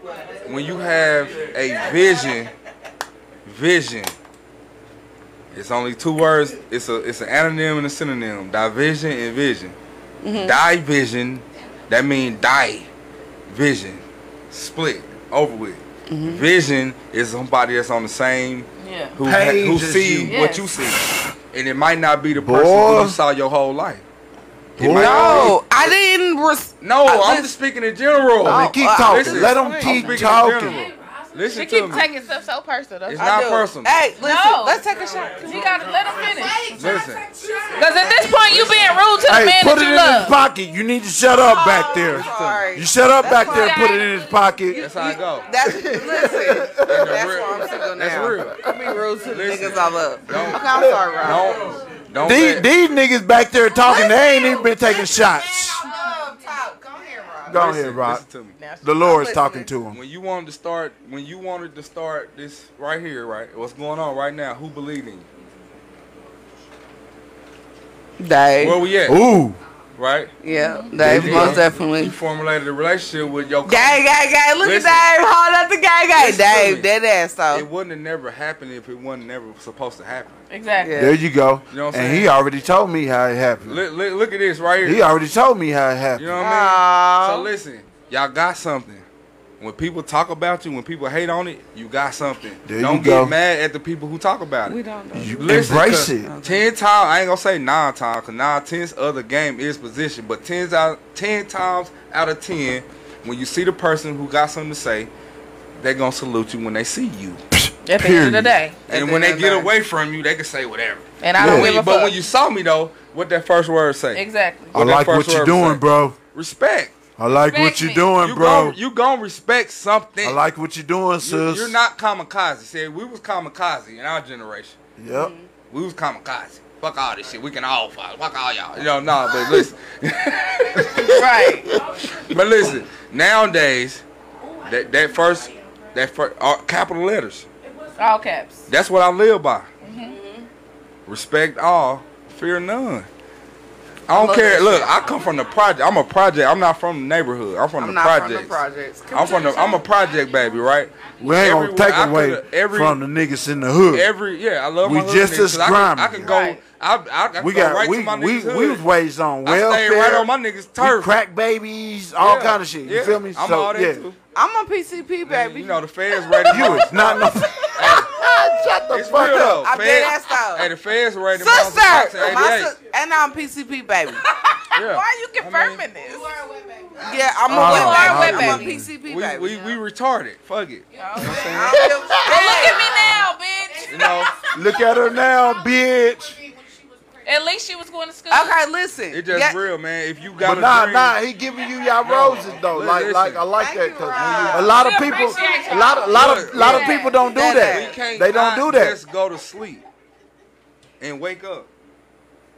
Speaker 4: when you have a vision, vision. It's only two words. It's a it's an anonym and a synonym. Division and vision. Division. That means die. Vision. Split. Over with. Vision is somebody that's on the same
Speaker 11: Yeah.
Speaker 4: who ha- who
Speaker 3: Page as
Speaker 4: see
Speaker 3: you.
Speaker 4: what
Speaker 11: Yes.
Speaker 4: you see, and it might not be the person who
Speaker 3: Boy.
Speaker 4: you saw your whole life. It might not be.
Speaker 2: No, I didn't. Res-
Speaker 4: No,
Speaker 2: I
Speaker 4: I'm
Speaker 2: lis-
Speaker 4: just speaking in general.
Speaker 3: I mean, keep talking. Oh, Let
Speaker 4: uh,
Speaker 3: 'em
Speaker 4: I'm
Speaker 3: keep
Speaker 4: speaking in
Speaker 3: talking.
Speaker 4: general. Listen
Speaker 11: They
Speaker 4: to
Speaker 11: keep
Speaker 4: me.
Speaker 11: taking stuff so personal.
Speaker 4: It's
Speaker 11: I
Speaker 4: not
Speaker 11: do.
Speaker 4: personal.
Speaker 2: Hey, listen.
Speaker 11: No.
Speaker 2: Let's take a shot.
Speaker 11: You gotta let him finish.
Speaker 4: Listen,
Speaker 11: Because at this point, you being rude to the
Speaker 3: Hey,
Speaker 11: man
Speaker 3: put
Speaker 11: that
Speaker 3: it
Speaker 11: you
Speaker 3: in
Speaker 11: love.
Speaker 3: his pocket. You need to shut up
Speaker 4: Oh,
Speaker 3: back there. You shut up back there and put it in his pocket.
Speaker 4: that's how I go.
Speaker 2: That's listen. That's
Speaker 4: real.
Speaker 2: why I'm single now.
Speaker 4: That's real.
Speaker 2: I be rude to the
Speaker 4: Listen.
Speaker 2: niggas I love.
Speaker 4: Don't-
Speaker 2: okay, I'm sorry, Rob.
Speaker 4: Don't, don't.
Speaker 3: These,
Speaker 4: Let,
Speaker 3: these niggas back there talking, they ain't even been taking shots. Go
Speaker 4: Listen,
Speaker 3: ahead, Rob.
Speaker 4: listen to me.
Speaker 3: The Lord's talking to him.
Speaker 4: when you wanted to start, when you wanted to start this right here, right? What's going on right now? Who believed in you?
Speaker 2: Dave.
Speaker 4: Where we at?
Speaker 3: Ooh.
Speaker 4: Right?
Speaker 2: Yeah, Dave,
Speaker 4: You
Speaker 2: most
Speaker 4: did.
Speaker 2: definitely.
Speaker 4: You formulated a relationship with your.
Speaker 2: Gang, gang, gang. Look at Dave. Hold up the gang, gang.
Speaker 4: Listen to
Speaker 2: Dave,
Speaker 4: me.
Speaker 2: dead ass though.
Speaker 4: It wouldn't have never happened if it wasn't never supposed to happen.
Speaker 11: Exactly.
Speaker 3: There you go.
Speaker 4: You know what I'm
Speaker 3: and he
Speaker 4: saying?
Speaker 3: already told me how it happened.
Speaker 4: Look, look, look at this right here.
Speaker 3: He already told me how it happened.
Speaker 1: Uh-huh.
Speaker 4: You know what I mean? So listen, y'all got something. When people talk about you, when people hate on it, you got something.
Speaker 3: There
Speaker 4: don't
Speaker 3: you
Speaker 4: get
Speaker 3: go.
Speaker 4: mad at the people who talk about it. We
Speaker 1: don't.
Speaker 3: You embrace it.
Speaker 4: Ten times, I ain't gonna say nine times, cause nine tenths of the game is position. But tens out, ten times out of ten, when you see the person who got something to say, they gonna salute you when they see you.
Speaker 1: At the end of the day.
Speaker 4: And when they get away from you, they can say whatever.
Speaker 1: And I don't
Speaker 4: But when-
Speaker 1: give a
Speaker 4: But
Speaker 1: fuck.
Speaker 4: when you saw me though, what that first word say?
Speaker 1: Exactly.
Speaker 3: I
Speaker 4: that
Speaker 3: like
Speaker 4: first
Speaker 3: what you're
Speaker 4: word
Speaker 3: doing,
Speaker 4: say.
Speaker 3: bro.
Speaker 4: Respect.
Speaker 3: I like what
Speaker 4: Respect
Speaker 3: you're
Speaker 4: me.
Speaker 3: doing,
Speaker 4: You
Speaker 3: bro.
Speaker 4: gon- you gonna respect something.
Speaker 3: I like what you're doing, sis.
Speaker 4: You, are not kamikaze. See, we was kamikaze in our generation.
Speaker 3: Yep.
Speaker 4: We was kamikaze. Fuck all this shit. We can all fight. Fuck all y'all. You know, nah, but listen.
Speaker 1: right.
Speaker 4: But listen, nowadays, that, that first, that first, uh, capital letters.
Speaker 1: All caps.
Speaker 4: That's what I live by.
Speaker 1: Mm-hmm.
Speaker 4: Respect all, fear none. I don't
Speaker 2: Love
Speaker 4: care.
Speaker 2: that
Speaker 4: Look,
Speaker 2: shit.
Speaker 4: I come from the project. I'm a project. I'm not from the neighborhood. I'm from
Speaker 2: I'm
Speaker 4: the
Speaker 2: not from the
Speaker 4: projects.
Speaker 2: projects.
Speaker 4: I'm from the. I'm a project baby, right?
Speaker 3: We ain't
Speaker 4: Everywhere
Speaker 3: gonna
Speaker 4: I
Speaker 3: take away
Speaker 4: coulda- every-
Speaker 3: from the niggas in the hood.
Speaker 4: Every yeah, I love my
Speaker 3: We
Speaker 4: hood
Speaker 3: just
Speaker 4: niggas, 'cause
Speaker 3: as
Speaker 4: I can, I
Speaker 3: grimy.
Speaker 4: can go. I, I, I can
Speaker 3: we
Speaker 4: go
Speaker 3: got
Speaker 4: right
Speaker 3: we
Speaker 4: to my
Speaker 3: we,
Speaker 4: niggas hood.
Speaker 3: we was raised on
Speaker 4: I stayed
Speaker 3: welfare.
Speaker 4: right on my niggas'
Speaker 3: We
Speaker 4: turf.
Speaker 3: crack babies, all
Speaker 4: Yeah,
Speaker 3: kind of shit. You
Speaker 4: yeah.
Speaker 3: feel me?
Speaker 4: I'm
Speaker 3: so
Speaker 4: all that
Speaker 3: yeah,
Speaker 4: too.
Speaker 2: I'm a PCP baby.
Speaker 4: You know the feds rated
Speaker 3: you
Speaker 4: my-
Speaker 3: is not no. Shut the
Speaker 4: It's
Speaker 3: fuck
Speaker 4: real
Speaker 3: up.
Speaker 4: though.
Speaker 2: I'm
Speaker 4: Fed-
Speaker 2: dead ass though.
Speaker 4: Hey, the feds rated my house in
Speaker 2: Sister, my
Speaker 4: 88.
Speaker 2: sis- and I'm PCP baby.
Speaker 4: Yeah.
Speaker 1: Why are you confirming this?
Speaker 2: Yeah, I'm a
Speaker 4: Oh,
Speaker 2: wet
Speaker 4: oh,
Speaker 2: baby.
Speaker 4: oh,
Speaker 2: I'm a
Speaker 4: oh.
Speaker 2: PCP
Speaker 4: we,
Speaker 2: baby. Oh,
Speaker 4: We, we retarded. Fuck it.
Speaker 2: I don't
Speaker 1: Look at me
Speaker 2: give a shit.
Speaker 1: now,
Speaker 4: You know,
Speaker 1: bitch.
Speaker 3: Look at her now, bitch.
Speaker 1: At least she was going to school.
Speaker 2: Okay, listen.
Speaker 4: it's just
Speaker 2: Yeah.
Speaker 4: real, man. If you got
Speaker 3: But
Speaker 4: a
Speaker 3: nah,
Speaker 4: dream,
Speaker 3: nah, he giving you y'all roses though.
Speaker 4: Look,
Speaker 3: like,
Speaker 4: listen.
Speaker 3: like I like
Speaker 2: Thank
Speaker 3: that
Speaker 2: you,
Speaker 3: because a
Speaker 2: Rob.
Speaker 3: lot of
Speaker 1: We
Speaker 3: people,
Speaker 1: appreciate
Speaker 3: a
Speaker 1: y'all.
Speaker 3: lot, a lot of,
Speaker 4: Look,
Speaker 3: lot of
Speaker 1: yeah.
Speaker 3: people don't do
Speaker 2: That
Speaker 3: that.
Speaker 4: we can't
Speaker 3: They don't
Speaker 4: not
Speaker 3: do that.
Speaker 4: Just go to sleep and wake up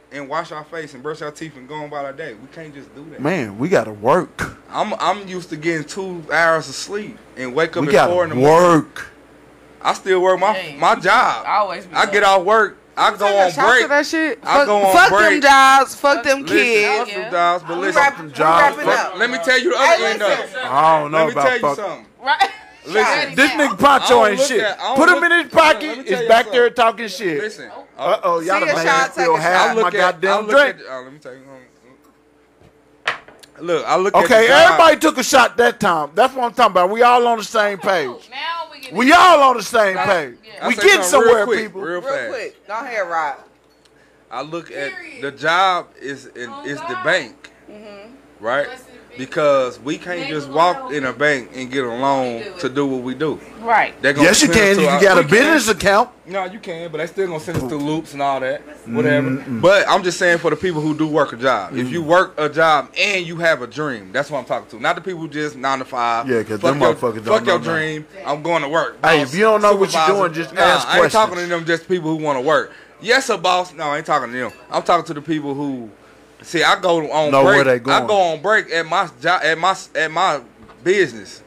Speaker 4: and wash our face and brush our teeth and go on about our day. We can't just do that.
Speaker 3: Man, we gotta work.
Speaker 4: I'm I'm used to getting two hours of sleep and wake up
Speaker 3: We
Speaker 4: at four in
Speaker 3: gotta
Speaker 4: the morning.
Speaker 3: work.
Speaker 4: I still work my
Speaker 1: Dang.
Speaker 4: my job.
Speaker 1: I always be
Speaker 4: I
Speaker 1: up.
Speaker 4: get off work. I go
Speaker 2: Taking
Speaker 4: on
Speaker 2: shots of
Speaker 4: break.
Speaker 2: that shit.
Speaker 4: I
Speaker 2: fuck,
Speaker 4: go on
Speaker 2: fuck
Speaker 4: break.
Speaker 2: them jobs. Fuck them
Speaker 4: Listen,
Speaker 2: kids.
Speaker 4: fuck them jobs, but
Speaker 2: We,
Speaker 4: listen.
Speaker 2: wrap, we
Speaker 3: jobs.
Speaker 2: wrapping
Speaker 4: Let,
Speaker 2: up.
Speaker 4: let me tell you the other
Speaker 2: Hey,
Speaker 4: end of it.
Speaker 2: listen.
Speaker 3: I don't know
Speaker 4: Let me
Speaker 3: about
Speaker 4: tell you
Speaker 3: fuck.
Speaker 4: something.
Speaker 1: Right.
Speaker 4: Listen,
Speaker 3: This nigga Poncho
Speaker 4: I don't
Speaker 3: ain't
Speaker 4: look
Speaker 3: shit.
Speaker 4: at- I don't
Speaker 3: Put him
Speaker 4: look-
Speaker 3: in his
Speaker 4: Let me
Speaker 3: pocket.
Speaker 4: tell
Speaker 3: He's
Speaker 4: y'all
Speaker 3: back
Speaker 4: something.
Speaker 3: there talking shit.
Speaker 4: listen.
Speaker 3: Uh oh, y'all
Speaker 2: See
Speaker 3: done
Speaker 2: a
Speaker 3: made
Speaker 2: shot,
Speaker 3: me feel
Speaker 2: take a
Speaker 3: half
Speaker 4: I
Speaker 3: my
Speaker 4: look at, I
Speaker 3: goddamn
Speaker 4: look
Speaker 3: drink.
Speaker 4: At, oh, let me tell you. um, Look, I look at.
Speaker 3: Okay,
Speaker 4: the job.
Speaker 3: everybody took a shot that time. That's what I'm talking about. We all on the same page.
Speaker 1: Now we get
Speaker 3: We all on the same page.
Speaker 4: I
Speaker 3: We
Speaker 4: say something
Speaker 3: getting somewhere,
Speaker 4: real quick,
Speaker 3: people.
Speaker 4: Real,
Speaker 2: Real
Speaker 4: fast.
Speaker 2: quick. Go ahead, Rob.
Speaker 4: I look
Speaker 11: Period.
Speaker 4: at the job is is, is the bank, right? Because we can't just walk in a bank and get a loan to do what we do.
Speaker 1: Right.
Speaker 4: They're gonna
Speaker 3: Yes, you
Speaker 4: send us
Speaker 3: can.
Speaker 4: to
Speaker 3: If
Speaker 4: our-
Speaker 3: you got a
Speaker 4: We can.
Speaker 3: business account.
Speaker 4: No, you can, but they still gonna send us through loops and all that,
Speaker 3: Mm-hmm.
Speaker 4: whatever. But I'm just saying for the people who do work a job. If
Speaker 3: Mm.
Speaker 4: you work a job and you have a dream, that's what I'm talking to. Not the people who just nine to five.
Speaker 3: Yeah, 'cause
Speaker 4: fuck
Speaker 3: them
Speaker 4: your-
Speaker 3: motherfuckers don't
Speaker 4: Fuck
Speaker 3: know
Speaker 4: your
Speaker 3: nothing.
Speaker 4: dream. I'm going to work.
Speaker 3: Hey, if you don't know what you're
Speaker 4: supervisor.
Speaker 3: doing, just
Speaker 4: Nah,
Speaker 3: ask
Speaker 4: I ain't talking to
Speaker 3: questions.
Speaker 4: them. Just people who want to work. Yes, a boss. No, I ain't talking to them. I'm talking to the people who. See, I go on
Speaker 3: Know
Speaker 4: break.
Speaker 3: where they
Speaker 4: I
Speaker 3: going.
Speaker 4: go on break at my job at my at my business.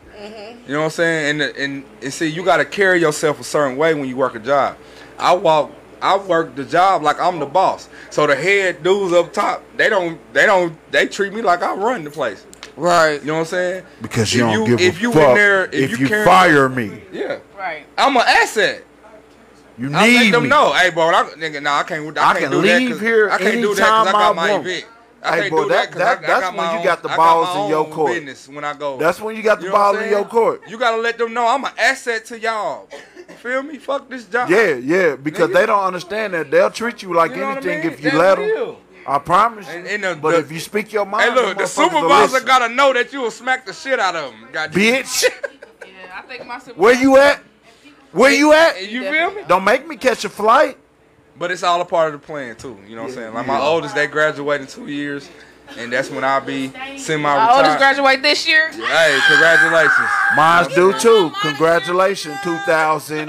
Speaker 4: You know what I'm saying? And and and see, you gotta carry yourself a certain way when you work a job. I walk, I work the job like I'm the boss. So the head dudes up top, they don't, they don't, they treat me like I run the place.
Speaker 2: Right.
Speaker 4: You know what I'm saying?
Speaker 3: Because you
Speaker 4: If
Speaker 3: don't
Speaker 4: you-
Speaker 3: give
Speaker 4: if
Speaker 3: a
Speaker 4: you in
Speaker 3: fuck
Speaker 4: there- if
Speaker 3: if,
Speaker 4: you
Speaker 3: you,
Speaker 4: carry-
Speaker 3: fire me.
Speaker 4: Yeah,
Speaker 1: Right.
Speaker 4: I'm an asset.
Speaker 3: You
Speaker 4: I
Speaker 3: need
Speaker 4: let them
Speaker 3: me.
Speaker 4: know, hey, bro, I, nigga, nah, I can't, I, can't
Speaker 3: I can
Speaker 4: do that 'cause-
Speaker 3: leave here
Speaker 4: I can't do that 'cause I
Speaker 3: anytime I
Speaker 4: got my
Speaker 3: want.
Speaker 4: event. I
Speaker 3: Hey,
Speaker 4: can't
Speaker 3: boy,
Speaker 4: do
Speaker 3: that-
Speaker 4: 'cause
Speaker 3: that-
Speaker 4: I, I
Speaker 3: that's
Speaker 4: got
Speaker 3: when
Speaker 4: my
Speaker 3: you
Speaker 4: own-
Speaker 3: got the
Speaker 4: I
Speaker 3: balls
Speaker 4: my
Speaker 3: in your
Speaker 4: own
Speaker 3: court.
Speaker 4: Business when I go.
Speaker 3: That's when you got the
Speaker 4: You know what
Speaker 3: ball
Speaker 4: I'm
Speaker 3: in your
Speaker 4: saying?
Speaker 3: court.
Speaker 4: You gotta let them know I'm an asset to y'all. You feel me? Fuck this job.
Speaker 3: Yeah, yeah, because
Speaker 4: Nigga.
Speaker 3: they don't understand that. They'll treat you like
Speaker 4: You know what I
Speaker 3: anything
Speaker 4: mean?
Speaker 3: if you
Speaker 4: That's
Speaker 3: let them.
Speaker 4: real.
Speaker 3: I promise.
Speaker 4: And-
Speaker 3: you.
Speaker 4: and the-
Speaker 3: but
Speaker 4: the-
Speaker 3: if you speak your mind,
Speaker 4: Hey, look,
Speaker 3: them
Speaker 4: the
Speaker 3: motherfuckers will
Speaker 4: supervisor
Speaker 3: listen.
Speaker 4: gotta know that you will smack the shit out of him.
Speaker 3: bitch.
Speaker 1: Yeah, I think my super-
Speaker 3: Where you at? Where you at?
Speaker 4: You feel me?
Speaker 3: Don't make me catch a flight.
Speaker 4: But it's all a part of the plan too. You know what I'm saying? Like my oldest, they graduate in two years, and that's when I'll be
Speaker 1: My oldest
Speaker 4: semi-retired.
Speaker 1: graduate this year.
Speaker 4: Hey, congratulations.
Speaker 3: Mine's do too. Congratulations,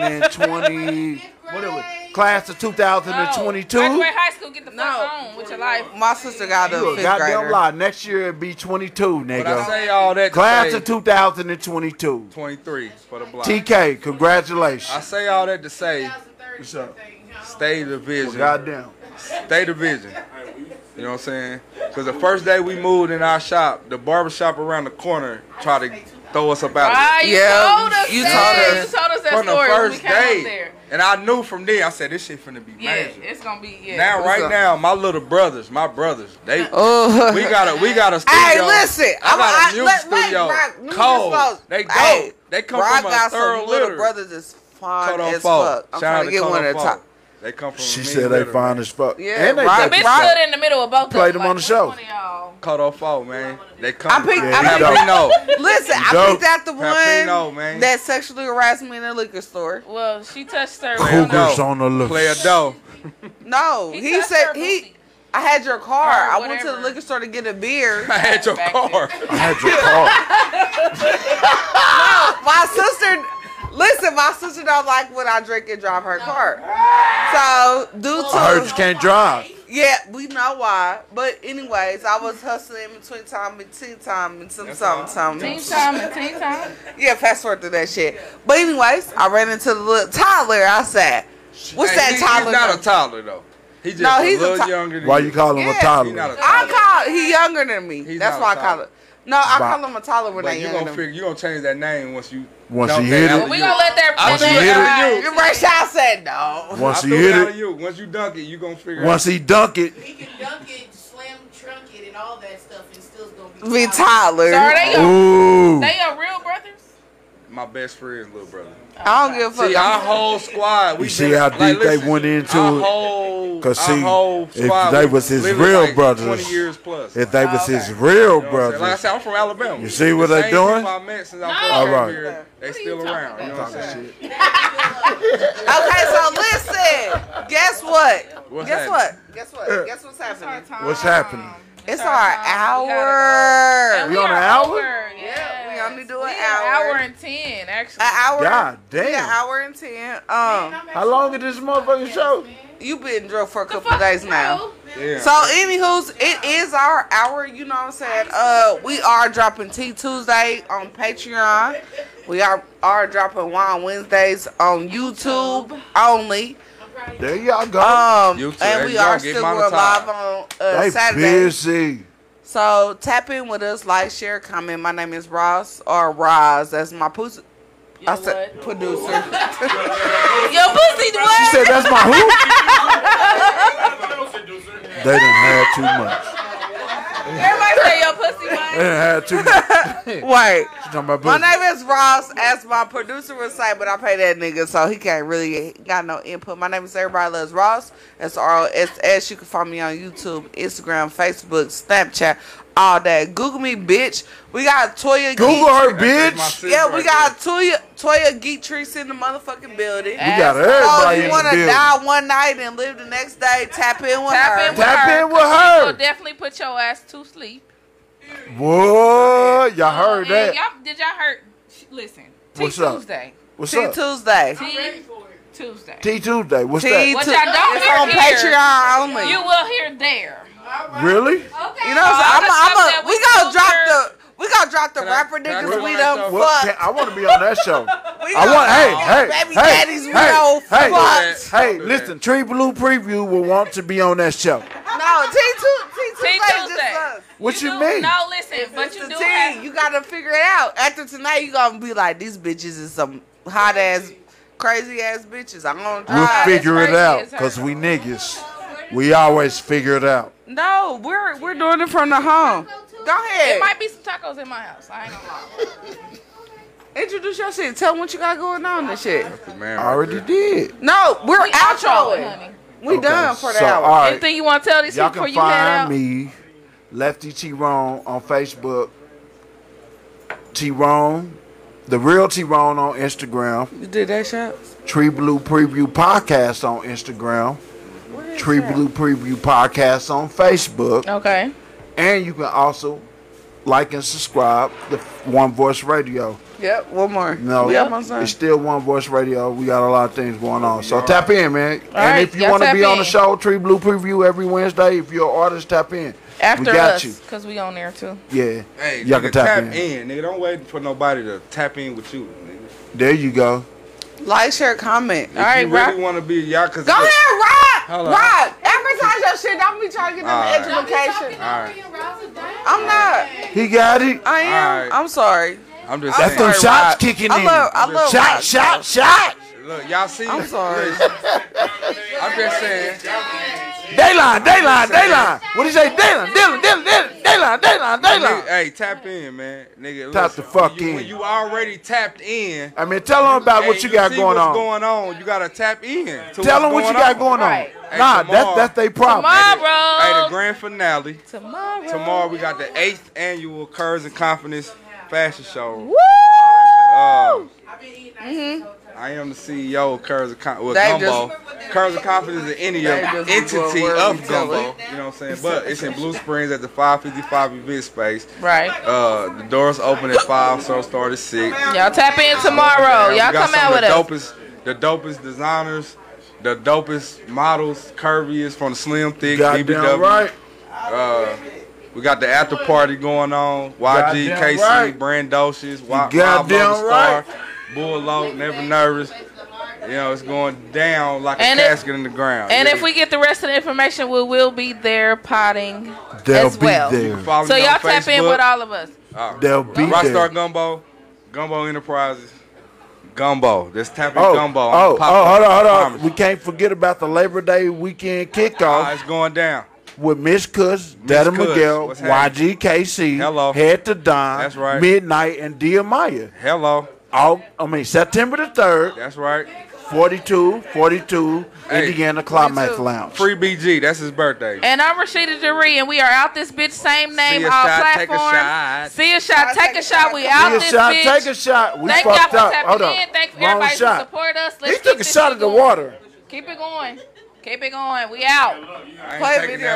Speaker 3: 2020. Whatever. Class of 2022.
Speaker 1: Graduate high school, get the fuck on with your life.
Speaker 2: My sister got
Speaker 3: You
Speaker 2: a
Speaker 3: a
Speaker 2: fifth
Speaker 3: goddamn
Speaker 2: grader.
Speaker 3: lie. Next year it'll be 22,
Speaker 4: But I
Speaker 3: nigga.
Speaker 4: say all that. to
Speaker 3: Class
Speaker 4: say
Speaker 3: of 2022.
Speaker 4: 23 for the block.
Speaker 3: TK, congratulations.
Speaker 4: I say all that to say, stay the vision.
Speaker 3: Goddamn.
Speaker 4: Stay the vision. You know what I'm saying? Because the first day we moved in our shop, the barber shop around the corner tried to throw us up out of it.
Speaker 1: Ah, you
Speaker 2: Yeah,
Speaker 1: told us
Speaker 2: you
Speaker 1: that.
Speaker 2: told us.
Speaker 1: You told us that
Speaker 4: From the
Speaker 1: story when we
Speaker 4: first
Speaker 1: came up
Speaker 4: day.
Speaker 1: there.
Speaker 4: And I knew from there, I said, this shit finna be
Speaker 1: Yeah,
Speaker 4: major.
Speaker 1: it's gonna be yeah.
Speaker 4: Now, right now, my little brothers, my brothers, they
Speaker 2: Oh.
Speaker 4: we got a we got a studio.
Speaker 2: Hey, listen,
Speaker 4: I
Speaker 2: I'm-
Speaker 4: got
Speaker 2: I-
Speaker 4: a music
Speaker 2: let- wait,
Speaker 4: studio.
Speaker 2: Rock, let me just
Speaker 4: Cold.
Speaker 2: pause.
Speaker 4: They dope.
Speaker 2: Hey,
Speaker 4: they come
Speaker 2: Rock
Speaker 4: from a
Speaker 2: got some
Speaker 4: thorough
Speaker 2: little
Speaker 4: litter.
Speaker 2: brothers that's fine
Speaker 4: Caught on
Speaker 2: as
Speaker 4: fault.
Speaker 2: fuck. I'm
Speaker 4: Shout out
Speaker 2: trying
Speaker 4: to
Speaker 2: to get
Speaker 4: Caught
Speaker 2: one
Speaker 4: on
Speaker 2: at the
Speaker 4: fault.
Speaker 2: top.
Speaker 4: They come from.
Speaker 3: She
Speaker 4: me
Speaker 3: said
Speaker 4: and
Speaker 3: they
Speaker 4: litter,
Speaker 3: fine as fuck.
Speaker 2: Yeah,
Speaker 3: and they
Speaker 2: right,
Speaker 3: broke
Speaker 2: right.
Speaker 3: the
Speaker 1: Stood in the middle of both.
Speaker 3: Played them on the show.
Speaker 4: man. Caught on fault, man. They come.
Speaker 2: I picked.
Speaker 4: from
Speaker 2: I picked
Speaker 4: Papino.
Speaker 2: Listen, I
Speaker 4: Dope.
Speaker 2: picked out the
Speaker 4: Papino,
Speaker 2: one
Speaker 4: man.
Speaker 2: that sexually harassed me in the liquor store.
Speaker 1: Well, she touched her.
Speaker 3: Cougars on the loose.
Speaker 4: Play a dough.
Speaker 2: No, he, said he. I had your car. I went to the liquor store to get a beer.
Speaker 4: I had your car.
Speaker 3: I had your car.
Speaker 2: no, my sister. Listen, my sister don't like when I drink and drive her car. So due to
Speaker 3: I heard you can't drive.
Speaker 2: yeah, we know why. But anyways, I was hustling in between time and teen time and some something something.
Speaker 1: Team time and team time.
Speaker 2: Yeah, fast forward through that shit. But anyways, I ran into the little toddler outside. What's
Speaker 4: Hey,
Speaker 2: that
Speaker 4: he-
Speaker 2: toddler?
Speaker 4: He's not
Speaker 2: name?
Speaker 4: a toddler though. He just
Speaker 2: No, he's
Speaker 4: a little
Speaker 2: a to-
Speaker 4: younger than
Speaker 3: Why you call him
Speaker 2: Yeah.
Speaker 3: a
Speaker 4: He not
Speaker 3: toddler?
Speaker 4: a
Speaker 2: I call he younger than me. That's
Speaker 4: not
Speaker 2: why I
Speaker 4: a
Speaker 2: call
Speaker 4: toddler.
Speaker 2: it. No, I
Speaker 3: But-
Speaker 2: call him a toddler when
Speaker 4: But
Speaker 2: they
Speaker 4: you
Speaker 2: younger
Speaker 4: gonna
Speaker 2: than me.
Speaker 4: figure you gonna change that name once you
Speaker 3: Once
Speaker 4: know
Speaker 3: he
Speaker 4: that
Speaker 3: hit it.
Speaker 4: alley-oop.
Speaker 1: We gonna let that.
Speaker 4: I
Speaker 1: let
Speaker 4: see
Speaker 1: that
Speaker 4: it.
Speaker 1: ride.
Speaker 4: Alley-oop.
Speaker 2: Rashad said no.
Speaker 4: I
Speaker 3: Once he
Speaker 4: threw it
Speaker 3: hit
Speaker 4: out
Speaker 3: it,
Speaker 4: of you. Once you dunk it, you gonna figure. it
Speaker 3: once
Speaker 4: out.
Speaker 3: he dunk it,
Speaker 11: He can dunk it, slam trunk it, and all that stuff, and still gonna be.
Speaker 2: Be toddler.
Speaker 1: So are they your,
Speaker 3: ooh.
Speaker 1: they your real brothers?
Speaker 4: my best friend, little brother.
Speaker 2: I don't give a fuck.
Speaker 4: See, our whole squad. We
Speaker 3: You see how
Speaker 4: been-
Speaker 3: deep they
Speaker 4: listen,
Speaker 3: went into
Speaker 4: our
Speaker 3: it?
Speaker 4: Whole,
Speaker 3: 'Cause
Speaker 4: our
Speaker 3: see,
Speaker 4: whole
Speaker 3: if
Speaker 4: squad
Speaker 3: they
Speaker 4: was
Speaker 3: was his
Speaker 4: literally
Speaker 3: real
Speaker 4: like
Speaker 3: brothers,
Speaker 4: twenty years plus.
Speaker 3: If they
Speaker 1: Oh,
Speaker 3: was
Speaker 1: okay.
Speaker 3: his real
Speaker 4: You know what I'm saying? Like I
Speaker 3: brothers,
Speaker 4: said, I'm from Alabama.
Speaker 3: You see what
Speaker 4: The
Speaker 3: they
Speaker 4: same
Speaker 3: doing?
Speaker 4: people I met since I first
Speaker 3: All
Speaker 4: came
Speaker 3: right.
Speaker 4: here, they still around. You know what I'm saying?
Speaker 2: Okay, so listen. Guess what?
Speaker 4: What's
Speaker 2: Guess
Speaker 4: happening?
Speaker 2: what? Guess what? Guess what's happening?
Speaker 3: what's happening?
Speaker 2: It's our
Speaker 1: And
Speaker 2: hour.
Speaker 3: We on
Speaker 1: are
Speaker 3: an hour?
Speaker 1: over,
Speaker 2: Yeah, we only do
Speaker 1: We
Speaker 2: an
Speaker 1: an
Speaker 2: hour. Uh,
Speaker 1: hour and ten, actually.
Speaker 2: An hour.
Speaker 3: God
Speaker 2: we An
Speaker 3: damn.
Speaker 2: hour and ten. Um,
Speaker 3: How long is this motherfucking show?
Speaker 2: you been drunk for a couple of days now.
Speaker 4: Yeah.
Speaker 2: So, anywho's, it is our hour. You know what I'm saying? Uh, we are dropping Tea Tuesday on Patreon. We are are dropping Wine Wednesdays on YouTube only.
Speaker 3: There y'all go.
Speaker 2: Um,
Speaker 4: YouTube,
Speaker 2: and we
Speaker 4: y'all
Speaker 2: are
Speaker 4: get
Speaker 2: still going
Speaker 4: monetized.
Speaker 2: live on uh,
Speaker 3: they
Speaker 2: Saturday.
Speaker 3: busy.
Speaker 2: So tap in with us, like, share, comment. My name is Ross or Roz. That's my pus- I said producer.
Speaker 1: Your pussy
Speaker 3: She
Speaker 1: what?
Speaker 3: said, "That's my who." they done had too much.
Speaker 1: Everybody say your pussy what?
Speaker 3: They done had too much.
Speaker 2: Wait.
Speaker 3: She talking about
Speaker 2: My
Speaker 3: pussy.
Speaker 2: name is Ross, as my producer would say, but I pay that nigga, so he can't really he got no input. My name is Everybody Loves Ross. That's R O S S. You can find me on YouTube, Instagram, Facebook, Snapchat, all that. Google me, bitch. We got Toya.
Speaker 3: Google
Speaker 2: Geek-
Speaker 3: her,
Speaker 4: That's my
Speaker 3: bitch.
Speaker 4: sis
Speaker 2: Yeah,
Speaker 4: right
Speaker 2: we got Toya Toya Geek Trees in the motherfucking building.
Speaker 3: We got
Speaker 2: Oh,
Speaker 3: everybody in
Speaker 2: you
Speaker 3: the
Speaker 2: want to
Speaker 3: building.
Speaker 2: die one night and live the next day? Tap in with
Speaker 1: Tap
Speaker 2: her.
Speaker 1: in with
Speaker 3: Tap
Speaker 1: her.
Speaker 3: in with
Speaker 1: You'll
Speaker 3: her.
Speaker 1: definitely put your ass to sleep.
Speaker 3: Whoa, y'all heard
Speaker 1: And
Speaker 3: that?
Speaker 1: Y'all, did y'all heard? sh- Listen, T
Speaker 3: What's up?
Speaker 1: Tuesday.
Speaker 3: What's
Speaker 2: Tea
Speaker 3: up?
Speaker 2: Tuesday.
Speaker 1: T Tuesday.
Speaker 3: T Tuesday. What's
Speaker 2: Tea
Speaker 3: that?
Speaker 1: What
Speaker 2: Tu-
Speaker 1: y'all don't
Speaker 2: It's
Speaker 1: hear
Speaker 2: on
Speaker 1: here.
Speaker 2: Patreon only.
Speaker 1: You will hear there.
Speaker 3: Really?
Speaker 1: Okay.
Speaker 2: You know, what I'm saying? I'm a, I'm a, we gonna drop
Speaker 1: the.
Speaker 2: the we gonna drop the
Speaker 4: Can I-
Speaker 2: rapper
Speaker 4: can I
Speaker 2: niggas
Speaker 4: do
Speaker 2: we
Speaker 4: one
Speaker 2: done
Speaker 4: myself?
Speaker 3: What?
Speaker 2: fucked.
Speaker 3: I want to be on that show.
Speaker 2: We
Speaker 3: I
Speaker 2: gonna
Speaker 3: want.
Speaker 2: drop
Speaker 3: Hey,
Speaker 2: the
Speaker 3: hey,
Speaker 2: baby
Speaker 3: hey,
Speaker 2: daddies we done
Speaker 3: hey, hey,
Speaker 2: fucked.
Speaker 3: hey, Listen, Tree Blue Preview will want to be on that show.
Speaker 2: No, T two T two
Speaker 1: Tea Tuesday.
Speaker 2: just us.
Speaker 3: What you
Speaker 1: do-
Speaker 3: mean?
Speaker 1: No, listen, but
Speaker 2: It's
Speaker 1: you
Speaker 2: the
Speaker 1: do
Speaker 2: tea.
Speaker 1: have.
Speaker 2: You gotta figure it out. After tonight, you gonna be like, these bitches is some hot ass, crazy ass bitches. I'm gonna
Speaker 3: We'll
Speaker 2: drive.
Speaker 3: figure it
Speaker 1: crazy
Speaker 3: out
Speaker 1: as her.
Speaker 3: because we niggas. We always figure it out.
Speaker 2: No, we're we're doing it from the home. Go ahead.
Speaker 1: It might be some tacos in my house. I ain't gonna lie.
Speaker 2: Introduce your shit. Tell 'em what you got going on and shit.
Speaker 4: Man,
Speaker 3: I already did.
Speaker 2: No, we're
Speaker 1: We outro it,
Speaker 2: outroing.
Speaker 1: honey.
Speaker 2: We
Speaker 3: Okay,
Speaker 2: done for the
Speaker 3: so,
Speaker 2: hour.
Speaker 3: all right.
Speaker 1: Anything you want to tell these
Speaker 3: Y'all
Speaker 1: people before
Speaker 3: can
Speaker 1: you head out?
Speaker 3: find me, Lefty T Ron on Facebook, T Ron, the real T Ron on Instagram,
Speaker 2: You did that shot?
Speaker 3: Tree Blue Preview Podcast on Instagram, Tree Blue Preview Podcast on Facebook,
Speaker 1: Okay.
Speaker 3: and you can also like and subscribe to One Voice Radio.
Speaker 2: Yep, one more.
Speaker 3: No,
Speaker 2: we almost done.
Speaker 3: it's still One Voice Radio. We got a lot of things going on, so tap in, man. and
Speaker 1: right,
Speaker 3: if you
Speaker 1: y'all
Speaker 3: want to
Speaker 1: tap
Speaker 3: be on the
Speaker 1: in.
Speaker 3: show, Tree Blue Preview every Wednesday. If you're an artist, tap in.
Speaker 1: After
Speaker 3: we got
Speaker 1: us,
Speaker 3: you.
Speaker 1: because we on there too.
Speaker 3: Yeah.
Speaker 4: hey,
Speaker 3: y'all
Speaker 4: nigga,
Speaker 3: can tap, in.
Speaker 4: in. nigga. Don't wait for nobody to tap in with you. Nigga.
Speaker 3: There you go.
Speaker 2: Like, share, comment.
Speaker 4: If
Speaker 2: All right,
Speaker 4: you
Speaker 2: Rock.
Speaker 4: really want to be y'all, cause
Speaker 2: Go
Speaker 4: look,
Speaker 2: ahead, Rock.
Speaker 4: Hold on.
Speaker 2: Rock. Advertise your shit. Don't be trying to get them
Speaker 4: All right. Don't
Speaker 2: education.
Speaker 4: All right,
Speaker 2: I'm not.
Speaker 3: He got it.
Speaker 2: I am.
Speaker 4: All right.
Speaker 2: I'm sorry.
Speaker 4: I'm just
Speaker 2: I'm
Speaker 3: That's
Speaker 4: saying.
Speaker 3: them
Speaker 2: sorry,
Speaker 3: shots
Speaker 2: Rock.
Speaker 3: kicking
Speaker 2: I
Speaker 3: in.
Speaker 2: love. I love.
Speaker 3: shot,
Speaker 2: Rock.
Speaker 3: shot, shot.
Speaker 4: Look, y'all see?
Speaker 2: I'm sorry.
Speaker 4: I'm just saying.
Speaker 3: Dayline, dayline, dayline. What do you say? Dayline, dayline, dayline, dayline, dayline,
Speaker 4: Nigga,
Speaker 3: dayline.
Speaker 4: Hey, tap in, man. Nigga,
Speaker 3: Tap
Speaker 4: listen,
Speaker 3: the fuck
Speaker 4: when you,
Speaker 3: in.
Speaker 4: When you already tapped in.
Speaker 3: I mean, tell 'em about
Speaker 4: Hey,
Speaker 3: what you got
Speaker 4: see
Speaker 3: going
Speaker 4: what's
Speaker 3: on.
Speaker 4: going on. You gotta tap in. to
Speaker 3: Tell them what
Speaker 4: what's
Speaker 3: you got going on. Nah, that's that's their problem.
Speaker 1: Tomorrow.
Speaker 4: Hey, the grand finale.
Speaker 1: Tomorrow.
Speaker 4: Tomorrow we got the eighth annual Curves and Confidence Fashion Show. Woo!
Speaker 1: Mm-hmm.
Speaker 4: I am the CEO of Curves and Confidence.
Speaker 2: They
Speaker 4: Well, Gumbo. Curves and Confidence is any
Speaker 2: They just
Speaker 4: of,
Speaker 2: be
Speaker 4: entity
Speaker 2: going wherever
Speaker 4: of
Speaker 2: we tell
Speaker 4: Gumbo. You know what I'm saying? But it's in Blue Springs at the 555 event space.
Speaker 1: Right.
Speaker 4: Uh, the doors open at five, so start at six.
Speaker 1: Y'all tap in tomorrow.
Speaker 4: We got
Speaker 1: Y'all come
Speaker 4: some
Speaker 1: out
Speaker 4: of
Speaker 1: with us.
Speaker 4: the Dopest, the dopest designers, the dopest models, curviest from the Slim Thick,
Speaker 3: Goddamn
Speaker 4: BBW.
Speaker 3: right.
Speaker 4: Uh, we got the after party going on. YG,
Speaker 3: Goddamn
Speaker 4: KC,
Speaker 3: right.
Speaker 4: Brandocious, Y-
Speaker 3: goddamn
Speaker 4: Wild Lotus
Speaker 3: right.
Speaker 4: Star, Bull Load, Never Nervous. You know, it's going down like
Speaker 1: And
Speaker 4: a
Speaker 1: if-
Speaker 4: casket in the ground.
Speaker 1: And
Speaker 4: Yeah.
Speaker 1: if we get the rest of the information, we will be there potting
Speaker 3: They'll
Speaker 1: as well.
Speaker 3: be there.
Speaker 4: Follow
Speaker 1: So
Speaker 4: me on
Speaker 1: y'all tap in
Speaker 4: Facebook.
Speaker 1: with all of us.
Speaker 4: Uh,
Speaker 3: They'll be
Speaker 4: Rockstar
Speaker 3: there.
Speaker 4: Gumbo, Gumbo Enterprises, Gumbo. Just tap in
Speaker 3: Oh,
Speaker 4: Gumbo. I'm
Speaker 3: oh, oh,
Speaker 4: popping up,
Speaker 3: hold on, hold
Speaker 4: I
Speaker 3: on.
Speaker 4: promise.
Speaker 3: We can't forget about the Labor Day weekend
Speaker 4: Ah,
Speaker 3: kickoff
Speaker 4: it's going down.
Speaker 3: with Miss Cuss, Dada
Speaker 4: Cuss,
Speaker 3: Miguel,
Speaker 4: what's happening?
Speaker 3: YGKC,
Speaker 4: Hello.
Speaker 3: Head to Don,
Speaker 4: That's right.
Speaker 3: Midnight, and Diamaya.
Speaker 4: Hello.
Speaker 3: All, I mean, September the 3rd,
Speaker 4: That's right.
Speaker 3: 42, 42,
Speaker 4: Hey.
Speaker 3: Indiana Climax Lounge.
Speaker 4: Free BG. That's his birthday.
Speaker 1: And I'm Rashida Jaree, and we are out this bitch. Same name,
Speaker 4: See a
Speaker 1: all
Speaker 4: shot, take a
Speaker 1: platforms.
Speaker 4: shot.
Speaker 1: See a shot, take a shot. We out
Speaker 3: Take a
Speaker 1: this
Speaker 3: shot,
Speaker 1: bitch.
Speaker 3: take a shot. We
Speaker 1: Thank y'all
Speaker 3: fucked
Speaker 1: for
Speaker 3: up.
Speaker 1: tapping
Speaker 3: Hold
Speaker 1: in.
Speaker 3: up.
Speaker 1: Thank you,
Speaker 3: Wrong
Speaker 1: everybody
Speaker 3: shot.
Speaker 1: who support us. Let's
Speaker 3: He
Speaker 1: keep
Speaker 3: took a
Speaker 1: this
Speaker 3: shot
Speaker 1: shit
Speaker 3: of the
Speaker 1: going.
Speaker 3: water.
Speaker 1: Keep it going. Keep it going. We out.
Speaker 4: I ain't
Speaker 2: Play
Speaker 4: taking
Speaker 2: video.
Speaker 4: that